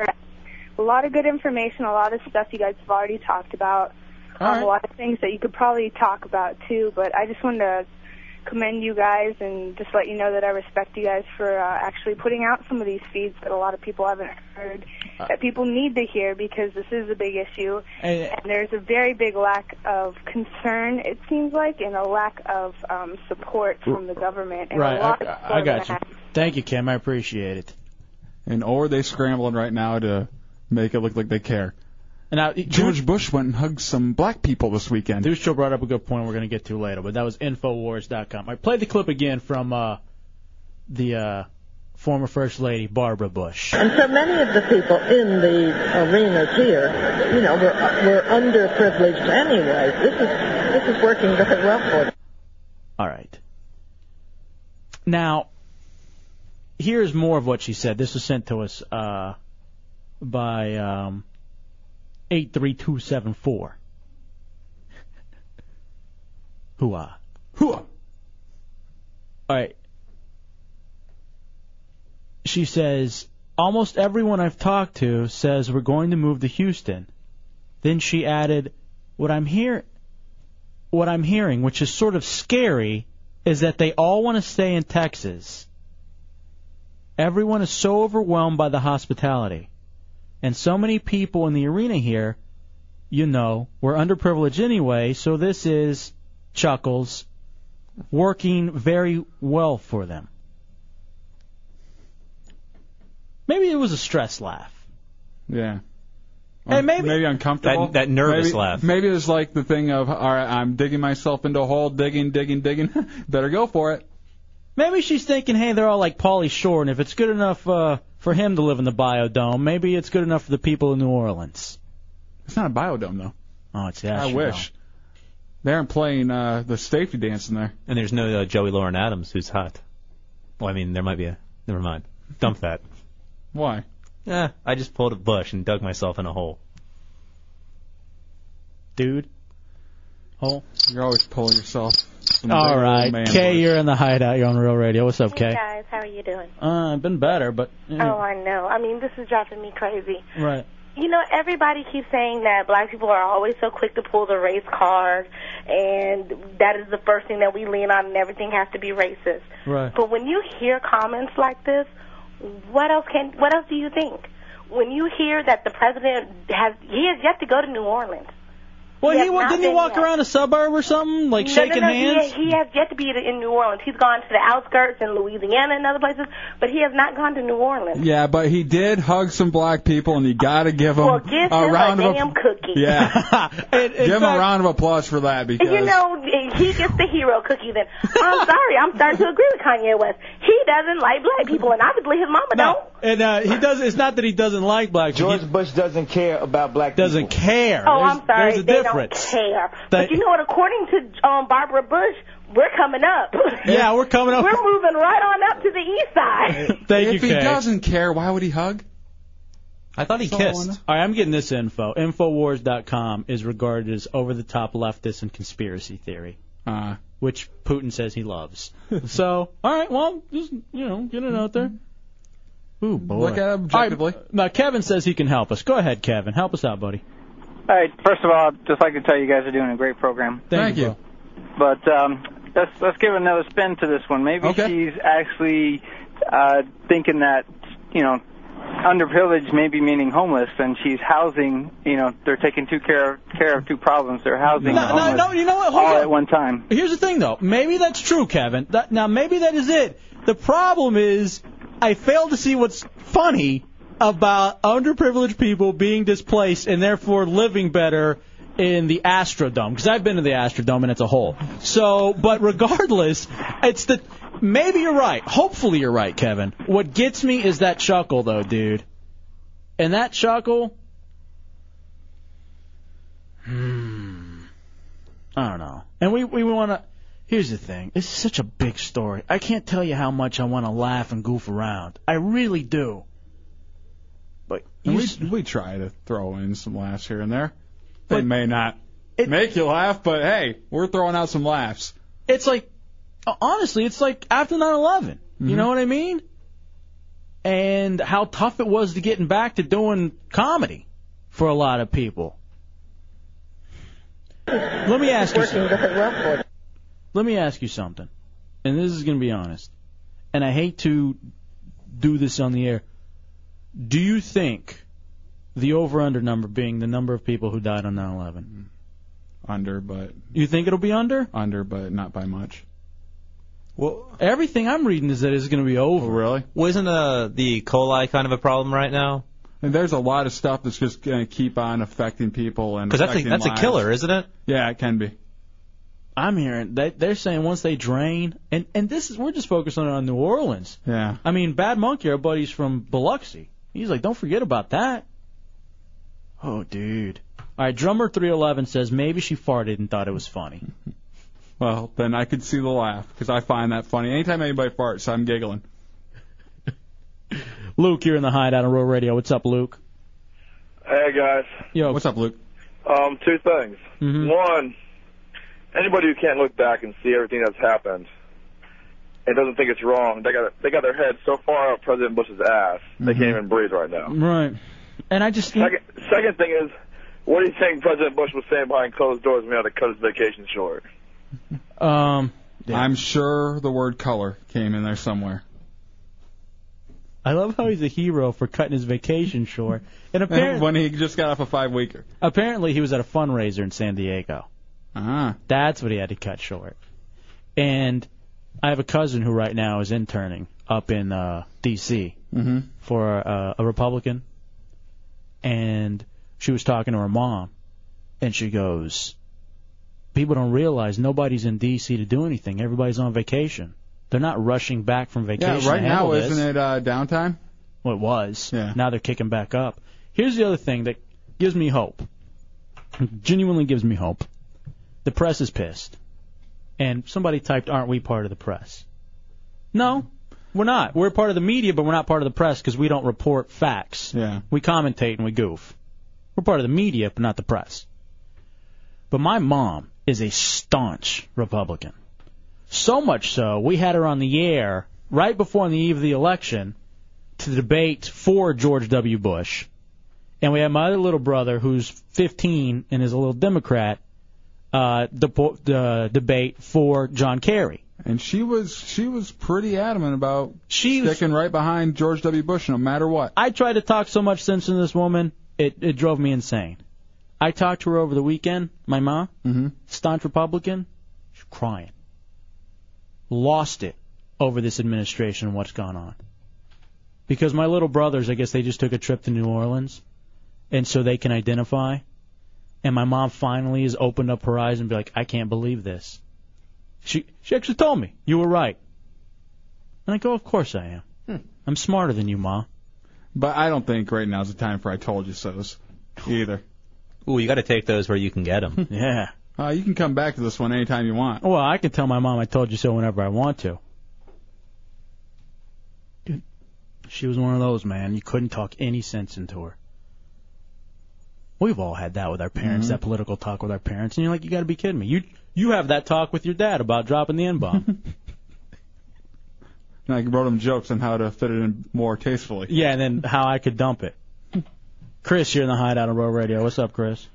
A lot of good information, a lot of stuff you guys have already talked about.
All
Um,
right.
A lot of things that you could probably talk about too, but I just wanted to commend you guys and just let you know that I respect you guys for uh, actually putting out some of these feeds that a lot of people haven't heard, that people need to hear because this is a big issue.
And-
And there's a very big lack of concern, it seems like, and a lack of um, support from the government. And
Right,
a lot of
I, I got you. Thank you, Kim. I appreciate it.
And or they scrambling right now to make it look like they care.
And now,
George Bush went and hugged some black people this weekend.
Deuce Joe brought up a good point we're going to get to later, but that was Infowars.com. I played the clip again from uh, the uh, former First Lady, Barbara Bush.
And so many of the people in the arenas here, you know, we're, we're underprivileged anyway. This is this is working very well for them.
All right. Now, here's more of what she said. This was sent to us uh, by um, 83274. Hooah.
Hooah.
All right. She says, almost everyone I've talked to says we're going to move to Houston. Then she added, what I'm hear, what I'm hearing, which is sort of scary, is that they all want to stay in Texas. Everyone is so overwhelmed by the hospitality, and so many people in the arena here. You know, we're underprivileged anyway, so this is chuckles working very well for them. Maybe it was a stress laugh.
Yeah.
Hey, maybe-
maybe uncomfortable.
That- that nervous
maybe,
laugh.
Maybe it's like the thing of all right, I'm digging myself into a hole, digging, digging, digging. Better go for it.
Maybe she's thinking, hey, they're all like Pauly Shore, and if it's good enough uh, for him to live in the biodome, maybe it's good enough for the people in New Orleans.
It's not a biodome though.
Oh, it's yeah.
I
sure
wish. They aren't playing uh, the safety dance in there.
And there's no uh, Joey Lauren Adams who's hot. Well, I mean, there might be a. Never mind. Dump that.
Why?
Eh, I just pulled a bush and dug myself in a hole.
Dude. Hole.
You're always pulling yourself. from
no.
the big
All
old
right,
man
Kay,
bush.
you're in the hideout. You're on Real Radio. What's up, Kay?
Hey guys, how are you doing?
Uh, been better, but
Oh, I know. I mean, this is driving me crazy.
right.
You know, everybody keeps saying that black people are always so quick to pull the race card and that is the first thing that we lean on, and everything has to be racist.
Right.
But when you hear comments like this, what else can? What else do you think? When you hear that the president has, he has yet to go to New Orleans.
Well, he,
has
wa-
not
didn't he
been
walk
yet.
around a suburb or something, like
no,
shaking
no, no,
hands?
He, he has yet to be in New Orleans. He's gone to the outskirts in Louisiana and other places, but he has not gone to New Orleans.
Yeah, but he did hug some black people, and you got to give him
Well, give
a
him a
round of
damn
app-
cookie.
Yeah, give him a
fact-
round of applause for that because
You know, he gets the hero cookie then. I'm sorry, I'm starting to agree with Kanye West. He doesn't like black people, and obviously his mama don't.
And uh, he does. It's not that he doesn't like black. George
Bush doesn't care about black.
Doesn't care.
Oh,
There's-
I'm sorry,
There's a
they
difference.
don't care.
They-
but you know what? According to um, Barbara Bush, we're coming up.
Yeah, we're coming up.
We're moving right on up to the east side.
Thank you,
if he
Kay.
doesn't care, why would he hug?
I thought he
kissed.
All right, I'm getting this info. Infowars.com is regarded as over-the-top leftist and conspiracy theory,
uh.
which Putin says he loves. so, all right, well, just you know, get it out there. Ooh, boy.
Look at it objectively.
All right, now Kevin says he can help us. Go ahead, Kevin. Help us out, buddy.
All right. First of all, I'd just like to tell you guys are doing a great program.
Thank, you.
But um, let's let's give another spin to this one. Maybe she's actually uh, thinking that you know underprivileged maybe meaning homeless, and she's housing. You know, they're taking two care care of two problems. They're housing the
No, no,
homeless
no, you know what? Hold
all
on.
at one time.
Here's the thing, though. Maybe that's true, Kevin. That, now, maybe that is it. The problem is, I fail to see what's funny about underprivileged people being displaced and therefore living better in the Astrodome because I've been to the Astrodome and it's a hole. So, but regardless, it's the maybe you're right. Hopefully, you're right, Kevin. What gets me is that chuckle, though, dude. And that chuckle, hmm. I don't know. And we we want to. Here's the thing. This is such a big story. I can't tell you how much I want to laugh and goof around. I really do. But
And
you
we
s-
we try to throw in some laughs here and there. They may not make you laugh, but hey, we're throwing out some laughs.
It's like uh, honestly, it's like after 9/11. You know what I mean? And how tough it was to getting back to doing comedy for a lot of people. Let me ask you.
Working
Something. Let me ask you something, and this is going to be honest, and I hate to do this on the air. Do you think the over/under number being the number of people who died on 9/11?
Under, but
you think it'll be under?
Under, but not by much.
Well, everything I'm reading is that it's going to be over.
Really?
Wasn't uh, the E. coli kind of a problem right now?
And there's a lot of stuff that's just going to keep on affecting people and
Because that's a,
affecting
that's a
lives.
killer, isn't it?
Yeah, it can be.
I'm hearing they, they're saying once they drain, and and this is we're just focusing on New Orleans.
Yeah.
I mean, Bad Monkey, our buddy's from Biloxi. He's like, don't forget about that. Oh, dude. All right, drummer 311 says maybe she farted and thought it was funny.
Well, then I could see the laugh because I find that funny. Anytime anybody farts, I'm giggling.
Luke, you're in the hideout on Roll Radio. What's up, Luke?
Hey guys,
Yo, what's up, Luke?
um, two things.
Mhm.
One, anybody who can't look back and see everything that's happened and doesn't think it's wrong, they got they got their head so far up President Bush's ass they can't even breathe right now.
Right. Mm-hmm. And I just
Second, second thing is, what do you think President Bush was saying behind closed doors when he had to cut his vacation short?
Um,
I'm sure the word color came in there somewhere.
I love how he's a hero for cutting his vacation short. And apparently,
when he just got off a five weeker.
Apparently, he was at a fundraiser in San Diego.
Ah.
That's what he had to cut short. And I have a cousin who right now is interning up in uh, D.C.
Mm-hmm.
for uh, a Republican, and she was talking to her mom, and she goes, "People don't realize nobody's in D.C. to do anything. Everybody's on vacation. They're not rushing back from vacation."
Yeah, right
to
now
handle this."
isn't it uh, downtime?
Well, it was. Now they're kicking back up. Here's the other thing that gives me hope. Genuinely gives me hope. The press is pissed. And somebody typed, Aren't we part of the press? No, we're not. We're part of the media, but we're not part of the press because we don't report facts.
Yeah.
We commentate and we goof. We're part of the media, but not the press. But my mom is a staunch Republican. So much so, we had her on the air right before on the eve of the election to debate for George W. Bush. And we had my other little brother who's 15 and is a little Democrat uh, depo- uh, debate for John Kerry.
And she was she was pretty adamant about sticking right behind George W. Bush no matter what.
I tried to talk so much sense into this woman, it, it drove me insane. I talked to her over the weekend, my mom, staunch Republican, she's crying. Lost it over this administration and what's gone on. Because my little brothers, I guess they just took a trip to New Orleans, and so they can identify. And my mom finally has opened up her eyes and be like, I can't believe this. She she actually told me you were right. And I go, of course I am. I'm smarter than you, ma.
Hmm. But I don't think right now is the time for I told you so's either.
Ooh, you got to take those where you can get them.
yeah.
Uh, you can come back to this one anytime you want.
Well, I can tell my mom I told you so whenever I want to. Dude, she was one of those, man. You couldn't talk any sense into her. We've all had that with our parents, that political talk with our parents, and you're like, you got to be kidding me. You you have that talk with your dad about dropping the N bomb.
And I wrote him jokes on how to fit it in more tastefully.
yeah, and then how I could dump it. Chris, you're in the hideout on Road Radio. What's up, Chris?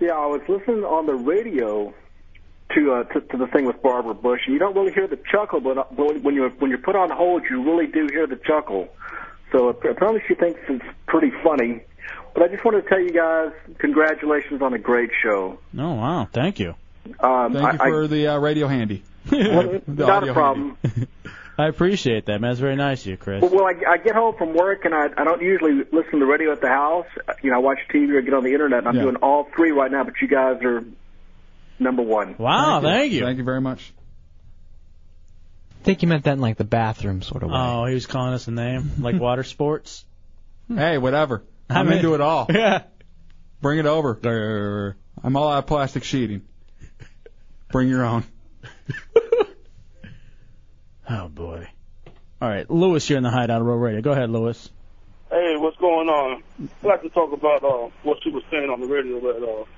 Yeah, I was listening on the radio to, uh, to to the thing with Barbara Bush, and you don't really hear the chuckle, but uh, but when you when you're put on hold, you really do hear the chuckle. So ap- apparently, she thinks it's pretty funny. But I just wanted to tell you guys, congratulations on a great show.
Oh wow, thank you.
Um,
Thank you
I,
for the uh, radio handy.
I, well,
The
not
audio
a problem.
I appreciate that, man. That's very nice of you, Chris.
Well, well I, I get home from work, and I I don't usually listen to the radio at the house. You know, I watch TV or get on the internet. And I'm
Yeah.
doing all three right now, but you guys are number one.
Wow,
thank
you.
Thank you very much.
I think you meant that in like the bathroom sort of way.
Oh, he was calling us a name like water sports.
Hmm. Hey, whatever. I'm,
I'm in.
into it all.
Yeah.
Bring it over. I'm all out of plastic sheeting. Bring your own.
Oh boy. All right, Lewis, you're in the hideout on Road Radio. Go ahead, Lewis.
Hey, what's going on? I'd like to talk about uh, what she was saying on the radio about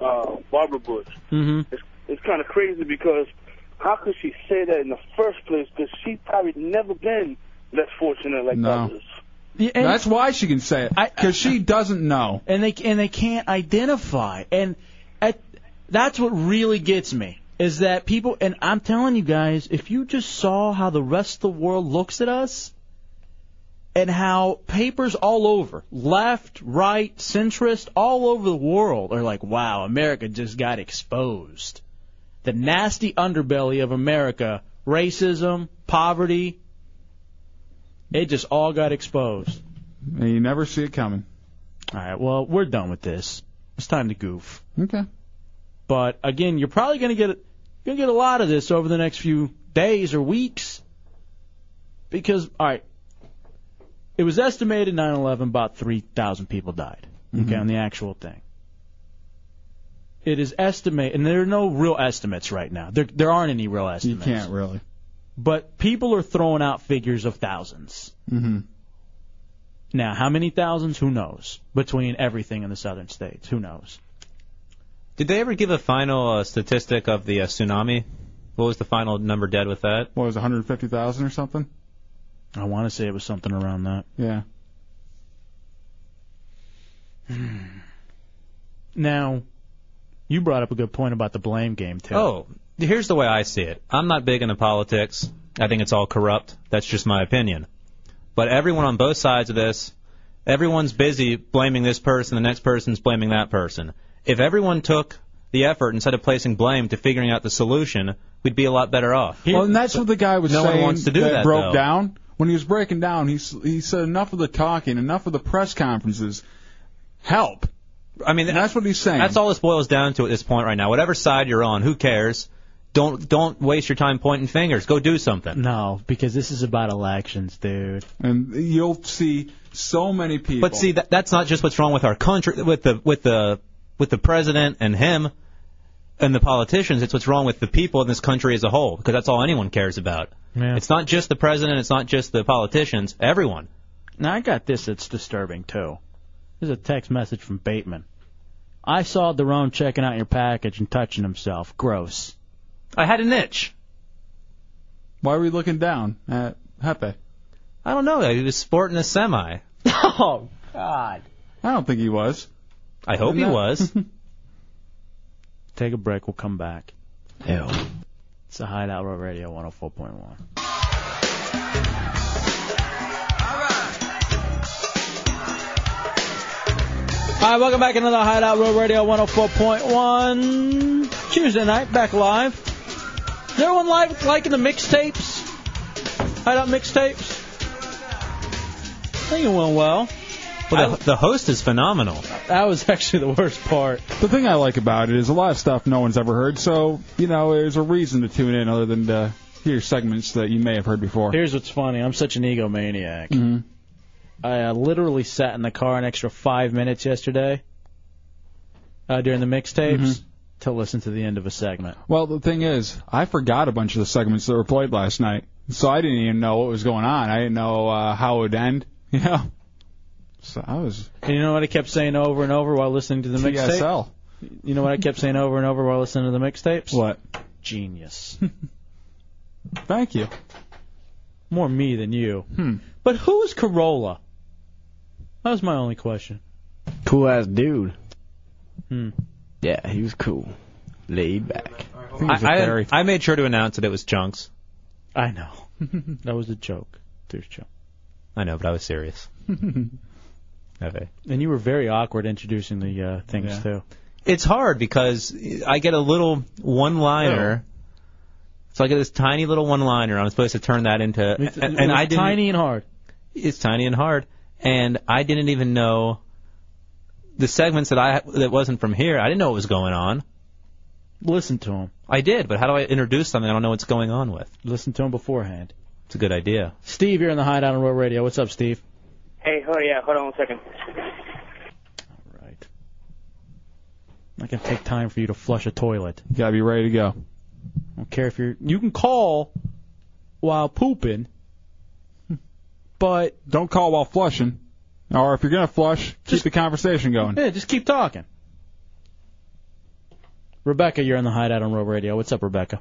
uh, uh, Barbara Bush.
Mm-hmm.
It's, it's kind of crazy because how could she say that in the first place? Because she probably never been less fortunate like
No.
others.
That's why she can say it. Because she doesn't know.
and they and they can't identify and at, that's what really gets me is that people and I'm telling you guys if you just saw how the rest of the world looks at us and how papers all over left right centrist all over the world are like wow America just got exposed the nasty underbelly of America racism poverty it just all got exposed
And you never see it coming.
all right, well, we're done with this. It's time to goof.
Okay.
But again, you're probably going to get going to get a lot of this over the next few days or weeks because all right, it was estimated 9/11 about 3,000 people died.
Mm-hmm.
Okay, on the actual thing. It is estimate, and there are no real estimates right now. There there aren't any real estimates.
Can't really.
But people are throwing out figures of thousands.
Mm-hmm.
Now, how many thousands? Who knows? Between everything in the southern states, who knows?
Did they ever give a final uh, statistic of the uh, tsunami? What was the final number dead with that?
What was it, 150,000 or something?
I want to say it was something around that.
Yeah.
Hmm. Now, you brought up a good point about the blame game too.
Oh, here's the way I see it. I'm not big into politics. I think it's all corrupt. That's just my opinion. But everyone on both sides of this, everyone's busy blaming this person, the next person's blaming that person. If everyone took the effort instead of placing blame to figuring out the solution, we'd be a lot better off.
well, and that's what the guy was
no
saying
one wants to do that,
broke
though.
down. When he was breaking down, he, s- he said enough of the talking, enough of the press conferences. Help.
I mean,
that's what he's saying.
That's all this boils down to at this point right now. Whatever side you're on, who cares? Don't don't waste your time pointing fingers. Go do something.
No, because this is about elections, dude.
And you'll see so many people.
But see, that, that's not just what's wrong with our country, with the with the with the president and him and the politicians. It's what's wrong with the people in this country as a whole, because that's all anyone cares about. It's not just the president. It's not just the politicians. Everyone.
Now I got this that's disturbing too. This is a text message from Bateman. I saw Daron checking out your package and touching himself. Gross.
I had an itch.
Why are we looking down at Hepe?
I don't know. He was sporting a semi.
Oh God.
I don't think he was.
I hope he
Isn't that-
was.
Take a break. We'll come back. Ew. It's a Hideout Road Radio 104.1. All right, welcome back to another Hideout Road Radio 104.1. Tuesday night, back live. Is everyone live liking the mixtapes? Hideout mixtapes? I think it went well.
Well, the, the host is phenomenal.
That was actually the worst part.
The thing I like about it is a lot of stuff no one's ever heard, so, you know, there's a reason to tune in other than to hear segments that you may have heard before.
Here's what's funny. I'm such an egomaniac.
Mm-hmm.
Mhm.
I uh, literally sat in the car an extra five minutes yesterday uh, during the mixtapes
Mm-hmm.
to listen to the end of a segment.
Well, the thing is, I forgot a bunch of the segments that were played last night, so I didn't even know what was going on. I didn't know uh, how it would end, you know? So I was
And you know what I kept saying over and over while listening to the mixtape?
TSL.
You know what I kept saying over and over while listening to the mixtapes?
What?
Genius.
Thank you.
More me than you. Hmm. But who is Corolla? That was my only question.
Cool ass dude.
Hmm.
Yeah, he was cool. Laid back.
I, I, I made sure to announce that it was Chunks.
I know. that was a joke. There's joke.
I know, but I was serious.
and
Okay.
you were very awkward introducing the uh, things
Yeah.
too.
It's hard because I get a little one-liner. So I get this tiny little one-liner. I'm supposed to turn that into,
It's-
and, and I didn't.
tiny and hard.
It's tiny and hard, and I didn't even know the segments that I that wasn't from here. I didn't know what was going on.
Listen to them.
I did, but how do I introduce something I don't know what's going on with?
Listen to them beforehand.
It's a good idea.
Steve, you're in the Hideout on Road Radio. What's up, Steve?
Hey, hold yeah, hold on one second.
I'm not gonna take time for you to flush a toilet.
You gotta be ready to go.
I don't care if you're. You can call while pooping, but
don't call while flushing. Or if you're gonna flush, keep the conversation going.
yeah, just keep talking. Rebecca, you're in the Hideout on Road Radio. What's up, Rebecca?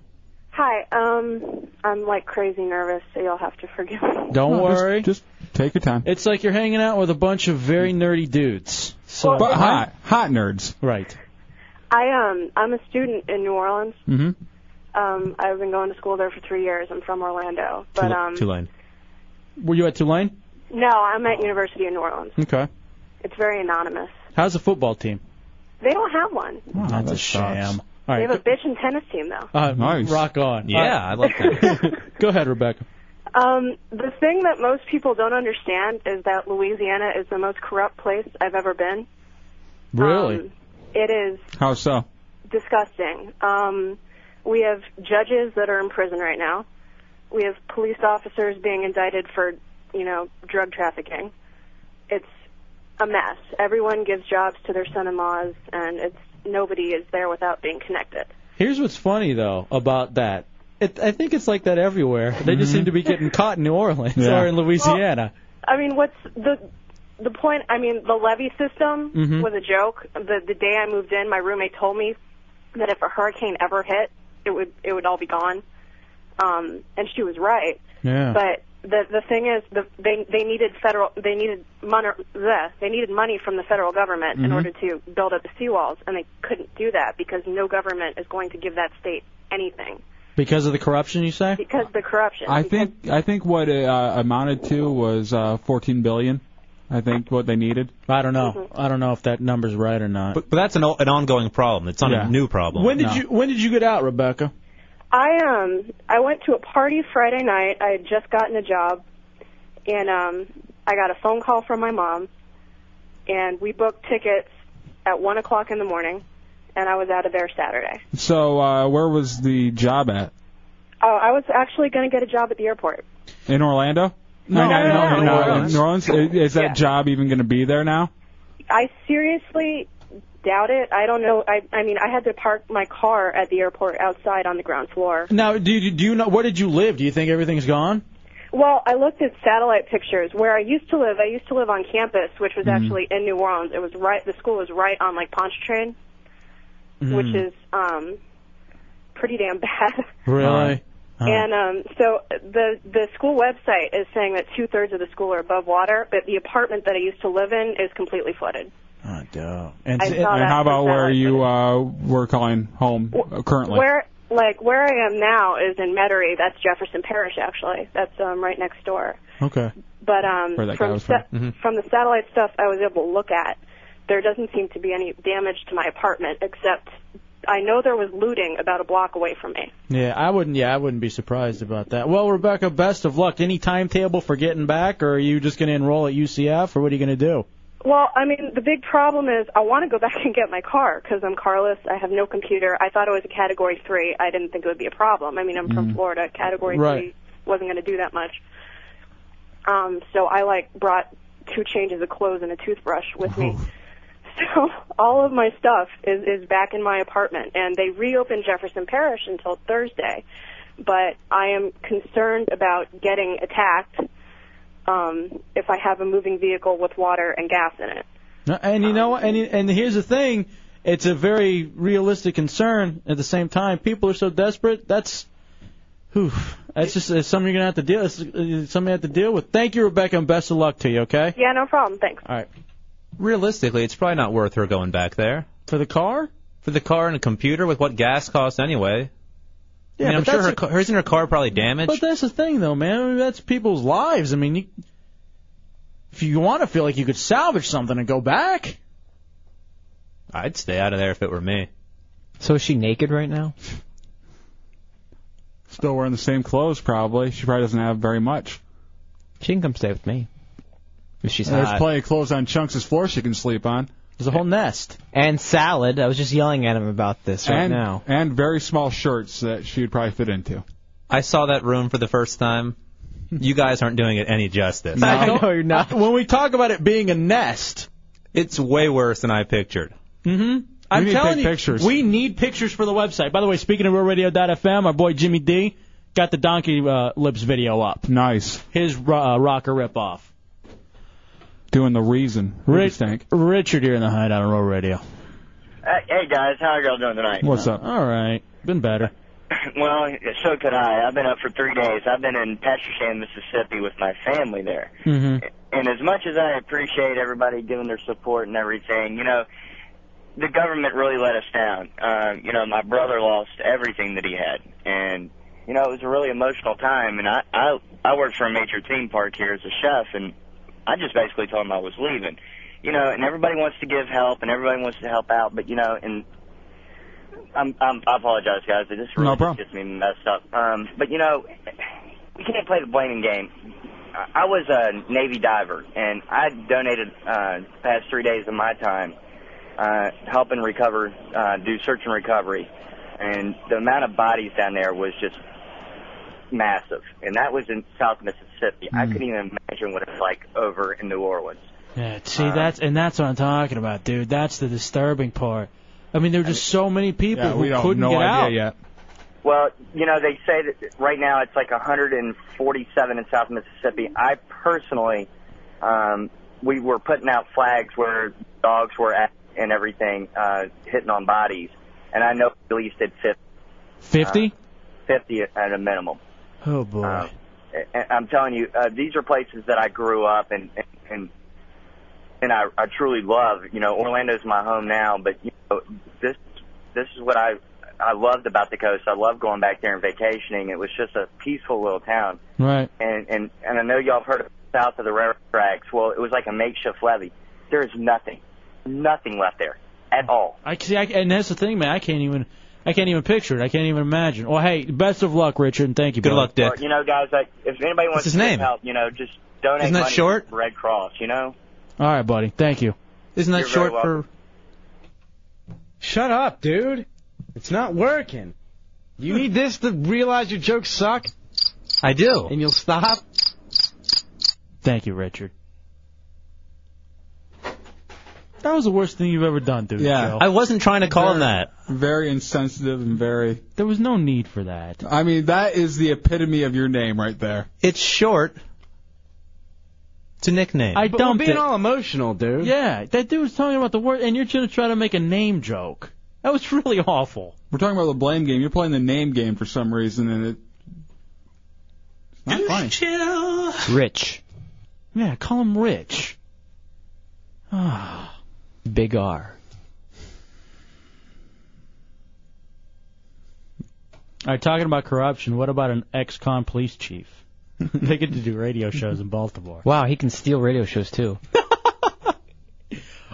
Hi, um, I'm like crazy nervous, so you'll have to forgive me.
Don't
No, just-
worry.
Just, take your time.
It's like you're hanging out with a bunch of very nerdy dudes. So
But hot, hot nerds.
Right.
I um, I'm a student in New Orleans.
Mm-hmm.
Um, I've been going to school there for three years. I'm from Orlando, but um,
Tulane.
Were you at Tulane?
no, I'm at University of New Orleans.
Okay.
It's very anonymous.
How's the football team?
They don't have one.
That's a sham. All
they
right.
have a bitch and tennis team though.
Uh, Rock on.
Yeah, I like
that. Go ahead, Rebecca.
Um, the thing that most people don't understand is that Louisiana is the most corrupt place I've ever been.
Really?
It is
How so?
disgusting. Um, we have judges that are in prison right now. We have police officers being indicted for, you know, drug trafficking. It's a mess. Everyone gives jobs to their son-in-laws, and it's nobody is there without being connected.
Here's what's funny though about that. It, I think it's like that everywhere. They just seem to be getting caught in New Orleans
Yeah.
or in Louisiana.
I mean, what's the the point? I mean, the levee system
Mhm.
was a joke. The the day I moved in, my roommate told me that if a hurricane ever hit, it would it would all be gone. Um, and she was right.
Yeah.
But the the thing is, the, they they needed federal they needed money bleh, they needed money from the federal government in
Mhm.
order to build up the seawalls, and they couldn't do that because no government is going to give that state anything
because of the corruption, you say?
because the corruption.
I think I think what it uh, amounted to was uh, 14 billion. I think what they needed.
I don't know. I don't know if that number's right or not.
But, but that's an, o- an ongoing problem. It's not
Yeah.
a new problem.
when did you When did you get out, Rebecca?
I um I went to a party Friday night. I had just gotten a job and um I got a phone call from my mom and we booked tickets at one o'clock in the morning and I was out of there Saturday.
So uh, where was the job at?
Oh, I was actually gonna get a job at the airport.
In Orlando?
No,
no,
no, no,
in,
New
uh,
Orleans.
New Orleans. Is, is that
Yeah.
job even going to be there now?
I seriously doubt it. I don't know I I mean I had to park my car at the airport outside on the ground floor.
Now, do you, do you know where did you live? Do you think everything's gone?
Well, I looked at satellite pictures where I used to live. I used to live on campus, which was
Mhm.
actually in New Orleans. It was right the school was right on like Pontchartrain. which
Mm-hmm.
is um pretty damn bad.
really. Uh-huh. Huh.
And um so the the school website is saying that two thirds of the school are above water, but the apartment that I used to live in is completely flooded.
Oh, dope.
And,
I saw that
how about
for
where
that.
you uh, were calling home uh, currently?
Where like where I am now is in Metairie. That's Jefferson Parish actually. That's um right next door.
Okay.
But um
Where that guy
from
was from.
sa-
Mm-hmm.
from the satellite stuff I was able to look at, there doesn't seem to be any damage to my apartment except I know there was looting about a block away from me.
Yeah, I wouldn't. Yeah, I wouldn't be surprised about that. Well, Rebecca, best of luck. Any timetable for getting back, or are you just going to enroll at UCF, or what are you going to do?
Well, I mean, the big problem is I want to go back and get my car because I'm carless. I have no computer. I thought it was a Category 3. I didn't think it would be a problem. I mean, I'm from
Mhm.
Florida. Category
Right.
3 wasn't going to do that much. Um, so I, like, brought two changes of clothes and a toothbrush with me. So all of my stuff is, is back in my apartment. And they reopened Jefferson Parish until Thursday. But I am concerned about getting attacked um, if I have a moving vehicle with water and gas in it.
No, And you know, what? and and here's the thing, it's a very realistic concern. At the same time, people are so desperate. That's, whew, that's just it's something you're gonna have to deal. It's uh, something you have to deal with. Thank you, Rebecca, and best of luck to you. Okay.
Yeah, no problem. Thanks.
All right.
Realistically, it's probably not worth her going back there.
For the car?
For the car and a computer with what gas costs anyway.
Yeah,
I mean, I'm
but
sure
that's
her,
a-
ca- hers and her car are probably
But
damaged.
that's the thing, though, man. I mean, that's people's lives. I mean, you, if you want to feel like you could salvage something and go back,
I'd stay out of there if it were me.
So is she naked right now?
Still wearing the same clothes, probably. She probably doesn't have very much.
She can come stay with me. If she's
There's
hot.
plenty of clothes on Chunks' floor she can sleep on.
There's a whole nest.
And salad. I was just yelling at him about this right
and,
now.
And very small shirts that she would probably fit into.
I saw that room for the first time. You guys aren't doing it any justice.
know you're not. When we talk about it being a nest,
It's way worse than I pictured.
hmm I'm
need to
telling
take
you,
pictures.
we need pictures for the website. By the way, speaking of RealRadio.fm, our boy Jimmy D got the donkey uh, lips video up.
Nice.
His ro- uh, rocker ripoff.
Doing the reason. What do you
Rich-
think?
Richard here in the hideout on Roll Radio.
Hey, hey guys, how y'all doing tonight?
All right, been better.
Well, so could I. I've been up for three days. I've been in Petroshan, Mississippi with my family there.
Mm-hmm.
And as much as I appreciate everybody giving their support and everything, you know, the government really let us down. Um, you know, my brother lost everything that he had. And, you know, it was a really emotional time. And I, I, I worked for a major theme park here as a chef, and I just basically told him I was leaving. You know, and everybody wants to give help, and everybody wants to help out, but, you know, and I'm, I'm, I apologize, guys. It just really
No problem.
gets me messed up. Um, but, you know, we can't play the blaming game. I I was a Navy diver, and I donated uh, the past three days of my time uh, helping recover, uh, do search and recovery, and the amount of bodies down there was just massive. And that was in South Mississippi. I couldn't even imagine what it's like over in New Orleans.
Yeah, see that's and that's what I'm talking about, dude. That's the disturbing part. I mean, there are just so many people
Yeah,
who
we don't-
couldn't
no
get
idea
out.
yet.
Well, you know, they say that right now it's like 147 in South Mississippi. I personally, um, we were putting out flags where dogs were at and everything, uh, hitting on bodies. And I know at least at 50,
Fifty?
50 at a minimum.
oh boy.
And I'm telling you, uh, these are places that I grew up and and and I, I truly love. You know, Orlando's my home now, but you know, this this is what I I loved about the coast. I love going back there and vacationing. It was just a peaceful little town.
Right.
And and and I know y'all have heard of south of the railroad tracks. Well, it was like a makeshift levee. There is nothing, nothing left there at all.
I see, I, and that's the thing, man. I can't even, I can't even picture it. I can't even imagine. Well, hey, best of luck, Richard, and thank you. brother.
Well, you know, guys, like if anybody wants
his
to
name?
help, you know, just donate
Isn't that
money to
short?
Red Cross. You know.
All right, buddy. Thank you.
Isn't that
You're very
short
welcome.
for?
Shut up, dude. It's not working. You need this to realize your jokes suck.
I do.
And you'll stop.
Thank you, Richard. That was the worst thing you've ever done, dude. Joe.
I wasn't trying to call him
Very-
that.
Very insensitive and very.
There was no need for that.
I mean, that is the epitome of your name right there.
It's short. It's a nickname.
I dumped it.
emotional, dude.
Yeah, that dude was talking about the word, and you're trying to try to make a name joke. That was really awful.
We're talking about the blame game. You're playing the name game for some reason, and it. It's not funny.
Chill.
Rich.
Yeah, call him Rich. Ah.
Big R.
All right, talking about corruption, what about an ex-con police chief? they get to do radio shows in Baltimore.
Wow, he can steal radio shows too.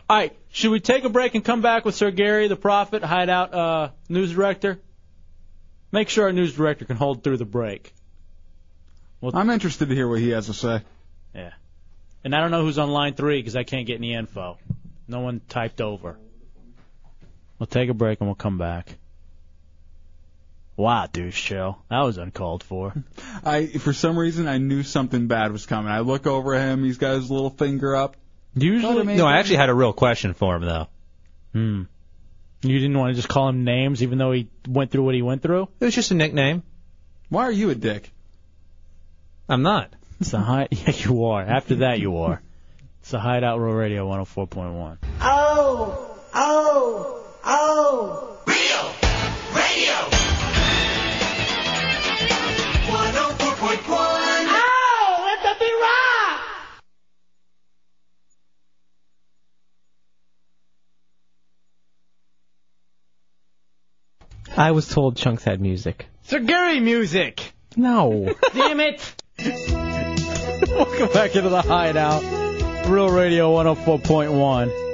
All right, should we take a break and come back with Sir Gary, the Prophet, Hideout uh, News Director? Make sure our news director can hold through the break.
I'm interested to hear what he has to say.
Yeah. And I don't know who's on line three because I can't get any info. No one typed over. We'll take a break and we'll come back. Wow, douche show. That was uncalled for.
I for some reason I knew something bad was coming. I look over at him. He's got his little finger up.
Usually,
No, I actually had a real question for him though.
Hmm. You didn't want to just call him names, even though he went through what he went through.
It was just a nickname.
Why are you a dick?
I'm not.
It's a high. Yeah, you are. After that, you are. It's a Hideout Row Radio 104.1.
Oh, oh, oh. oh
I was told Chunks had music.
Sir Gary music.
No.
Damn it.
Welcome back into the Hideout. Real Radio 104.1.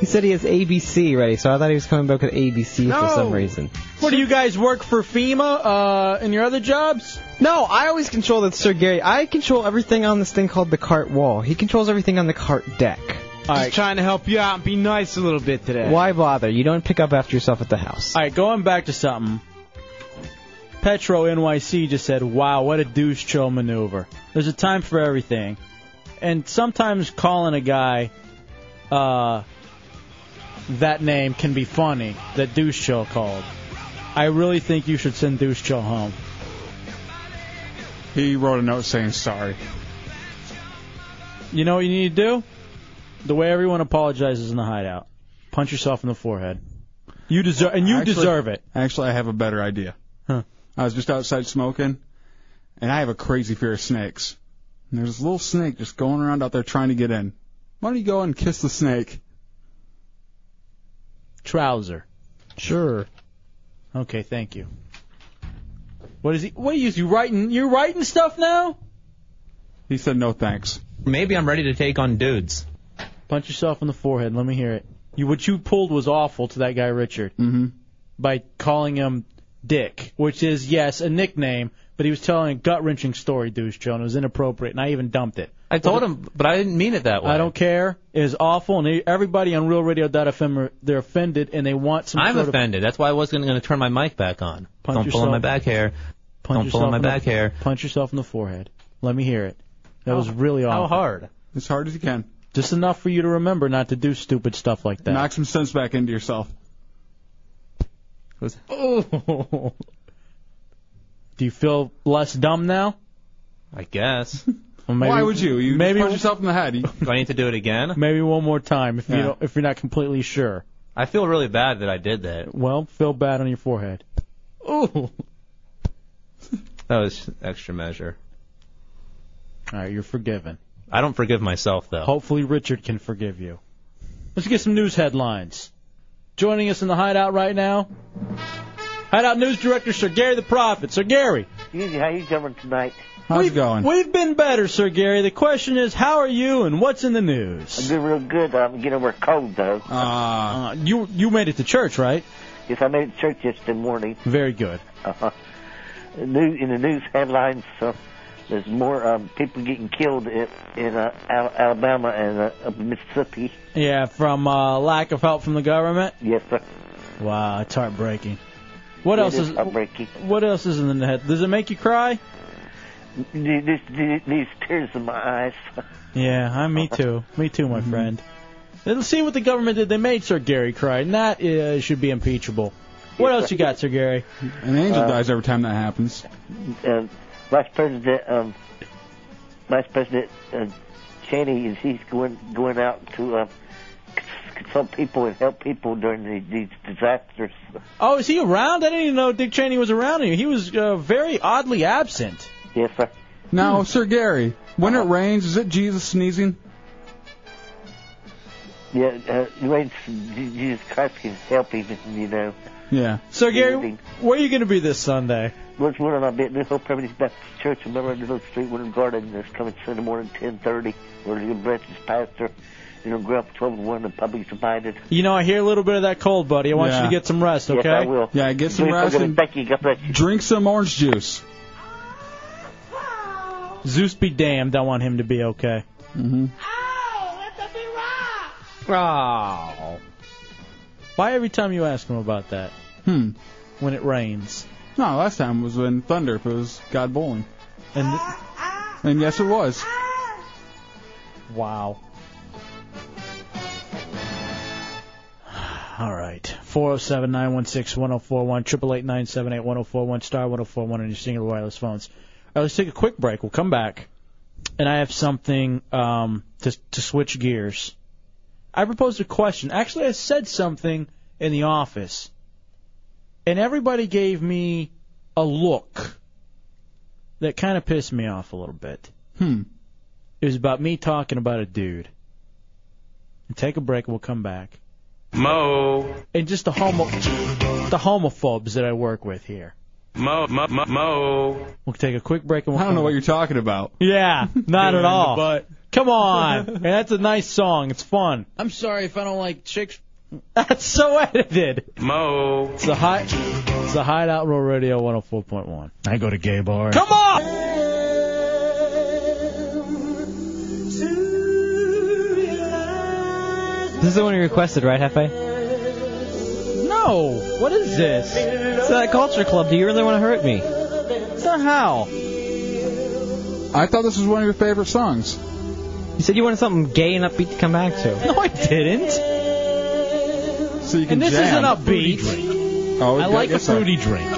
He said he has ABC ready, so I thought he was coming back with ABC
No.
for some reason.
What do you guys work for FEMA uh, in your other jobs?
No, I always control that, Sir Gary. I control everything on this thing called the cart wall. He controls everything on the cart deck.
Just trying to help you out and be nice a little bit today.
Why bother? You don't pick up after yourself at the house.
All right, going back to something. Petro NYC just said, "Wow, what a douche chill maneuver." There's a time for everything, and sometimes calling a guy uh, that name can be funny. That douche chill called. I really think you should send douche chill home.
He wrote a note saying sorry.
You know what you need to do? The way everyone apologizes in the hideout: punch yourself in the forehead. You deserve, and you
Actually-
deserve it.
Actually, I have a better idea.
Huh.
I was just outside smoking, and I have a crazy fear of snakes. And there's this little snake just going around out there trying to get in. Why don't you go and kiss the snake?
Trouser. Sure. Okay, thank you. What is he? What are you? You writing? You writing stuff now?
He said no thanks.
Maybe I'm ready to take on dudes.
Punch yourself in the forehead. Let me hear it. You what you pulled was awful to that guy Richard
Mm-hmm.
by calling him Dick, which is yes a nickname, but he was telling a gut wrenching story, douche Joe, and it was inappropriate, and I even dumped it.
I told him, but I didn't mean it that way.
I don't care. It is awful, and everybody on RealRadio.fm are they're offended and they want some
I'm
sort of
offended. That's why I wasn't going to turn my mic back on.
Punch
don't pull on
yourself.
my back hair.
punch
don't pull
yourself
on my
in the-
back hair.
Punch yourself in the forehead. Let me hear it. That
How-
was really awful.
how hard?
As hard as you can.
Just enough for you to remember not to do stupid stuff like that.
Knock some sense back into yourself.
Oh. Do you feel less dumb now?
I guess.
Well, maybe-
Why would you? You
maybe
punch yourself in the head. You-
Do I need to do it again?
maybe one more time if you
Yeah.
don't, if you're not completely sure.
I feel really bad that I did that.
Well, feel bad on your forehead.
Oh.
Ooh.
That was extra measure.
All right, you're forgiven.
I don't forgive myself though.
Hopefully Richard can forgive you. Let's get some news headlines. Joining us in the hideout right now, hideout news director Sir Gary the Prophet. Sir Gary,
Easy, how you doing tonight?
how's it going?
we've been better, Sir Gary. The question is, how are you and what's in the news?
I'm doing real good. I'm getting over a cold though.
Uh, you you made it to church, right?
Yes, I made it to church yesterday morning.
Very good.
Uh.
Uh-huh. New in the news headlines, uh, there's more um, people getting killed in, in uh, Al- Alabama and uh, up in Mississippi.
Yeah, from uh, lack of help from the government.
Yes, sir.
Wow, it's heartbreaking. What
It
else
is
is
heartbreaking.
what else is in the head? Does it make you cry?
These, these, these tears in my eyes.
Yeah, I me too. Me too,
Mm-hmm.
my friend. Let's see what the government did. They made Sir Gary cry, and that uh, should be impeachable. What else you got, Sir Gary?
An angel
Uh,
dies every time that happens.
Uh,
um,
Vice President, um, Vice President uh,
um,
Cheney is he's going going out to uh, cons- consult people and help people during the, these disasters.
Oh, is he around? I didn't even know Dick Cheney was around here. He was uh, very oddly absent.
Yes, sir.
Now, Sir Gary, when it rains, is it Jesus sneezing?
Yeah, uh, the way Jesus Christ can help even, you know.
Yeah.
So Gary, where are you going to be this Sunday?
What's one of my bit? New Hope Baptist Church in Melbourne, Little Street, Winter Garden. That's coming Sunday morning, 10:30. We're going to breakfast, pastor. You know, grow up 12 to 1, the public's invited.
You know, I hear a little bit of that cold, buddy. I want you
Yeah.
to get some rest,
Yes,
okay?
I will.
Yeah, get some rest and
Thank you. God bless
drink some orange juice.
Zeus be damned. I want him to be okay.
Mm-hmm.
Oh. Why every time you ask him about that?
Hmm.
When it rains.
No, last time was when thunder. If it was God bowling.
And
and yes, it was.
Wow. All right. 407 916 1041, 888 978 1041, star 1041 on your singular wireless phones. All right, let's take a quick break. We'll come back. And I have something um, to, to switch gears. I proposed a question. Actually, I said something in the office. And everybody gave me a look that kind of pissed me off a little bit.
Hmm.
It was about me talking about a dude. And take a break. We'll come back.
Mo.
And just the homo, the homophobes that I work with here.
Mo. Mo. Mo. Mo.
We'll take a quick break. And we'll
I don't know
come
what you're talking about.
Yeah, not
Dude in
at
the
all.
butt.
Come on, and that's a nice song. It's fun.
I'm sorry if I don't like chicks.
That's so edited.
Mo.
It's the high, it's the Hideout Roll Radio 104.1. I go to gay bars.
Come
on!
This is the one you requested, right, Hefe?
No, what is this?
It's that culture club. Do you really want to hurt me? So how?
I thought this was one of your favorite songs.
You said you wanted something gay and upbeat to come back to.
No, I didn't.
So you can
And this isn't
jam.
upbeat.
Oh,
I like a
yes, sir.
fruity drink.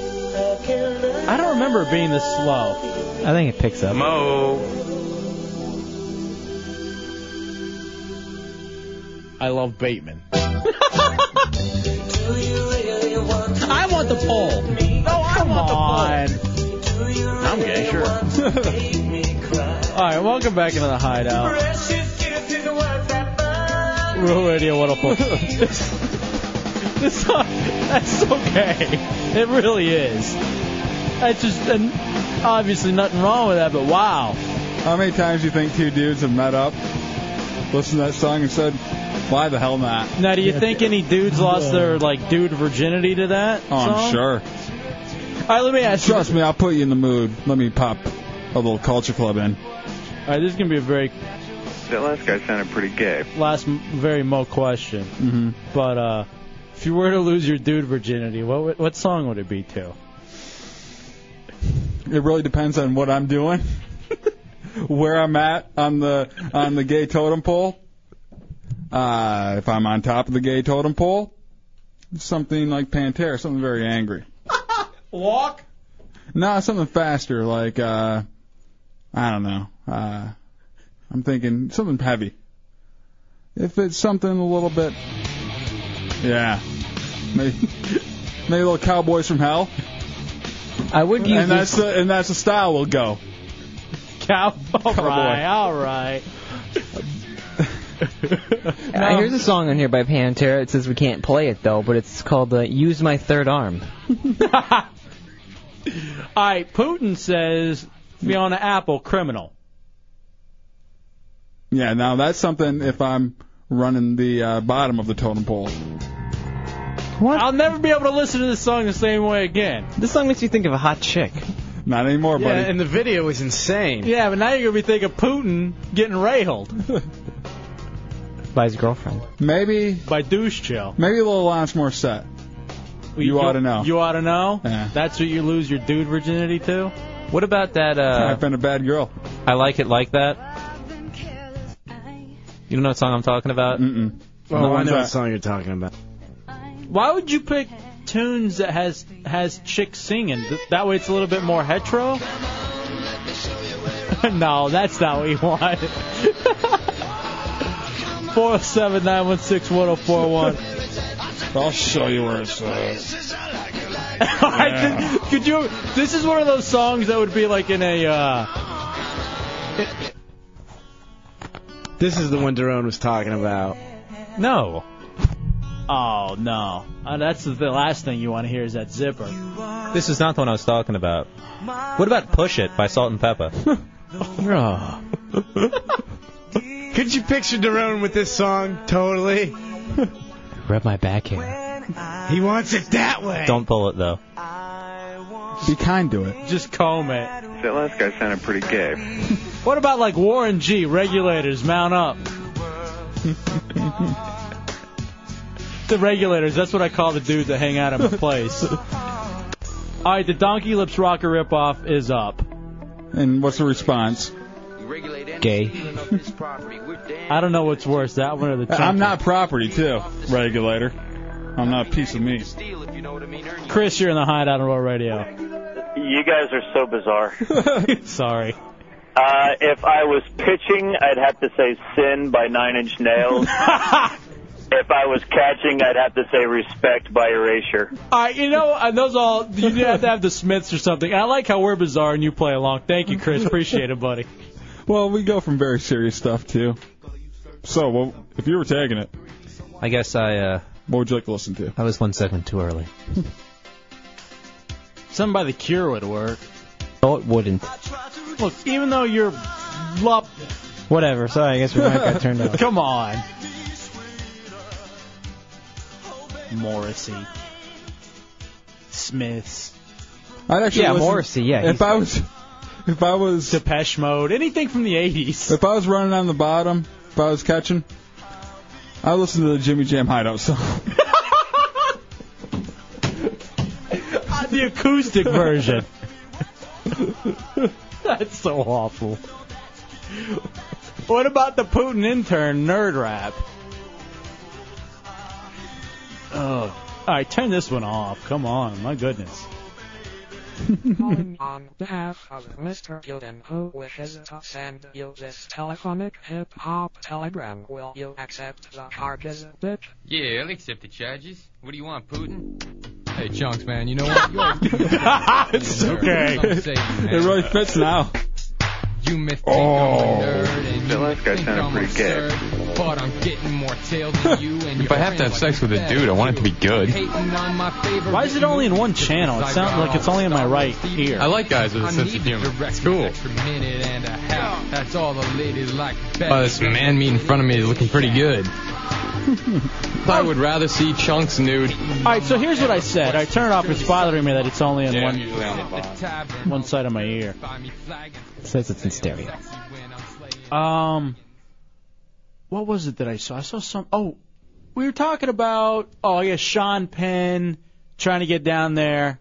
I don't remember it being this slow.
I think it picks up.
Mo.
I love Bateman. I want the poll. No, I want the poll.
I'm gay, sure.
All right, welcome back into the hideout. Real Radio 104. this song, that's okay. It really is. That's just and obviously nothing wrong with that, but wow.
How many times do you think two dudes have met up, listened to that song, and said, "Why the hell not?"
Now, do you think any dudes lost their like dude virginity to that?
Oh, I'm
song?
sure.
All right, let me ask you.
Trust me, I'll put you in the mood. Let me pop a little culture club in.
All right, this is gonna be a very
That last guy sounded pretty gay.
last m- very mo question,
Mm-hmm.
but uh, if you were to lose your dude virginity, what would, what song would it be to?
It really depends on what I'm doing, where I'm at on the on the gay totem pole. Uh, if I'm on top of the gay totem pole, something like Pantera, something very angry.
Walk.
Nah, something faster, like uh, I don't know. Uh, I'm thinking something heavy. If it's something a little bit, yeah, maybe, maybe little Cowboys from Hell.
I would
use
and that's
this-
the and that's the style we'll go.
Cow. All
Cowboy.
right, all right.
Uh, here's a song on here by Pantera. It says we can't play it though, but it's called uh, "Use My Third Arm."
All right, Putin says Fiona Apple criminal.
Yeah, now that's something. If I'm running the uh, bottom of the totem pole,
What?
I'll never be able to listen to this song the same way again.
This song makes you think of a hot chick.
not anymore,
Yeah,
buddy.
and the video was insane.
Yeah, but now you're gonna be thinking Putin getting railed
By his girlfriend.
Maybe
by douche chill.
maybe a little Lance Morissette. You ought to know.
You ought to know.
Yeah.
That's what you lose your dude virginity to.
What about that? Uh,
I've been a bad girl.
I like it like that. You know what song I'm talking about?
Mm-mm.
Oh, I know
that-
what song you're talking about.
Why would you pick tunes that has has chicks singing? Th- That way it's a little bit more hetero. no, that's not what you want. Four oh seven nine one six one zero four one.
I'll show you where it's at.
Could you? This is one of those songs that would be like in a uh,
This is the one Daron was talking about.
No. Oh no, Uh, that's the last thing you want to hear is that zipper.
This is not the one I was talking about. What about Push It by Salt and Pepper?
Uh. Could you picture Daron with this song? Totally.
Rub my back hair.
He wants it that way.
Don't pull it though.
Be kind to it.
Just comb it.
That last guy sounded pretty gay.
What about like Warren G? Regulators, mount up. the regulators. That's what I call the dudes that hang out at my place. All right, the Donkey Lips rocker ripoff is up.
And what's the response?
Gay.
I don't know what's worse, that one or the.
I'm not property too, regulator. I'm not a piece of meat.
Chris, you're in the hideout on Royal Radio.
You guys are so bizarre.
Sorry.
Uh, if I was pitching, I'd have to say Sin by Nine Inch Nails. if I was catching, I'd have to say Respect by Erasure.
All right, Uh, you know, and those all you have to have the Smiths or something. I like how we're bizarre and you play along. Thank you, Chris. Appreciate it, buddy.
Well, we go from very serious stuff too. So, well, if you were tagging it,
I guess I. uh
What would you like to listen to?
I was one second too early.
Something by the Cure would work.
No, it wouldn't.
Look, even though you're lop,
Whatever. Sorry, I guess we might got turned off.
Come on. Morrissey, Smiths.
I'd actually
Yeah,
listen-
Morrissey, yeah, he's
If I was, if I was
Depeche Mode, anything from the '80s.
If I was running on the bottom, if I was catching, I would listen to the Jimmy Jam Hideout song.
the acoustic version. That's so awful. What about the Putin intern nerd rap? Oh, all right, turn this one off. Come on, my goodness.
Calling on behalf of Mr. Gilden, who wishes to send you this telephonic hip hop telegram, will you accept the charges, bitch?
Yeah, I'll accept the charges. What do you want, Putin? Hey, Chunks, man, you know what? You always give me the
it's
okay.
it really fits now.
You missed
Oh,
that
last guy sounded pretty gay.
But I'm getting more tail than you and
If I have to have sex with a dude, I want it to be good.
hating on my favorite.
Why is it only in one channel? It sounds like it's only in my right ear.
I like guys with a sense of humor. It's cool.
Extra minute and a half. That's all the ladies like best.
Oh, this man meat in front of me is looking pretty good. I would rather see chunks nude.
All right, so here's what I said. I turn it off. It's bothering me that it's only in one uh,
usually on the bottom.
one side of my ear.
says it's in stereo.
Um, what was it that I saw? I saw some. Oh, we were talking about. Oh yeah, Sean Penn trying to get down there.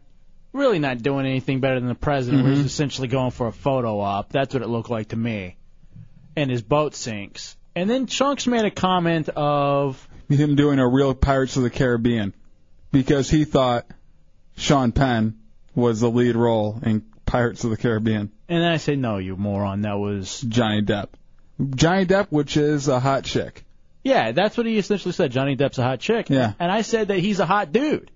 Really not doing anything better than the president.
Mm-hmm.
Where he's essentially going for a photo op. That's what it looked like to me. And his boat sinks. And then Chunks made a comment of.
Him doing a real Pirates of the Caribbean because he thought Sean Penn was the lead role in Pirates of the Caribbean.
And then I said, no, you moron. That was
Johnny Depp. Johnny Depp, which is a hot chick.
Yeah, that's what he essentially said. Johnny Depp's a hot chick.
Yeah.
And I said that he's a hot dude.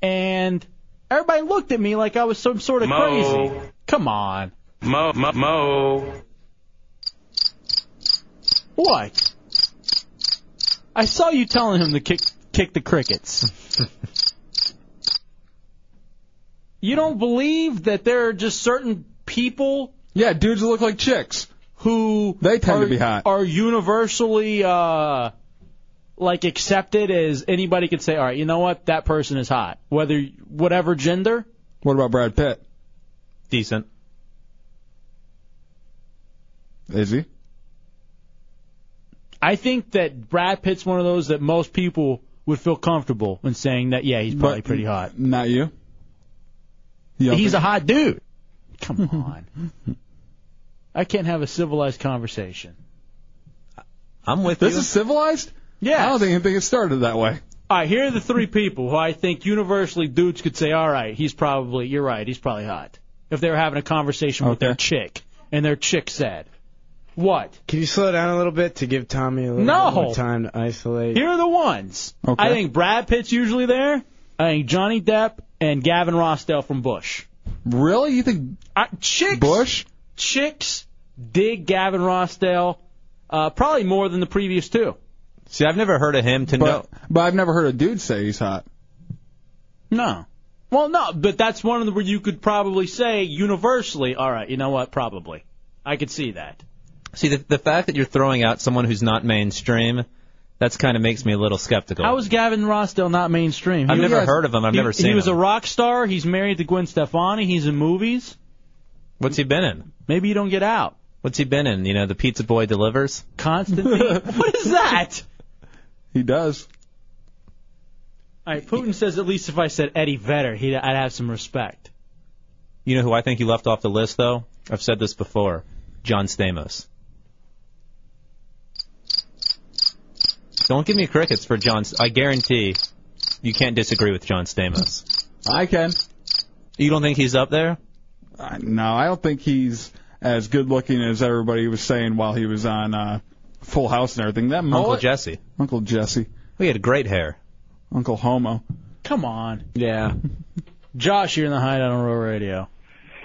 And everybody looked at me like I was some sort of
Mo.
crazy. Come on.
Mo, mo, mo.
What? I saw you telling him to kick kick the crickets. you don't believe that there are just certain people
Yeah, dudes that look like chicks.
Who
they tend
are,
to be hot.
are universally uh like accepted as anybody could say, all right, you know what, that person is hot, whether whatever gender.
What about Brad Pitt?
Decent.
Is he?
I think that Brad Pitt's one of those that most people would feel comfortable in saying that. Yeah, he's probably
But-
pretty hot.
Not you. You don't
He's a
think-
hot dude. Come on. I can't have a civilized conversation.
I'm with
This is civilized?
Yeah.
I don't think anything started that way.
All right, here are the three people who I think universally dudes could say, all right, he's probably, you're right, he's probably hot. If they were having a conversation with their chick, and their chick said, what?
Can you slow down a little bit to give Tommy a little
No.
bit more time to isolate?
Here are the ones.
Okay.
I think Brad Pitt's usually there. I think Johnny Depp and Gavin Rossdale from Bush.
Really? You think
I, chicks?
Bush?
chicks dig Gavin Rossdale uh, probably more than the previous two.
See, I've never heard of him to
but,
know.
But I've never heard a dude say he's hot.
No. Well, no, but that's one of the where you could probably say universally, all right, you know what, probably. I could see that.
See, the, the fact that you're throwing out someone who's not mainstream, that's kind of makes me a little skeptical.
How is Gavin Rossdale not mainstream?
I've
He-
never Yes. heard of him. I've
He-
never seen
He was
him.
a rock star. He's married to Gwen Stefani. He's in movies.
What's he been in?
Maybe you don't get out.
What's he been in? You know, the Pizza Boy delivers.
Constantine. what is that?
He does.
All right, Putin says at least if I said Eddie Vedder, he'd, I'd have some respect.
You know who I think you left off the list, though? I've said this before. John Stamos. Don't give me crickets for John. St- I guarantee you can't disagree with John Stamos.
I can.
You don't think he's up there?
Uh, no, I don't think he's as good looking as everybody was saying while he was on uh, Full House and everything. That mullet,
Uncle Jesse.
Uncle Jesse,
We had great hair.
Uncle Homo.
Come on.
Yeah.
Josh, you're in the hideout on Roll Radio.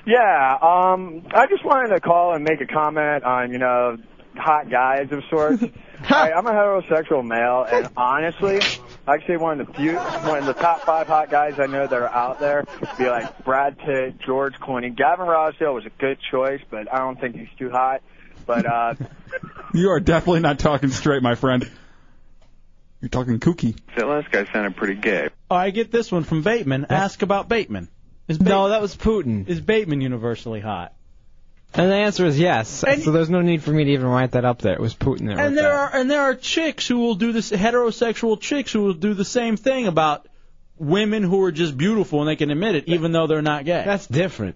Yeah, um, I just wanted to call and make a comment on, you know, hot guys of sorts. I, I'm a heterosexual male, and honestly, actually one of the few, one of the top five hot guys I know that are out there would be like Brad Pitt, George Clooney. Gavin Rosdale was a good choice, but I don't think he's too hot. But uh,
You are definitely not talking straight, my friend. You're talking kooky.
That last guy sounded pretty gay.
Oh, I get this one from Bateman. Ask about Bateman. Is no, that was Putin. Is Bateman universally hot?
And the answer is yes. so there's no need for me to even write that up there. It was Putin that wrote
And
that.
there are and there are chicks who will do this heterosexual chicks who will do the same thing about women who are just beautiful and they can admit it even though they're not gay.
That's different.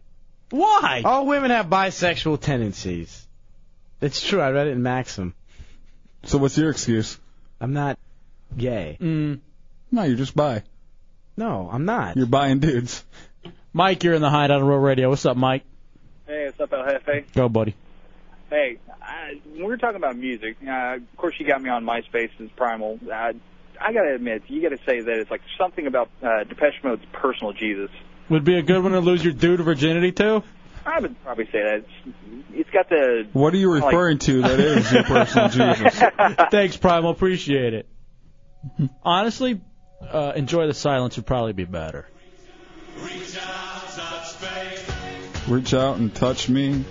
Why?
All women have bisexual tendencies. It's true. I read it in Maxim.
So what's your excuse?
I'm not gay.
Mm.
No, you're just bi.
No, I'm not.
You're buying dudes.
Mike, you're in the hideout on Roll Radio. What's up, Mike?
Hey, what's up, El Jefe?
Go, buddy.
Hey, I, when we're talking about music, uh, of course you got me on MySpace since Primal. Uh, I gotta admit, you gotta say that it's like something about uh, Depeche Mode's personal Jesus.
Would be a good one to lose your dude virginity to.
I would probably say that it's, it's got the.
What are you
like-
referring to that is your personal Jesus?
Thanks, Primal. Appreciate it. Honestly, uh, enjoy the silence would probably be better.
Reach out and touch me.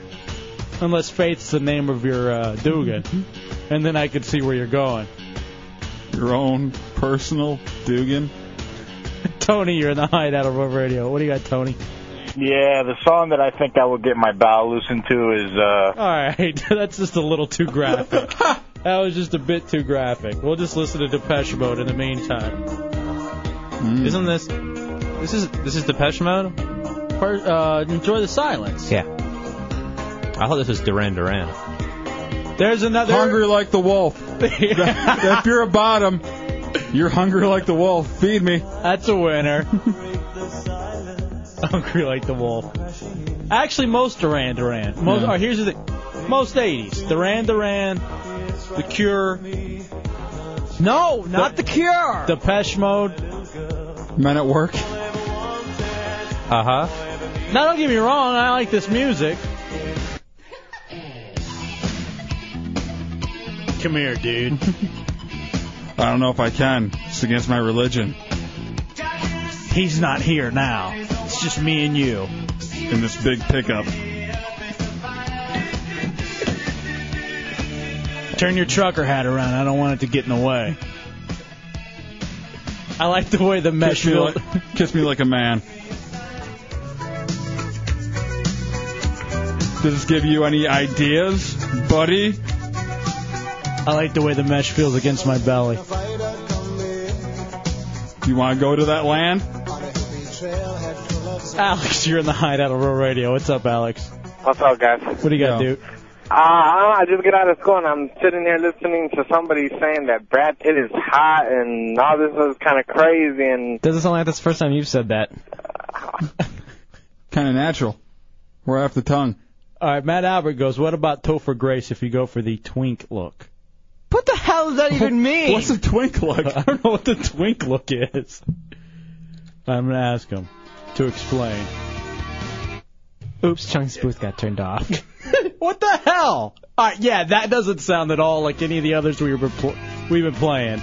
Unless Faith's the name of your uh, Dugan, and then I could see where you're going.
Your own personal Dugan.
Tony, you're in the hideout on Roll Radio. What do you got, Tony?
Yeah, the song that I think I will get my bowel loosened to is uh
All right, that's just a little too graphic. that was just a bit too graphic. We'll just listen to Depeche Mode in the meantime.
Mm-hmm.
Isn't this this is this is Depeche Mode?
Per, uh, enjoy the silence.
Yeah. I thought this was Duran Duran.
There's another
hungry like the wolf. if you're a bottom, you're hungry like the wolf. Feed me.
That's a winner. Hungry like the wolf. Actually, most Duran Duran. Most,
Yeah.
or here's the thing. Most 80s. Duran Duran, The Cure. No, not The, Cure. Depeche Mode.
Men at work.
Uh huh.
Now, don't get me wrong, I like this music. Come here, dude.
I don't know if I can. It's against my religion.
He's not here now. It's just me and you.
In this big pickup.
Turn your trucker hat around. I don't want it to get in the way. I like the way the mesh
Kiss me,
built.
like, kiss me like a man. Does this give you any ideas, buddy?
I like the way the mesh feels against my belly.
You want to go to that land?
Alex, you're in the hideout on Real Radio. What's up, Alex?
What's up, guys?
What do you got, dude?
Uh, I just get out of school and I'm sitting here listening to somebody saying that Brad Pitt is hot and all this is kind of crazy and
Doesn't sound like that's the first time you've said that.
Kind of natural. We're off the tongue.
All right, Matt Albert goes, what about Topher Grace if you go for the twink look?
What the hell does that even mean?
What's
a twink look?
I don't know what the twink look is. I'm going to ask him to explain.
Oops, Chunk's booth got turned off.
What the hell? All right, Uh, yeah, that doesn't sound at all like any of the others we were pl- we've been playing.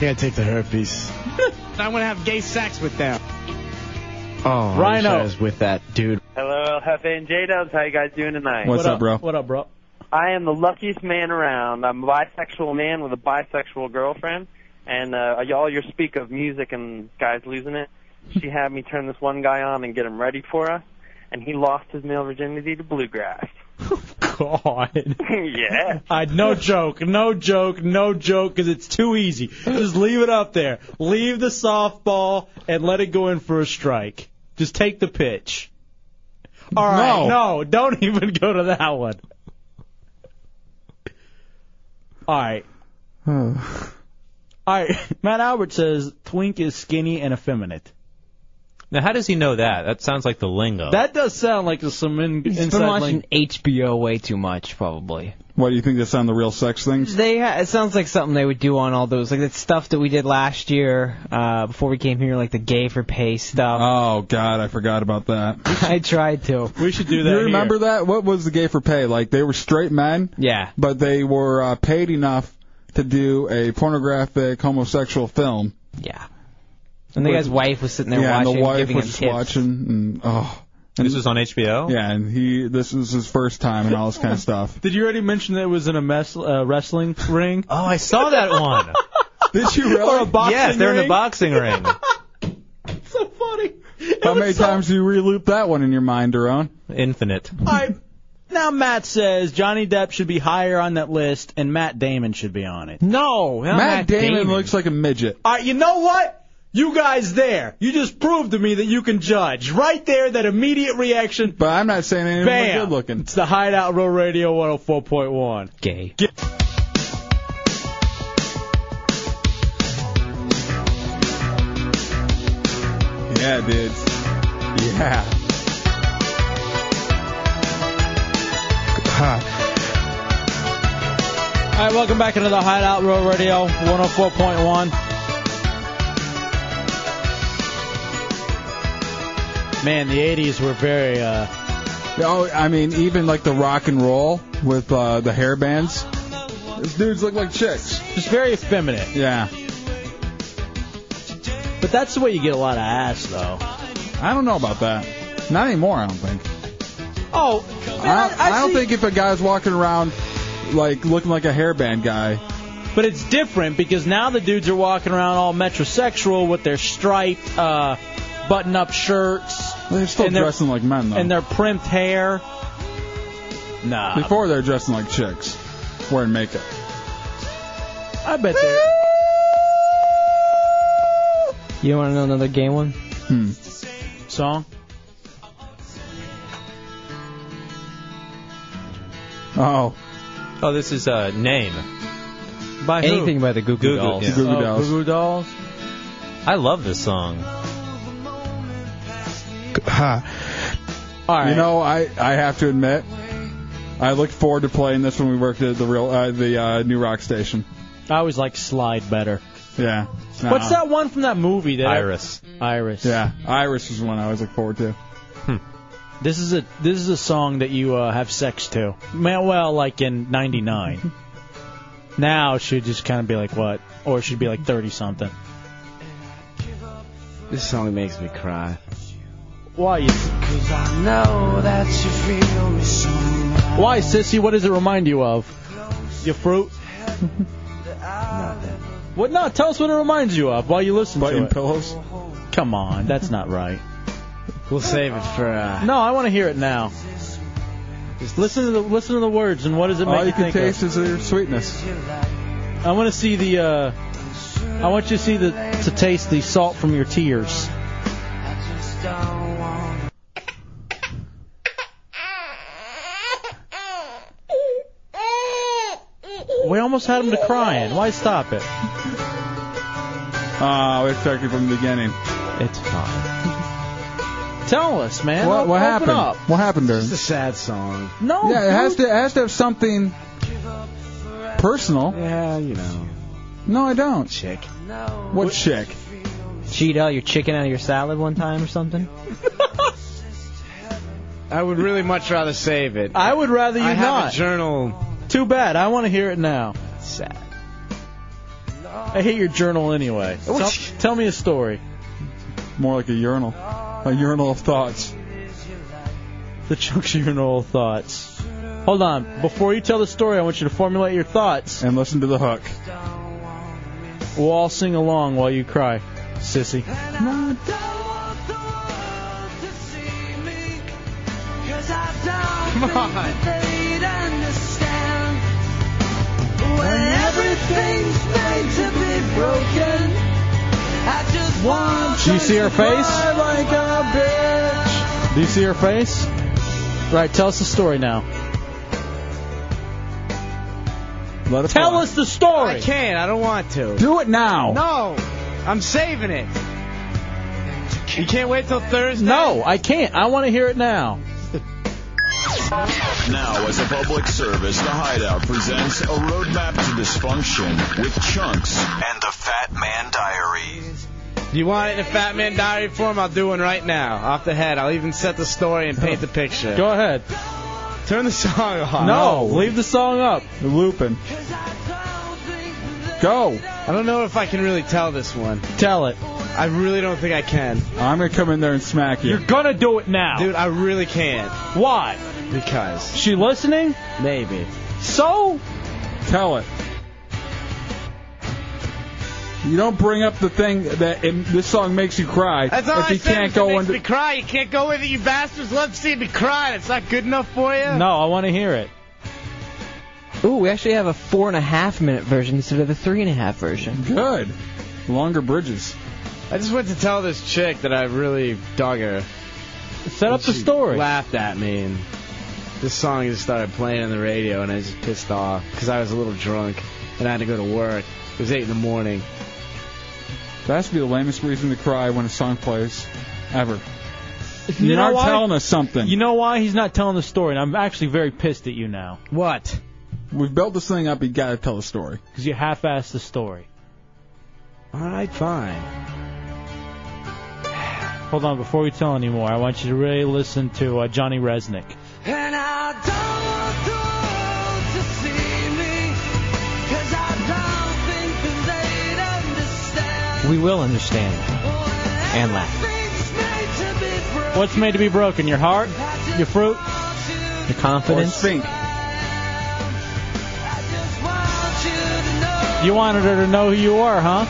Can't take the herpes.
I want to have gay sex with them.
Oh, I wish
Rhino.
I was with that dude.
Hello, El Jefe and J Dubs. How you guys doing tonight?
What up, bro?
I am the luckiest man around. I'm a bisexual man with a bisexual girlfriend, and uh, y'all, your speak of music and guys losing it. She had me turn this one guy on and get him ready for us, and he lost his male virginity to bluegrass.
God.
yeah.
I no joke, no joke, no joke, because it's too easy. Just leave it up there. Leave the softball and let it go in for a strike. Just take the pitch. All right, no, don't even go to that one. All right. All right. Matt Albert says Twink is skinny and effeminate.
Now, how does he know that? That sounds like the lingo.
That does sound like some in,
He's
inside
been watching
link.
HBO way too much, probably.
What do you think that's on the real sex things?
They ha- it sounds like something they would do on all those like that stuff that we did last year uh, before we came here, like the gay for pay stuff.
Oh God, I forgot about that.
I tried to.
We should
You remember that? What was the gay for pay? Like they were straight men.
Yeah.
But they were uh, paid enough to do a pornographic homosexual film.
Yeah. And the guy's wife was sitting there
yeah,
watching,
and the wife
giving
was
him
just
tips. Oh.
watching. And, oh.
And this was on HBO.
Yeah, and he this was his first time and all this kind of stuff.
Did you already mention that it was in a mess, uh, wrestling ring?
oh, I saw that one.
Did you really?
Or a boxing
yes, they're in
ring?
the boxing ring.
How many times do you reloop that one in your mind, Daron?
Infinite.
All right. Now Matt says Johnny Depp should be higher on that list, and Matt Damon should be on it.
No,
Matt, Damon, looks like a midget.
All right, you know what? You guys there, you just proved to me that you can judge. Right there, that immediate reaction.
But I'm not saying anyone
Bam.
good looking.
It's the Hideout Row Radio 104.1.
Gay.
Yeah, dudes. Yeah.
All right, welcome back into the Hideout Row Radio 104.1. Man, the 80s were very. uh
Oh, I mean, even like the rock and roll with uh, the hair bands. These dudes look like chicks.
Just very effeminate.
Yeah.
But that's the way you get a lot of ass, though.
I don't know about that. Not anymore, I don't think.
Oh,
I, don't- I, don't think if a guy's walking around like looking like a hairband guy.
But it's different because now the dudes are walking around all metrosexual with their striped, uh, button-up shirts.
They're still
and their-
dressing like men though.
And their primped hair. Nah.
Before they're dressing like chicks, wearing makeup.
I bet they're.
You want to know another gay one?
Hmm.
Song?
Oh.
Oh, this is uh, name.
By
who?
Anything by the Goo
Goo
Goo
Goo,
Dolls.
yeah. The Goo Goo Oh, Dolls. Goo
Dolls.
I love this song.
You know, I I have to admit, I looked forward to playing this when we worked at the real uh, the uh, new rock station.
I always like Slide better.
Yeah.
What's that one from that movie? That
Iris.
Iris.
Yeah, Iris was one I always look forward to.
Hmm.
This is a this is a song that you uh, have sex to. Man, well, like in '99. now she'd just kind of be like what, or she'd be like 30 something.
This song makes me cry.
Why? You...
Cause I know that you feel me somehow.
Why, sissy? What does it remind you of? Your fruit? What? No, tell us what it reminds you of while you listen to
Biting
it.
pillows?
Come on, that's not right.
We'll save it for. Uh,
No, I want to hear it now. Just listen to the listen to the words and what does it make
All you can
think of?
taste is their sweetness.
I want to see the. Uh, I want you to see the to taste the salt from your tears. We almost had him to crying. Why stop it?
Oh, we started from the beginning.
It's fine. Tell us, man.
What, what
Open
happened?
Up.
What happened during?
It's a sad song.
No.
Yeah, it has
dude.
to it has to have something personal.
Yeah, you know.
No, I don't.
Chick.
What chick?
Cheetah, your chicken out of your salad one time or something?
I would really much rather save it.
I would rather you
I have
not.
a journal.
Too bad. I want to hear it now.
Sad.
I hate your journal anyway. Tell, tell me a story.
Oh, More like a urinal. A urinal of thoughts.
The junction urinal of thoughts. Hold on. Before you tell the story, I want you to formulate your thoughts.
And listen to the hook.
We'll all sing along while you cry, sissy.
Come on. They'd understand when everything's made to be broken. I just want
Do you see her face?
cry like a bitch.
Do you see her face? Right, tell us the story now.
Let it
tell us the story.
I can't. I don't want to.
Do it now.
No, I'm saving it. You can't wait till Thursday.
No, I can't. I want to hear it now.
Now, as a public service, the Hideout presents a roadmap to dysfunction with Chunks and the Fat Man Diaries.
You want it in a Fat Man Diary form? I'll do one right now, off the head. I'll even set the story and paint the picture.
Go ahead.
Turn the song off.
No, leave the song up.
Looping. Go.
I don't know if I can really tell this one.
Tell it.
I really don't think I can.
I'm gonna come in there and smack you.
Gonna do it now.
Dude, I really can't.
Why?
Because.
She listening?
Maybe.
So?
Tell it. You don't bring up the thing that it, this song makes you cry
That's all
if
I
you
said.
can't
if it
go
makes
into
me cry. You can't go with it. You bastards love seeing me cry. It's not good enough for you.
No, I want to hear it.
Ooh, we actually have a four and a half minute version instead of the three and a half version.
Good. Longer bridges.
I just went to tell this chick that I really dug her.
Set up the story.
Laughed at me. And this song just started playing on the radio, and I was just pissed off because I was a little drunk and I had to go to work. It was eight in the morning.
That has to be the lamest reason to cry when a song plays, ever.
You
You're
know
not
why?
telling us something.
You know why he's not telling the story? And I'm actually very pissed at you now
What?
We've built this thing up. You gotta tell a story.
because you half-assed the story.
All right, fine.
Hold on, before we tell any more, I want you to really listen to uh, Johnny Resnick.
And I don't want the world to see me, 'cause I don't think that they'd understand.
We will understand. And laugh.
What's made to be broken? Your heart? Your fruit?
Your confidence?
You wanted her to know who you are, huh?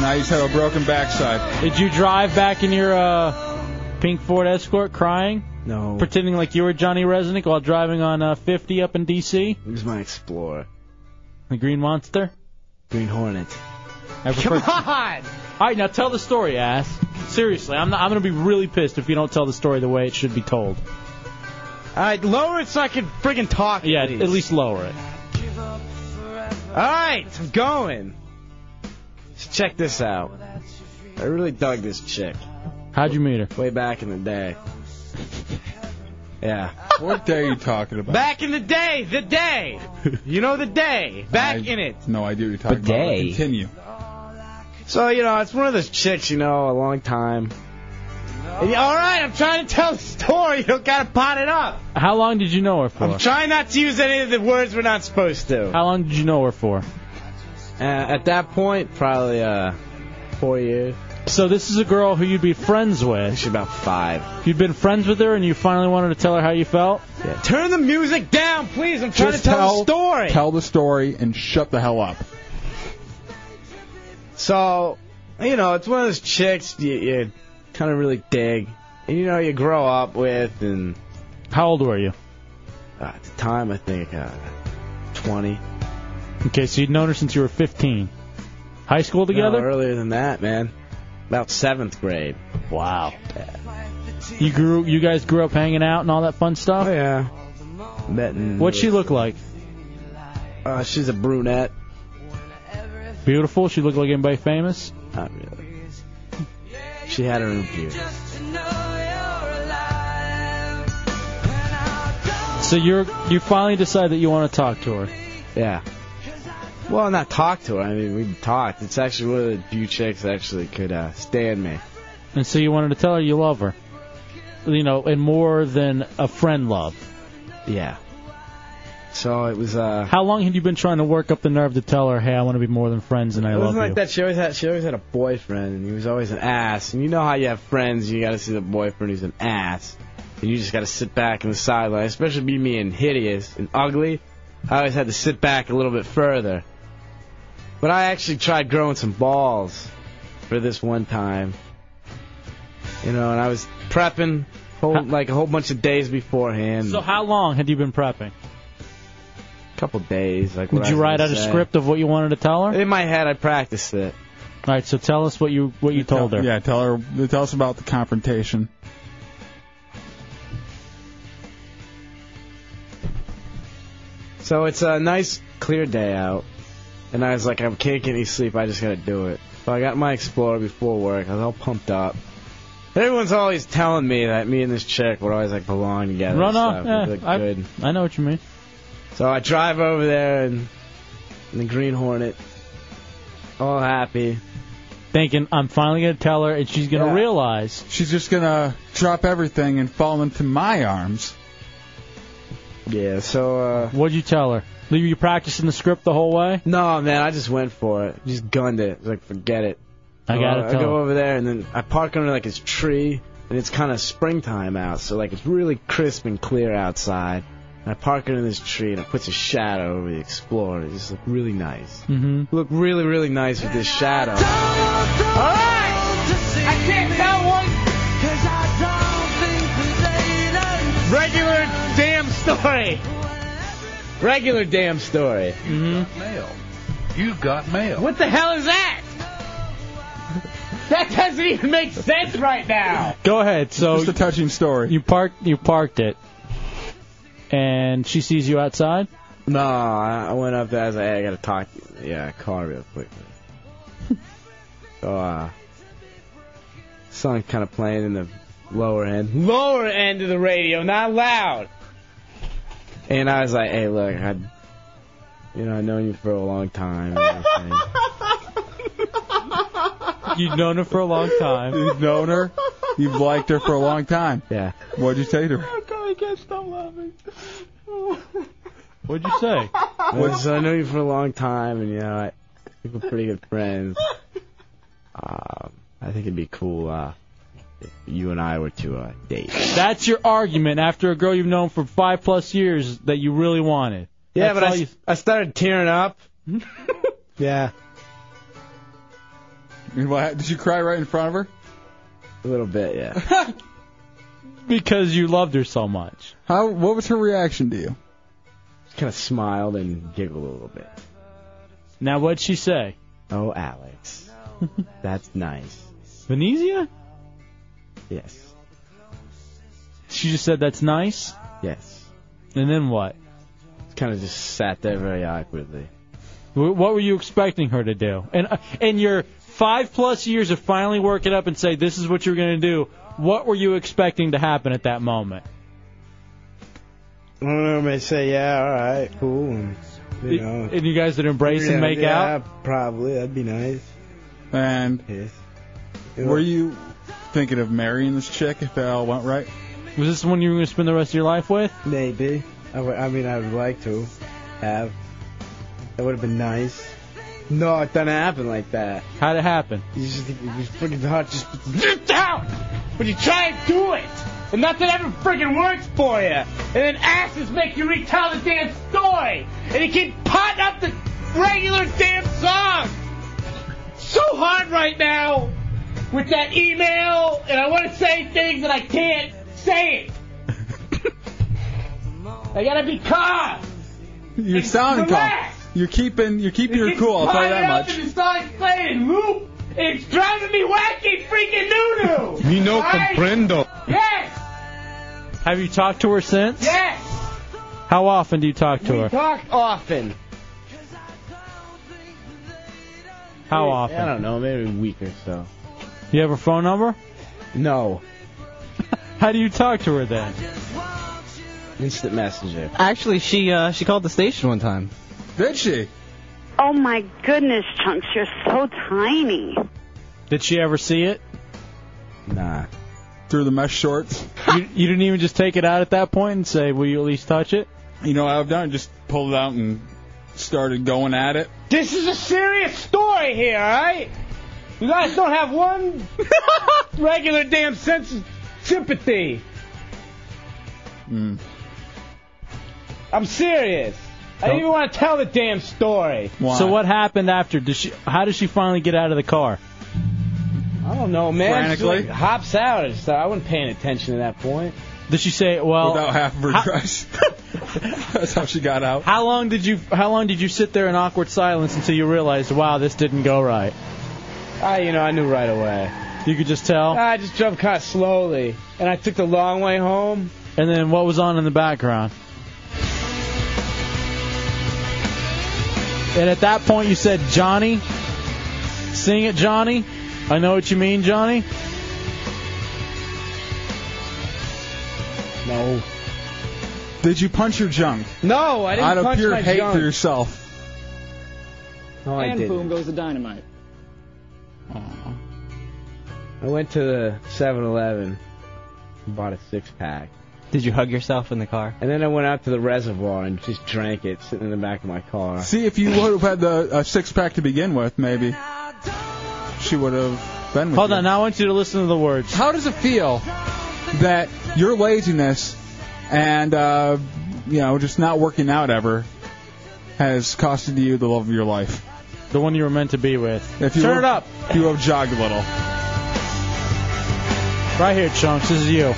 Now you just have a broken backside.
Did you drive back in your uh, pink Ford Escort crying?
No.
Pretending like you were Johnny Resnick while driving on uh, 50 up in D.C.?
It was my Explorer.
The Green Monster?
Green Hornet.
I prefer-
on!
All right, now tell the story, ass. Seriously, I'm not, I'm gonna be really pissed if you don't tell the story the way it should be told.
All right, lower it so I can friggin' talk.
Yeah,
please.
at least lower it.
All right, I'm going. So check this out. I really dug this chick
How'd you meet her?
way back in the day. Yeah.
What day are you talking about?
Back in the day, the day. You know the day. Back
I-
in it.
No idea what you're talking
Bidet.
about. Continue.
So you know, it's one of those chicks you know a long time. And, all right, I'm trying to tell the story. You don't gotta pot it up.
How long did you know her for?
I'm trying not to use any of the words we're not supposed to.
How long did you know her for?
Uh, at that point, probably uh, four years.
So this is a girl who you'd be friends with.
Actually, about five.
You'd been friends with her, and you finally wanted to tell her how you felt.
Yeah. Turn the music down, please. I'm trying
Just
to tell,
tell-
the story.
Tell the story and shut the hell up.
So, you know, it's one of those chicks you, you kind of really dig, and you know, you grow up with, and
How old were you?
uh, at the time, I think uh, 20.
Okay, so you'd known her since you were 15. High school
No,
together?
earlier than that, man. About seventh grade.
Wow. You grew. You guys grew up hanging out and all that fun stuff.
Oh yeah. Met in-
What'd she look like?
Uh, she's a brunette.
Beautiful. She looked like anybody famous.
Not really. She had her own beauty.
So you're you finally decide that you want to talk to her.
Yeah. Well, not talk to her. I mean, we talked. It's actually one of the few chicks that actually could uh, stand me.
And so you wanted to tell her you love her. you know, and more than a friend love.
Yeah. So it was. uh
How long had you been trying to work up the nerve to tell her, "Hey, I want to be more than friends and I
It
love
wasn't
you"?
like that. She always had she always had a boyfriend, and he was always an ass. And you know how you have friends, you got to see the boyfriend who's an ass, and you just got to sit back in the sideline, especially be me and hideous and ugly. I always had to sit back a little bit further. But I actually tried growing some balls for this one time, you know, and I was prepping whole, like a whole bunch of days beforehand,
So how long had you been prepping?
a couple days. Like what
Did
I
you
was
write
gonna
out a
say.
script of what you wanted to tell her?
In my head, I practiced it.
All right, so tell us what you what you told her.
Yeah, tell her. Tell us about the confrontation.
So it's a nice, clear day out, and I was like, I can't get any sleep. I just gotta do it. So I got my Explorer before work. I was all pumped up. Everyone's always telling me that me and this chick would always like belong together. and
Run off.
stuff.
Yeah,
We'd be, like,
I,
good.
I know what you mean.
So I drive over there and, and the Green Hornet, all happy.
Thinking I'm finally gonna tell her, and she's gonna realize
she's just gonna drop everything and fall into my arms.
Yeah. So. uh
What'd you tell her? Were you practicing the script the whole way?
No, man. I just went for it. Just gunned it. I was like, forget it.
I
So
gotta
I
tell
go
her.
over there and then I park under like this tree and it's kind of springtime out, so like it's really crisp and clear outside. And I park under this tree and it puts a shadow over the Explorer. It's just, like really nice.
Mm-hmm.
Look really really nice with this shadow.
I can't tell one. Cause I don't think
Regular damn story. Regular damn story.
Mm-hmm.
Mail. You got mail.
What the hell is that? That doesn't even make sense right now.
Go ahead. So
just a touching story.
You parked. You parked it, and she sees you outside.
No, I I went up there. I was like, hey, I gotta talk. to you." Yeah, call her real quick. so, uh, song kind of playing in the lower end, lower end of the radio, not loud. And I was like, hey, look, I, you know, I've known you for a long time. and everything.
You've known her for a long time.
You've known her. You've liked her for a long time.
Yeah.
What'd you say to her?
I can't stop laughing.
What'd you say?
I so I know you for a long time, and you know, I think we're pretty good friends. Um, I think it'd be cool uh, if you and I were to uh, date.
That's your argument after a girl you've known for five plus years that you really wanted.
Yeah,
That's
but I,
all you-
I started tearing up. yeah.
Did you cry right in front of her?
A little bit, yeah.
because you loved her so much.
How? What was her reaction to you?
Kind of smiled and giggled a little bit.
Now what'd she say?
Oh, Alex, that's nice.
Venezia?
Yes.
She just said that's nice.
Yes.
And then what?
Kind of just sat there very awkwardly.
Wh- What were you expecting her to do? And uh, and your five plus years of finally working up and say this is what you're gonna do. What were you expecting to happen at that moment?
I don't know. May say, yeah, all right, cool. And, you know,
And you guys would embrace and make out.
Probably that'd be nice.
And were you thinking of marrying this chick if it all went right?
Was this the one you were going to spend the rest of your life with?
Maybe. I, w- I mean, I would like to have. That would have been nice. No, it doesn't happen like that.
How'd it happen?
You just, it was freaking hard. Just ripped out. But you try and do it, and nothing ever freaking works for you. And then asses make you retell the damn story, and you keep potting up the regular damn song. So hard right now with that email, and I want to say things and I can't say it. I gotta be calm.
You're sounding calm.
relax.
You're keeping you're keeping your cool. I'll tell you that much.
It's starting playing loop. It's driving me wacky, freaking noodle.
Mi no
comprendo. Yes.
Have you talked to her since?
Yes.
How often do you talk to her?
talk often.
How often?
I don't know, maybe a week or so.
You have her phone number?
No.
How do you talk to her then?
Instant messenger.
Actually, she uh, she called the station one time.
Did she?
Oh my goodness, Chunks, you're so tiny.
Did she ever see it?
Nah.
through the mesh shorts.
you, you didn't even just take it out at that point and say, "Will you at least touch it?"
You know, I've done just pulled it out and started going at it.
This is a serious story here, alright? You guys don't have one regular damn sense of sympathy.
Mm.
I'm serious. I
Don't-
didn't even want to tell the damn story.
So what happened after? Does she? How does she finally get out of the car?
I don't know, man. She,
Frantically?
like, hops out or something. I wasn't paying attention to that point.
Did she say, "Well"?
Without half of her dress. That's how she got out.
How long did you? How long did you sit there in awkward silence until you realized, "Wow, this didn't go right"?
I, Ah, you know, I knew right away. Ah,
You could just tell.
I just drove kind of slowly, and I took the long way home.
And then what was on in the background? And at that point, you said, Johnny, sing it, Johnny. I know what you mean, Johnny.
No.
Did you punch your junk?
No, I didn't
Out of
punch
pure
my
hate
junk.
for yourself.
No, I
and
didn't.
boom goes the dynamite.
I went to the 7-Eleven and bought a six pack. Did you hug yourself in the car? And then I went out to the reservoir and just drank it, sitting in the back of my car.
See, if you would have had the a six pack to begin with, maybe she would have been with
Hold
you.
on, now I want you to listen to the words.
How does it feel that your laziness and uh, you know just not working out ever has costed you the love of your life?
The one you were meant to be with.
If you
Turn it
would-
up.
if You have jogged a little.
Right here, Chunks, this is you.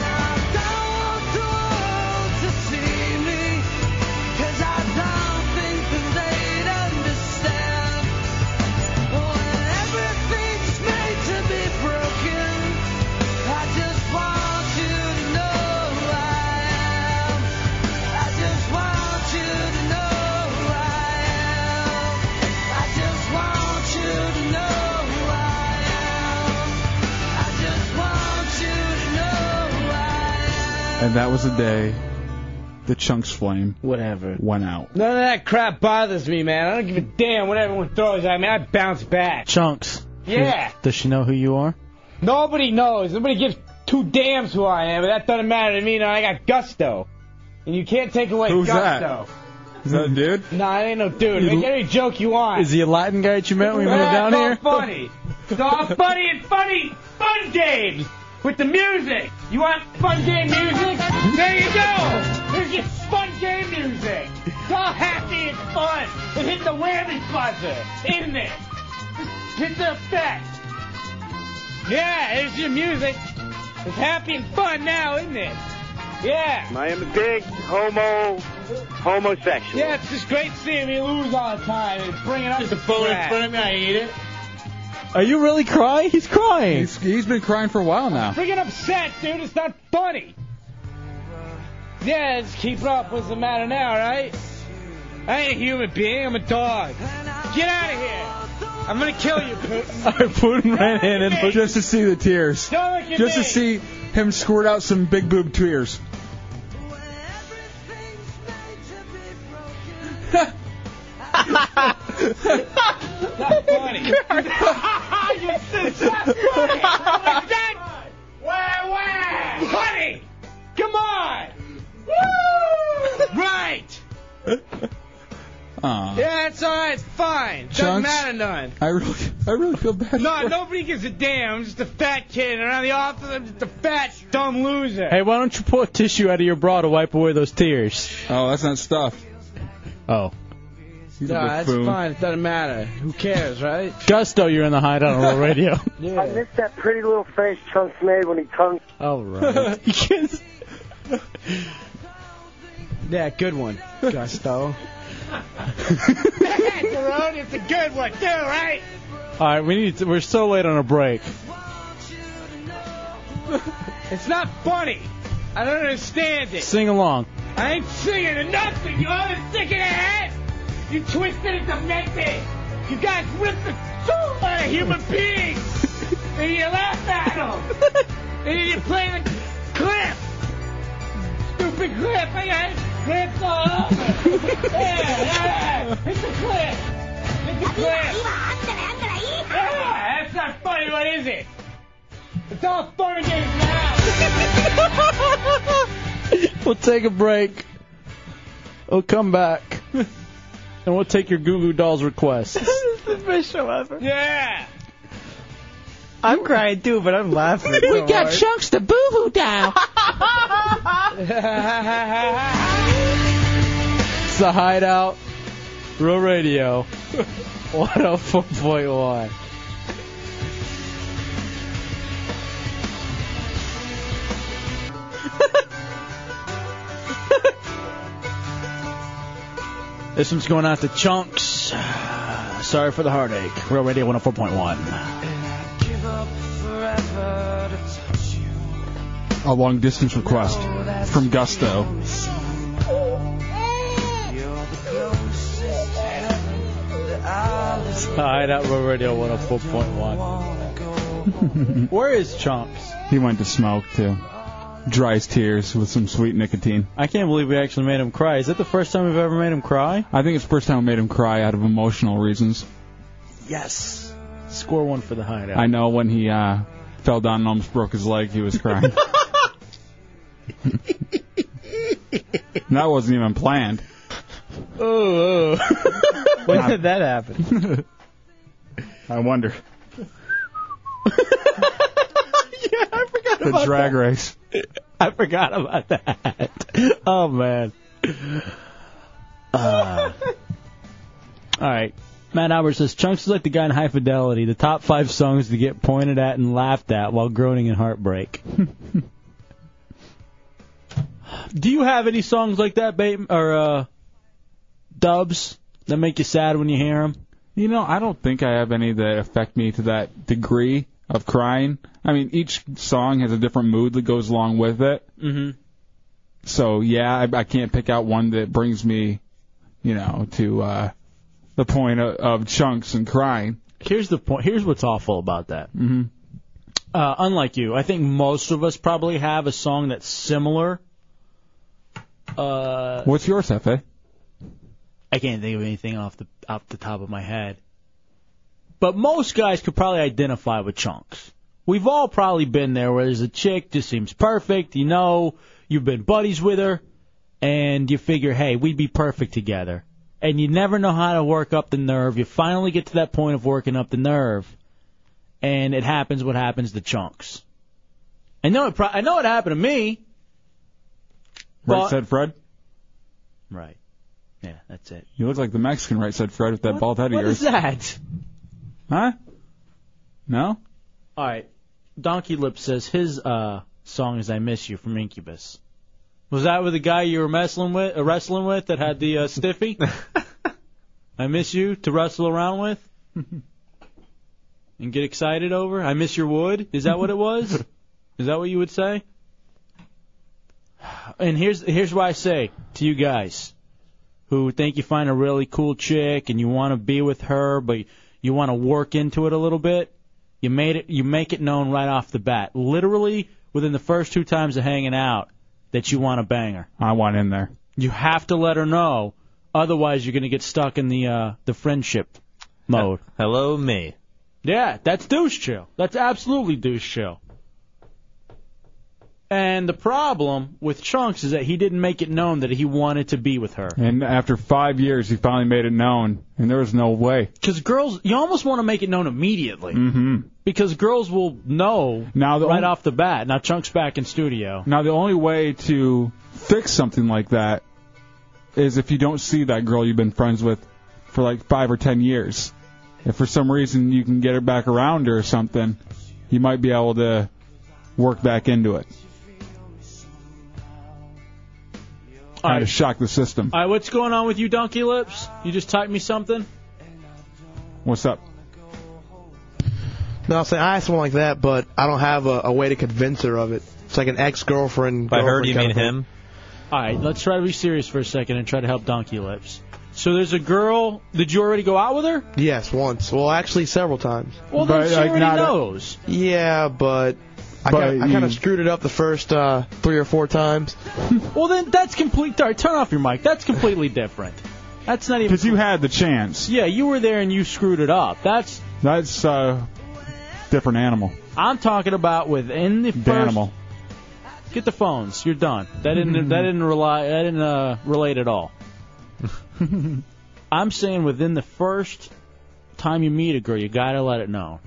And that was the day the chunks flame
whatever
went out.
None of that crap bothers me, man. I don't give a damn what everyone throws at me. I bounce back.
Chunks.
Yeah.
Does she know who you are?
Nobody knows. Nobody gives two damns who I am, but that doesn't matter to me. Now I got gusto. And you can't take away
Who's that?
gusto.
Is that a dude?
Nah, it ain't no dude.
You-
Make any joke you want.
Is he a Latin guy that you met when you
Yeah,
moved down
it's all
here?
funny. It's all funny and funny fun games with the music. You want fun game music? There you go. Here's your fun game music. It's all happy and fun. It hit the whammy buzzer, isn't it? Hit the effect. Yeah, here's your music. It's happy and fun now, isn't it? Yeah.
I am a big homo, homosexual.
Yeah, it's just great seeing me lose all the time and bring it up There's a
bone in front
of me, I eat it.
Are you really crying? He's crying.
He's, he's been crying for a while now.
Freaking upset, dude. It's not funny. Yeah, just keep it up. What's the matter now, right? I ain't a human being. I'm a dog. Get out of here. I'm gonna kill you, Putin.
Our Putin ran in and just to see the tears,
Don't look at
just to
me.
see him squirt out some big boob tears.
Not funny. you it's not funny. It's not. Wah, wah. Funny. Come on. Woo! Right.
Aw.
Yeah, it's all right. It's fine. Doesn't
Chunks?
matter none.
I really, I really feel bad.
No, nobody gives a damn. I'm just a fat kid around the office. I'm just a fat, dumb loser.
Hey, why don't you pull a tissue out of your bra to wipe away those tears?
Oh, that's not stuff.
Oh.
No, that's fine. It doesn't matter. Who cares, right?
Gusto, you're in the hideout on Roll Radio.
Yeah.
I miss that pretty little face Chunks made when he tongued.
All right. yeah, good one, Gusto. Jerome, it's a good one too, right?
All right, we need. To, we're so late on a break.
It's not funny. I don't understand it.
Sing along.
I ain't singing or nothing. You all are sick of that. You twisted and demented. You guys ripped the soul out of human beings. and you laugh at them. and you play the clip. Stupid clip. I got clips all over. yeah, yeah. It's a clip. It's a clip. Yeah, that's not funny. What is it? It's all fun and games now.
we'll take a break. We'll come back. and we'll take your Goo Goo Dolls requests.
This is the best show ever.
Yeah.
I'm crying too, but I'm laughing.
We got
chunks to boo boo down.
It's the Hideout. Real Radio. 104.1. This one's going out to Chunks. Sorry for the heartache. Real Radio 104.1.
A long distance request from Gusto.
Hideout Real Radio 104.1. Where is Chunks?
He went to smoke too. Dry his tears with some sweet nicotine.
I can't believe we actually made him cry. Is that the first time we've ever made him cry?
I think it's the first time I made him cry out of emotional reasons.
Yes. Score one for the Hideout.
I know when he uh, fell down and almost broke his leg, he was crying. And that wasn't even planned.
Oh.
When did
that happen?
I wonder.
yeah, I forgot
The
about
drag
that.
race.
I forgot about that. Oh man. Uh, all right. Matt Albert says Chunks is like the guy in High Fidelity, the top five songs to get pointed at and laughed at while groaning in heartbreak. Do you have any songs like that, babe, or uh, dubs that make you sad when you hear them?
You know, I don't think I have any that affect me to that degree of crying. I mean, each song has a different mood that goes along with it.
Mm-hmm.
So yeah, I, I can't pick out one that brings me, you know, to uh, the point of, of chunks and crying.
Here's the point. Here's what's awful about that.
Mm-hmm.
uh, unlike you, I think most of us probably have a song that's similar. Uh,
What's yours, Hefe?
I can't think of anything off the off the top of my head, but most guys could probably identify with chunks. We've all probably been there where there's a chick just seems perfect, you know, you've been buddies with her, and you figure, hey, we'd be perfect together. And you never know how to work up the nerve. You finally get to that point of working up the nerve, and it happens what happens to chunks. I know it. Pro- I know it happened to me.
Right
But-
said Fred.
Right. Yeah, that's it.
You look like the Mexican right said Fred with that bald head of
What is
yours.
that?
Huh? No.
All right. Donkey Lip says his uh, song is "I Miss You" from Incubus. Was that with the guy you were wrestling with, uh, wrestling with that had the uh, stiffy? I miss you to wrestle around with and get excited over. I miss your wood. Is that what it was? is that what you would say? And here's here's what I say to you guys who think you find a really cool chick and you want to be with her, but you want to work into it a little bit. You made it. You make it known right off the bat, literally within the first two times of hanging out, that you want to bang her.
I want in there.
You have to let her know, otherwise you're going to get stuck in the uh, the friendship mode.
Hello, me.
Yeah, that's douche chill. That's absolutely douche chill. And the problem with Chunks is that he didn't make it known that he wanted to be with her.
And after five years, he finally made it known, and there was no way.
Because girls, you almost want to make it known immediately.
hmm
Because girls will know
Now the
right
only-
off the bat. Now Chunks back in studio.
Now the only way to fix something like that is if you don't see that girl you've been friends with for like five or ten years. If for some reason you can get her back around her or something, you might be able to work back into it. Try to shock the system.
All right, what's going on with you, Donkey Lips? You just typed me something.
What's up?
No, I'm saying I asked someone like that, but I don't have a, a way to convince her of it. It's like an ex-girlfriend.
By her, do you mean
girlfriend kind of
him?
All right, let's try to be serious for a second and try to help Donkey Lips. So there's a girl. Did you already go out with her?
thing. Yes, once. Well, actually, several times.
Well, then she already knows.
Yeah, but I
But
kind of I
you-
kind of screwed it up the first uh, three or four times.
well, then that's complete. All right, turn off your mic. That's completely different. That's not even.
Because you had the chance.
Yeah, you were there and you screwed it up. That's
That's uh, different animal.
I'm talking about within the first.
Danimal.
Get the phones. You're done. That didn't. that didn't rely. That didn't uh, relate at all. I'm saying within the first time you meet a girl, you gotta let it know.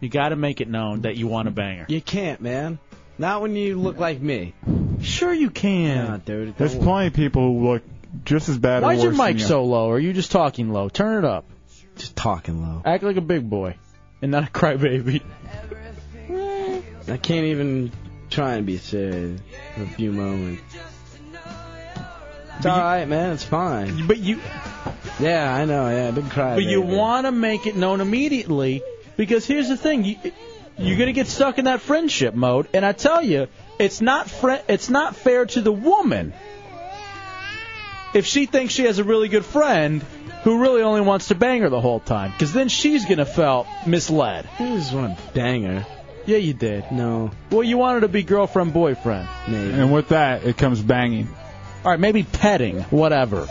You gotta make it known that you want to bang her.
You can't, man. Not when you look like me.
Sure you can.
Nah, dude. it
There's
don't work.
plenty of people who look just as bad. or
Why's your
worse than
mic
you.
so low? Are you just talking low? Turn it up.
Just talking low.
Act like a big boy and not a crybaby.
I can't even try and be serious for a few moments. It's all right, man. It's fine.
But you.
Yeah, I know. Yeah, big cry.
But you
baby.
want to make it known immediately because here's the thing: you, you're gonna get stuck in that friendship mode, and I tell you, it's not fri it's not fair to the woman if she thinks she has a really good friend who really only wants to bang her the whole time, because then she's gonna felt misled.
I just want to bang her.
Yeah, you did.
No.
Well, you wanted to be girlfriend boyfriend.
And with that, it comes banging.
All right, maybe petting, whatever.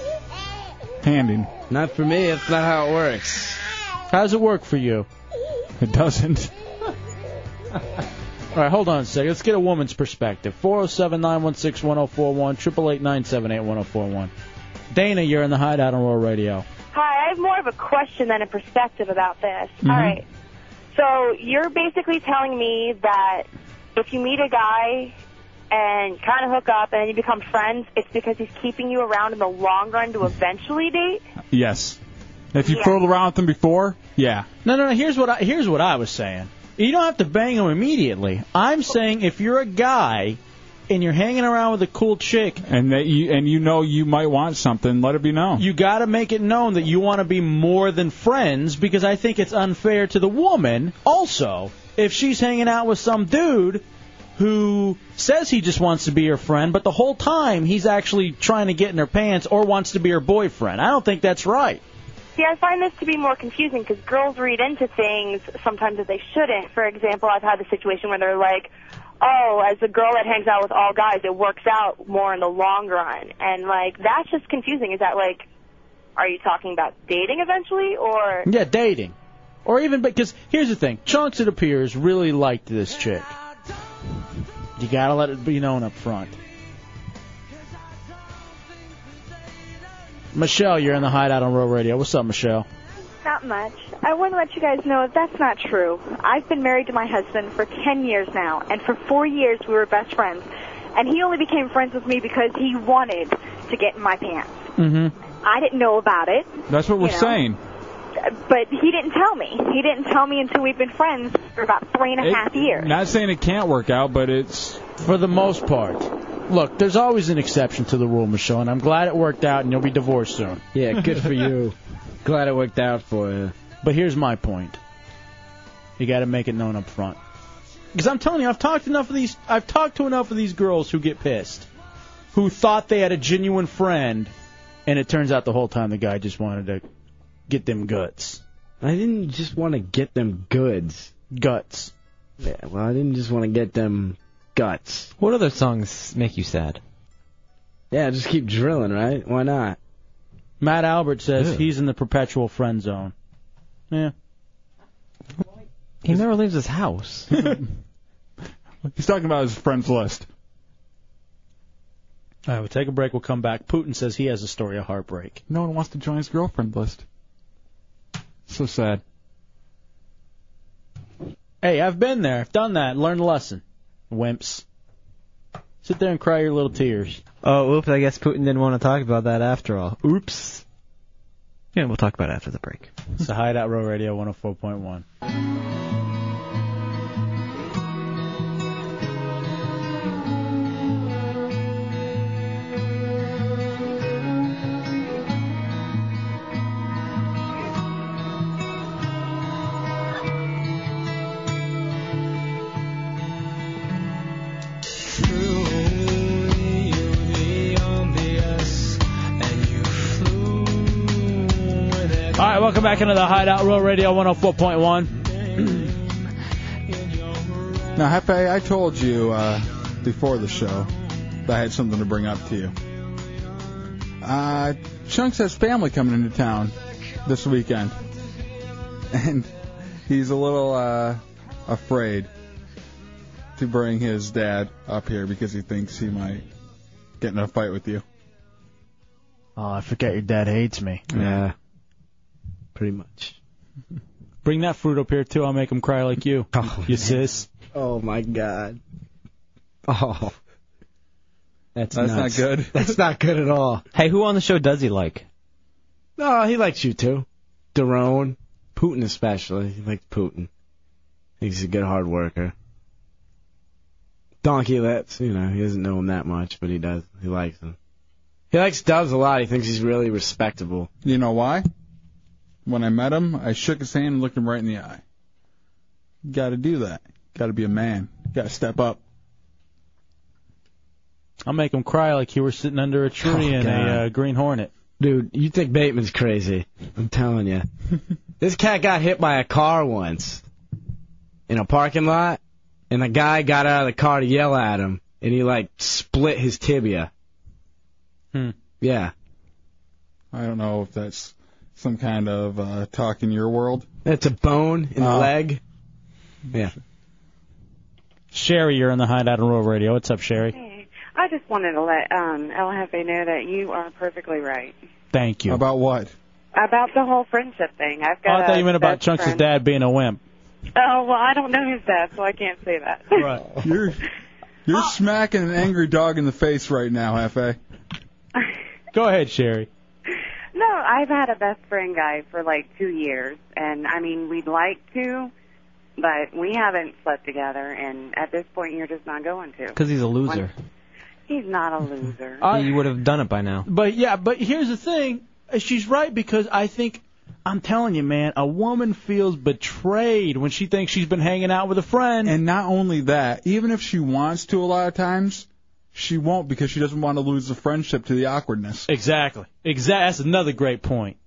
Handing.
Not for me. That's not how it works.
How does it work for you?
It doesn't.
All right, hold on a second. Let's get a woman's perspective. 407 916 1041, 888 978 1041. Dana, you're in the hideout on Royal Radio.
Hi, I have more of a question than a perspective about this.
Mhm.
All right. So you're basically telling me that if you meet a guy and kind of hook up and then you become friends, it's because he's keeping you around in the long run to eventually date?
Yes. If you fooled around with them before, yeah.
No, no, no. Here's what I here's what I was saying. You don't have to bang him immediately. I'm saying if you're a guy and you're hanging around with a cool chick,
and that you and you know you might want something, let it be known.
you got to make it known that you want to be more than friends because I think it's unfair to the woman also if she's hanging out with some dude who says he just wants to be her friend but the whole time he's actually trying to get in her pants or wants to be her boyfriend. I don't think that's right.
See, I find this to be more confusing because girls read into things sometimes that they shouldn't. For example, I've had the situation where they're like, oh, as a girl that hangs out with all guys, it works out more in the long run. And, like, that's just confusing. Is that, like, are you talking about dating eventually or
Yeah, dating. Or even because here's the thing, Chunks it appears really liked this chick. You gotta let it be known up front. Michelle, you're in the hideout on Row Radio. What's up, Michelle?
Not much. I want to let you guys know that's not true. I've been married to my husband for 10 years now, and for four years we were best friends. And he only became friends with me because he wanted to get in my pants.
Mm-hmm.
I didn't know about it,
That's what we're
You know.
saying.
but he didn't tell me. He didn't tell me until we've been friends for about three and a half years.
Not saying it can't work out, but it's
For the most part. Look, there's always an exception to the rule, Michelle, and I'm glad it worked out and you'll be divorced soon.
Yeah, good for you. Glad it worked out for you.
But here's my point. You got to make it known up front. Because I'm telling you, I've talked enough of these. I've talked to enough of these girls who get pissed, who thought they had a genuine friend, and it turns out the whole time the guy just wanted to get them guts.
I didn't just want to get them goods.
Guts.
Yeah, well, I didn't just want to get them guts.
What other songs make you sad?
Yeah, just keep drilling, right? Why not?
Matt Albert says he's in the perpetual friend zone. Yeah.
He never leaves his house.
He's talking about his friends list.
All right, we'll take a break. We'll come back. Putin says he has a story of heartbreak.
No one wants to join his girlfriend list. So sad.
Hey, I've been there. I've done that. Learned a lesson. Wimps. Sit there and cry your little tears.
Oh, oops, I guess Putin didn't want to talk about that after all. Oops. Yeah, we'll talk about it after the break.
It's the Hideout Row Radio 104.1. All right, welcome back into the Hideout Row Radio 104.1.
Now, Hefe, I told you uh, before the show that I had something to bring up to you. Uh, Chunks has family coming into town this weekend, and he's a little uh, afraid to bring his dad up here because he thinks he might get in a fight with you.
Oh, I forget your dad hates me.
Yeah. Pretty much.
Bring that fruit up here too. I'll make him cry like you. you sis.
Oh my god. Oh. That's,
That's
nuts.
not good.
That's not good at all.
Hey, who on the show does he like?
No, he likes you too. Daron, Putin especially. He likes Putin. He's a good hard worker. Donkey Lips, you know, he doesn't know him that much, but he does. He likes him. He likes Dubs a lot. He thinks he's really respectable.
You know why? When I met him, I shook his hand and looked him right in the eye. Got to do that. Got to be a man. Got to step up.
I'll make him cry like you were sitting under a tree
Oh,
in
God.
a uh, green hornet.
Dude, you think Bateman's crazy. I'm telling you. this cat got hit by a car once in a parking lot, and the guy got out of the car to yell at him, and he, like, split his tibia.
Hmm.
Yeah.
I don't know if that's some kind of uh, talk in your world. Uh,
That's a bone in the leg. Yeah.
Sherry, you're on the Hideout on Rural Radio. What's up, Sherry?
I just wanted to let um, El Jefe know that you are perfectly right
Thank you.
About what?
about the whole friendship thing. I've
Oh,
got.
I thought you meant about
Chunks'
Chunks' dad being a wimp.
Oh well, I don't know his dad, so I can't say that.
Right.
You're you're smacking an angry dog in the face right now, Fa.
Go ahead, Sherry.
No, I've had a best friend guy for like two years, and I mean, we'd like to, but we haven't slept together, and at this point, you're just not going to.
Because he's a loser.
He's not a loser.
you would have done it by now.
But yeah, but here's the thing. Uh, She's right because I think I'm telling you, man, a woman feels betrayed when she thinks she's been hanging out with a friend.
And not only that, even if she wants to, a lot of times she won't because she doesn't want to lose the friendship to the awkwardness.
Exactly. Exactly. That's another great point.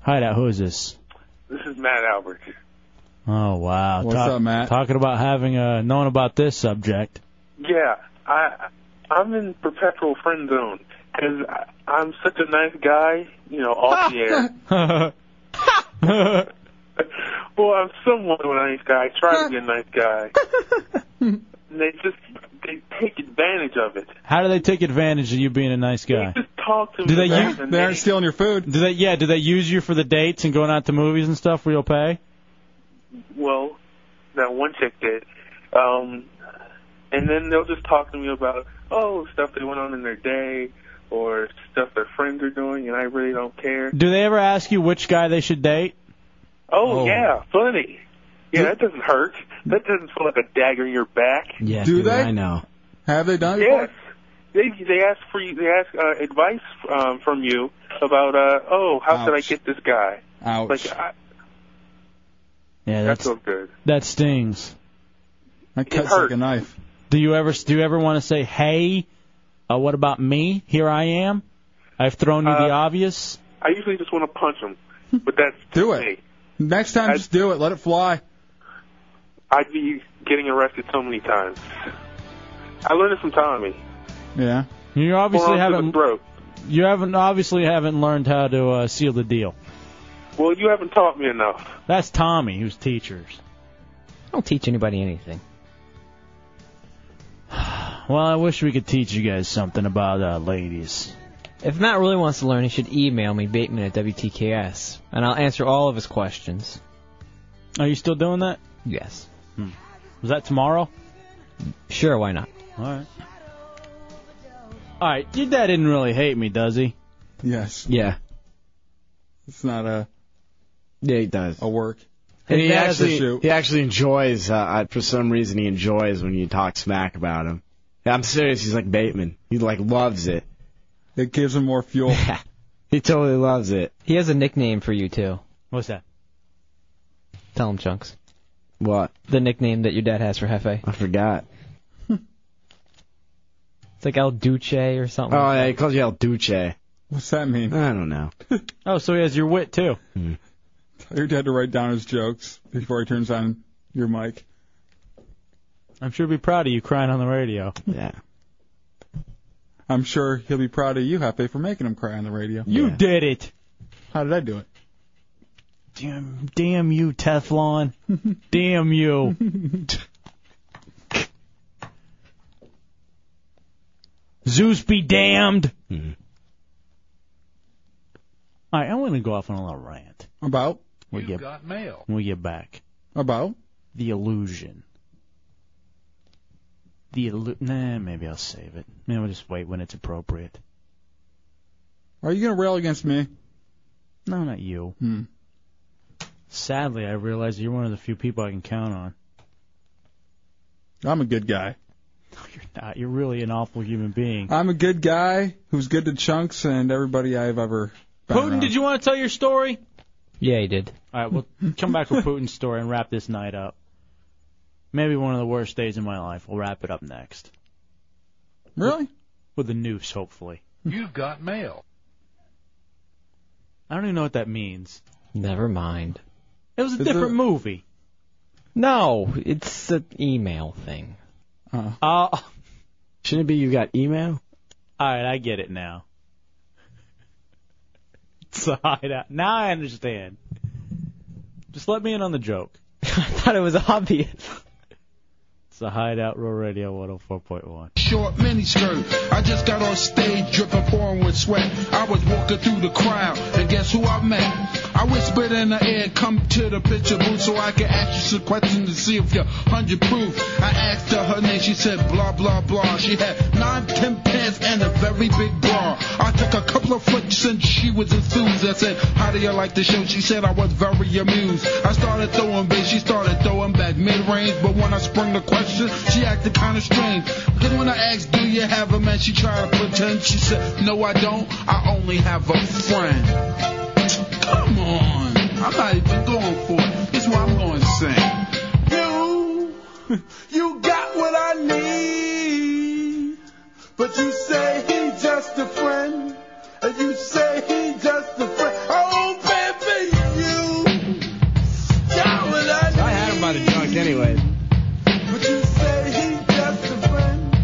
Hideout, who is this?
This is Matt Albert.
Oh wow!
What's up, Matt?
Talking about having uh, known about this subject.
Yeah, I I'm in perpetual friend zone because I'm such a nice guy, you know, off the air. Well, I'm somewhat of a nice guy. I try to be a nice guy. and they just they take advantage of it.
How do they take advantage of you being a nice guy?
Talk to
Do
me.
they
about
use?
the name.
stealing your food.
Do they? Yeah. Do they use you for the dates and going out to movies and stuff where you'll pay?
Well, that one chick did. Um, and then they'll just talk to me about, oh, stuff they went on in their day or stuff their friends are doing, and I really don't care.
Do they ever ask you which guy they should date?
Oh, yeah, funny. Yeah, that doesn't hurt. That doesn't feel like a dagger in your back.
Yeah,
Do
dude,
they?
I know.
Have they done it?
Yes. They they ask for you. They ask uh, advice um, from you about uh oh how should I get this guy?
Ouch.
Like I,
Yeah, that's
that's so good.
that stings.
That cuts
hurt.
like a knife.
Do you ever? Do you ever want to say, "Hey, uh, what about me? Here I am. I've thrown you the
Uh,
obvious."
I usually just want to punch him, but that's
do it. Next time, just do it. Let it fly.
I'd be getting arrested so many times. I learned it from Tommy.
Yeah.
You obviously
Forearm to the
haven't.
throat.
You haven't obviously haven't learned how to uh, seal the deal.
Well, you haven't taught me enough.
That's Tommy, who's teachers.
Don't teach anybody anything.
Well, I wish we could teach you guys something about uh, ladies.
If Matt really wants to learn, he should email me, Bateman at WTKS, and I'll answer all of his questions.
Are you still doing that?
Yes.
Hmm. Was that tomorrow?
Sure, why not?
All right. All right. Your dad didn't really hate me, does he?
Yes.
Yeah.
It's not a.
Yeah, he does.
A work.
And he
His ass is
actually
shoot.
he actually enjoys uh, I- for some reason he enjoys when you talk smack about him. I'm serious. He's like Bateman. He like loves it.
It gives him more fuel.
he totally loves it.
He has a nickname for you, too.
What's that?
Tell him, Chunks.
What?
The nickname that your dad has for Hefe.
I forgot.
It's like El Duce or something.
Oh, yeah, he calls you El Duce.
What's that mean?
I don't know.
Oh, so he has your wit too.
Tell your dad to write down his jokes before he turns on your mic.
I'm sure he'd be proud of you crying on the radio.
Yeah.
I'm sure he'll be proud of you, Hefe, for making him cry on the radio.
You did it.
How did I do it?
Damn, damn you, Teflon. damn you. Zeus be damned.
Mm-hmm.
All right, I'm going to go off on a little rant.
About?
We get,
Got mail.
when we get back.
About?
The illusion. The illu- Nah, maybe I'll save it. Maybe I'll just wait when it's appropriate.
Are you gonna rail against me?
No, not you.
Hmm.
Sadly, I realize you're one of the few people I can count on.
I'm a good guy.
Uh, you're really an awful human being.
I'm a good guy who's good to chunks and everybody I've ever. Been
Putin, did you want to tell your story?
Yeah, he did.
All right, we'll come back with Putin's story and wrap this night up. Maybe one of the worst days in my life. We'll wrap it up next.
Really?
With the noose, hopefully.
You've got mail.
I don't even know what that means.
Never mind.
It was a
It's
different
a-
movie.
No, it's an email thing.
Uh,
Shouldn't it be you got email?
All right, I get it now. It's a hideout. Now I understand. Just let me in on the joke.
I thought it was obvious.
It's a hideout, Roll Radio 104.1.
Short miniskirt. I just got on stage dripping pouring with sweat. I was walking through the crowd, and guess who I met? I whispered in the air, come to the picture booth so I can ask you some questions to see if you're 100 proof. I asked her her name, she said blah blah blah. She had nine ten pants and a very big bra. I took a couple of flicks and she was enthused. I said, how do you like the show? She said I was very amused. I started throwing bass, she started throwing back mid-range, but when I sprung the question, she acted kind of strange. Then when I asked, do you have a man? She tried to pretend. She said, no, I don't. I only have a friend. Come on. I'm not even going for it. Here's what I'm going to sing. You, you got what I need. But you say he just a friend. And you say he just a friend. Oh, baby, you got what I need. I had him by the junk anyway. But you say he just a friend.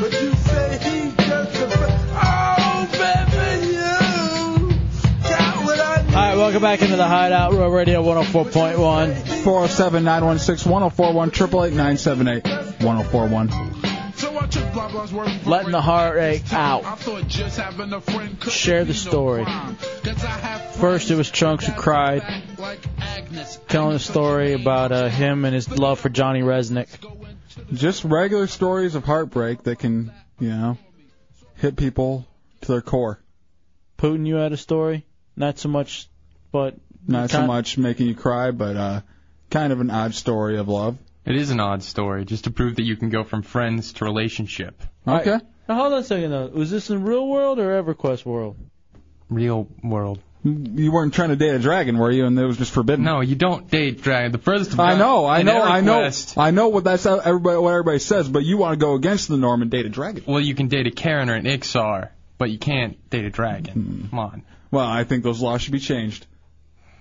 But you say he just a friend. Oh, baby, you got what I need.
All right, welcome back into the Hideout, Roll Radio 104.1.
407 916 1041 888 1041.
So I took blah blah's word for
Letting the heartache out.
I thought just having a friend could
Share the story. First, it was Chunks who cried, telling a story about uh, him and his love for Johnny Resnick.
Just regular stories of heartbreak that can, you know, hit people to their core.
Putin, you had a story? Not so much, but.
Not so
Kind-
much making you cry, but uh, kind of an odd story of love.
It is an odd story, just to prove that you can go from friends to relationship.
Okay.
Now, hold on a second, though. Was this in real world or EverQuest world?
Real world.
You weren't trying to date a dragon, were you? And it was just forbidden.
No, you don't date drag. The furthest.
I know, I
in
know, I know,
EverQuest,
I know what that's everybody what everybody says, but you want to go against the norm and date a dragon.
Well, you can date a Karen or an Ixar, but you can't date a dragon. Come on.
Hmm. Well, I think those laws should be changed.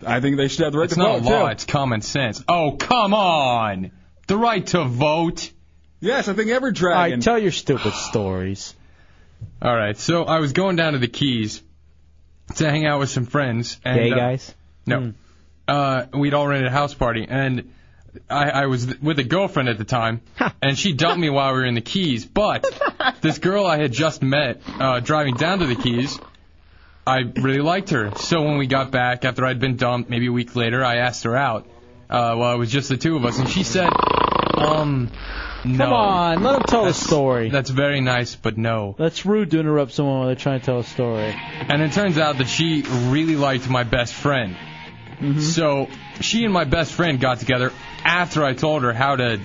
I think they should have the right
It's
to
not
vote
law,
too.
it's common sense. Oh, come on! The right to vote.
Yes, I think every
dragon.
tell your stupid stories.
All right, so I was going down to the Keys to hang out with some friends. And,
Gay
uh,
guys?
Hmm.
no. Uh, we'd all rented a house party, and I, I was th- with a girlfriend at the time, and she dumped me while we were in the Keys. But this girl I had just met uh, driving down to the Keys, I really liked her. So when we got back after I'd been dumped, maybe a week later, I asked her out. Uh, well, it was just the two of us, and she said, um, no.
Come on, let him tell
that's,
the story.
That's very nice, but no.
That's rude to interrupt someone while they're trying to tell a story.
And it turns out that she really liked my best friend. So she and my best friend got together after I told her how to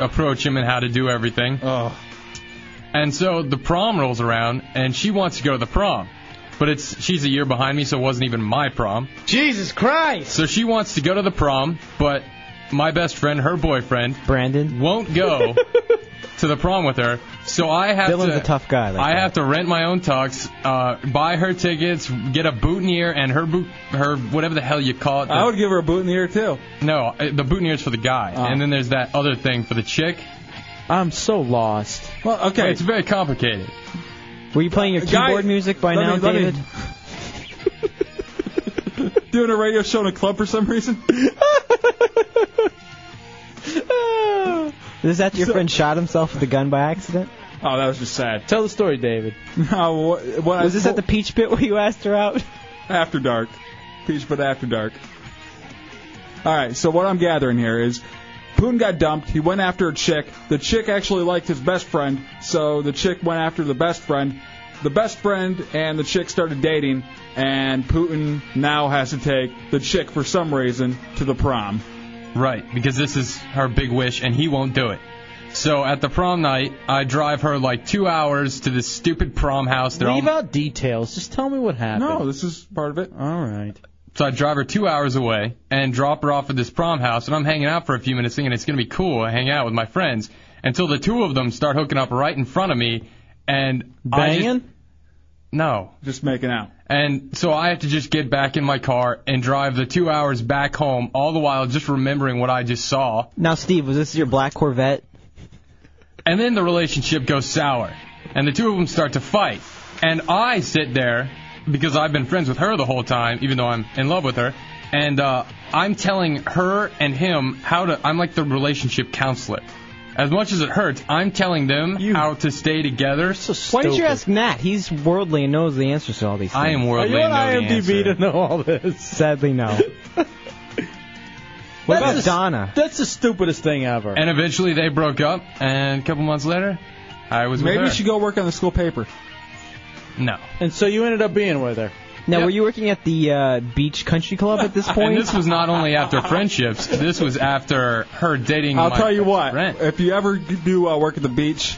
approach him and how to do everything.
Oh.
And so the prom rolls around, and she wants to go to the prom. But it's she's a year behind me, so it wasn't even my prom.
Jesus Christ!
So she wants to go to the prom, but my best friend, her boyfriend,
Brandon,
won't go to the prom with her. So I have
Dylan's
to
a tough guy. Like
I have to rent my own tux, uh, buy her tickets, get a boutonniere and her boot, her whatever the hell you call it.
I would give her a boot in the ear too.
No, uh, the boutonniere's for the guy, and then there's that other thing for the chick.
I'm so lost.
Well, okay,
it's very complicated. Uh,
Were you playing your
Guys,
keyboard music by
let
now,
me- let me-
David?
doing a radio show in a club for some reason.
Is that your friend shot himself with a gun by accident?
Oh, that was just sad.
Tell the story, David.
No, what, what
Was this at the Peach Pit where you asked her out?
After dark, peach but after dark. All right, so what I'm gathering here is Putin got dumped. He went after a chick. The chick actually liked his best friend, so the chick went after the best friend. The best friend and the chick started dating, and Putin now has to take the chick for some reason to the prom.
Right, because this is her big wish, and he won't do it. So at the prom night, I drive her like two hours to this stupid prom house. They're
Leave
all...
out details. Just tell me what happened.
No, this is part of it.
All right.
So I drive her two hours away and drop her off at this prom house, and I'm hanging out for a few minutes thinking it's going to be cool. I hang out with my friends until the two of them start hooking up right in front of me and I just-
Banging?
no.
Just making out.
And so I have to just get back in my car and drive the two hours back home, all the while just remembering what I just saw.
Now, Steve, was this your black Corvette?
And then the relationship goes sour, and the two of them start to fight. And I sit there because I've been friends with her the whole time, even though I'm in love with her. And uh, I'm telling her and him how to. I'm like the relationship counselor. As much as it hurts, I'm telling them how to stay together.
Why didn't you ask Nat? He's worldly and knows the answers to all these things.
I am worldly and know the answer.
to know all this? Sadly, no.
What
That's
about
the-
Donna?
That's the stupidest thing ever.
And eventually they broke up, and a couple months later, I was
Maybe
with her.
you should go work on the school paper.
No.
And so you ended up being with her.
Now, were you working at the uh, Beach Country Club at this point?
And this was not only after friendships. This was after her dating.
I'll
my
tell you what. If you ever do uh, work at the beach,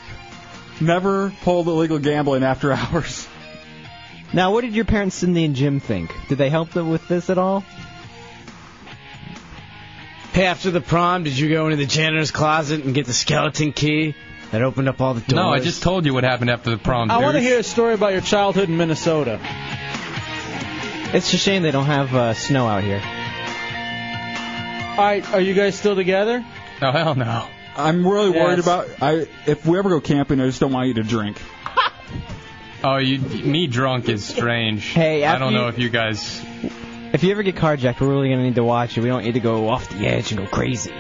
never hold illegal gambling after hours.
Now, what did your parents, Cindy and Jim, think? Did they help them with this at all?
Hey, after the prom, did you go into the janitor's closet and get the skeleton key that opened up all the doors?
No, I just told you what happened after the prom.
I want to
dude.
hear a story about your childhood in Minnesota.
It's a shame they don't have uh, snow out here.
All right, are you guys still together?
Oh hell no.
I'm really worried
Yes.
about. I if we ever go camping, I just don't want you to drink.
Oh, you, me drunk is strange.
Hey,
I
after
don't know
you-
if you guys.
If you ever get carjacked, we're really going to need to watch you. We don't need to go off the edge and go crazy.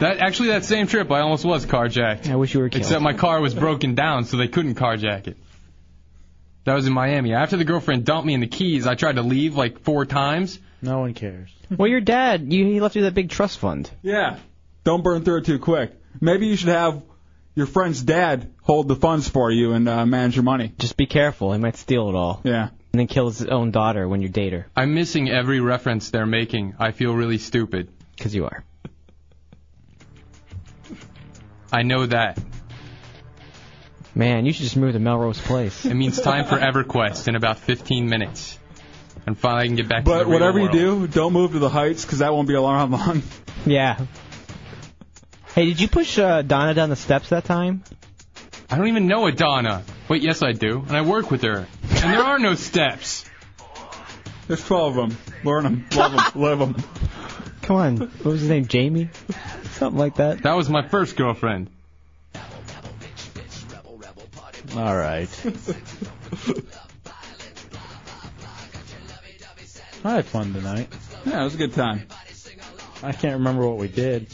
That actually, that same trip, I almost was carjacked.
I wish you were killed.
Except my car was broken down, so they couldn't carjack it. That was in Miami. After the girlfriend dumped me in the keys, I tried to leave like four times.
No one cares.
well, your dad, you, he left you that big trust fund.
Yeah. Don't burn through it too quick. Maybe you should have your friend's dad hold the funds for you and uh, manage your money.
Just be careful. He might steal it all.
Yeah.
And then kill his own daughter when you date her.
I'm missing every reference they're making. I feel really stupid.
Because you are.
I know that.
Man, you should just move to Melrose Place.
It means time for EverQuest in about 15 minutes. And finally, I can get back to
But
the real
whatever you
world.
do, don't move to the heights because that won't be around long.
Yeah. Hey, did you push uh, Donna down the steps that time?
I don't even know Adana. Wait, yes, I do. And I work with her. And there are no steps.
There's 12 of them. Learn them. Love them. Live them.
Come on. What was his name? Jamie? Something like that.
That was my first girlfriend.
All right. I had fun tonight.
Yeah, it was a good time.
I can't remember what we did.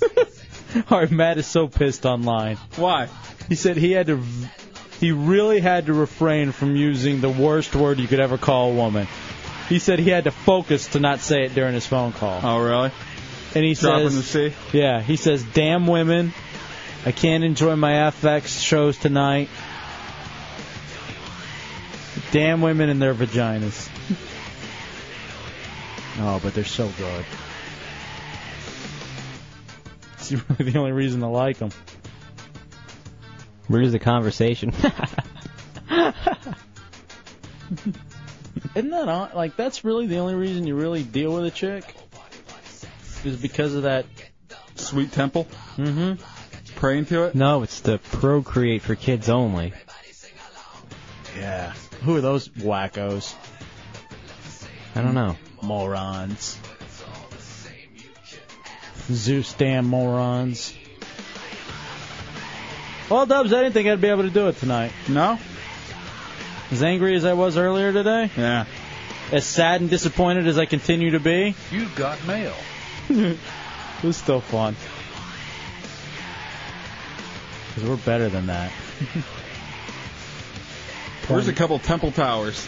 All right, Matt is so pissed online.
Why?
He said he had to, he really had to refrain from using the worst word you could ever call a woman. He said he had to focus to not say it during his phone call.
Oh, really?
And he
Dropping
says,
the C.
yeah, he says, damn women, I can't enjoy my FX shows tonight. Damn women and their vaginas. oh, but they're so good. It's really the only reason I like them.
Where's the conversation?
Isn't that on? Like, that's really the only reason you really deal with a chick? Is because of that.
Sweet temple.
Mm-hmm.
Praying to it.
no, it's the procreate for kids only.
Yeah. Who are those wackos?
I don't know.
Morons. Zeus damn morons. Well, Dubs, I didn't think I'd be able to do it tonight.
No?
As angry as I was earlier today?
Yeah.
As sad and disappointed as I continue to be,
You got mail.
it was still fun. Because we're better than that.
There's a couple temple towers.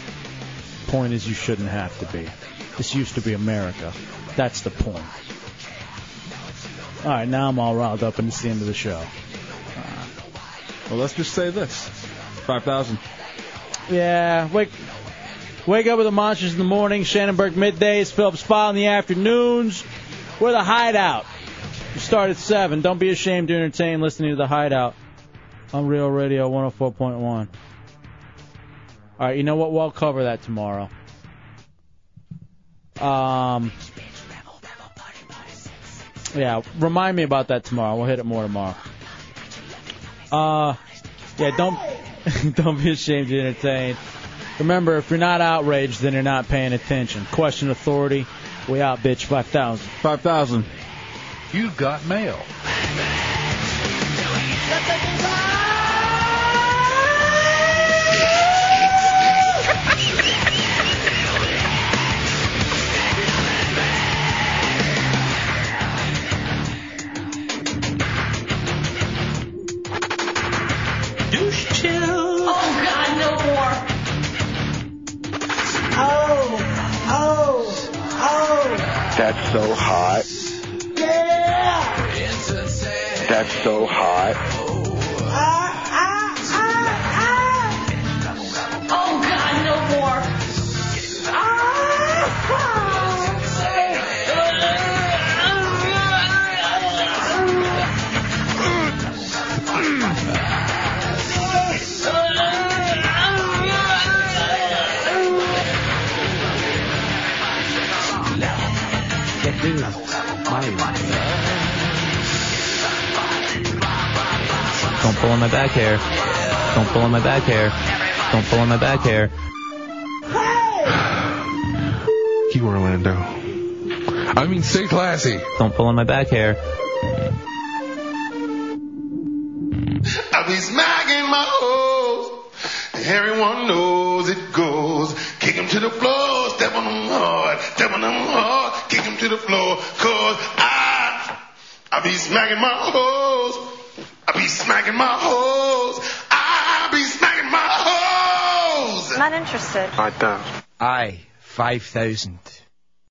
Point is, you shouldn't have to be. This used to be America. That's the point. All right, now I'm all riled up, and it's the end of the show.
Well, let's just say this. 5,000.
Yeah, wake wake up with the monsters in the morning, Shannonburg middays, Phillips Spa in the afternoons. We're the Hideout. We start at seven. Don't be ashamed to entertain listening to the Hideout on Real Radio 104.1. All right, you know what? We'll cover that tomorrow. Um. Yeah, remind me about that tomorrow. We'll hit it more tomorrow. Uh, yeah, don't don't be ashamed to entertain. Remember, if you're not outraged, then you're not paying attention. Question authority. We out, bitch. Five thousand.
Five thousand.
You got mail.
Douche chill. Oh God, no more. Oh, oh, oh.
That's so hot. That's so hot.
Oh God, no more.
Don't pull on my back hair. Don't pull on my back hair. Don't pull on my back hair.
You Orlando. I mean, stay classy.
Don't pull on my back hair.
I be smacking my hoes. Everyone knows it goes. Kick 'em to the floor, step on 'em hard, step on 'em hard, kick 'em to the floor. Cause I, I be smacking my hoes. I be smacking my hoes. I be smacking my hoes.
Not interested.
I don't.
I, 5,000.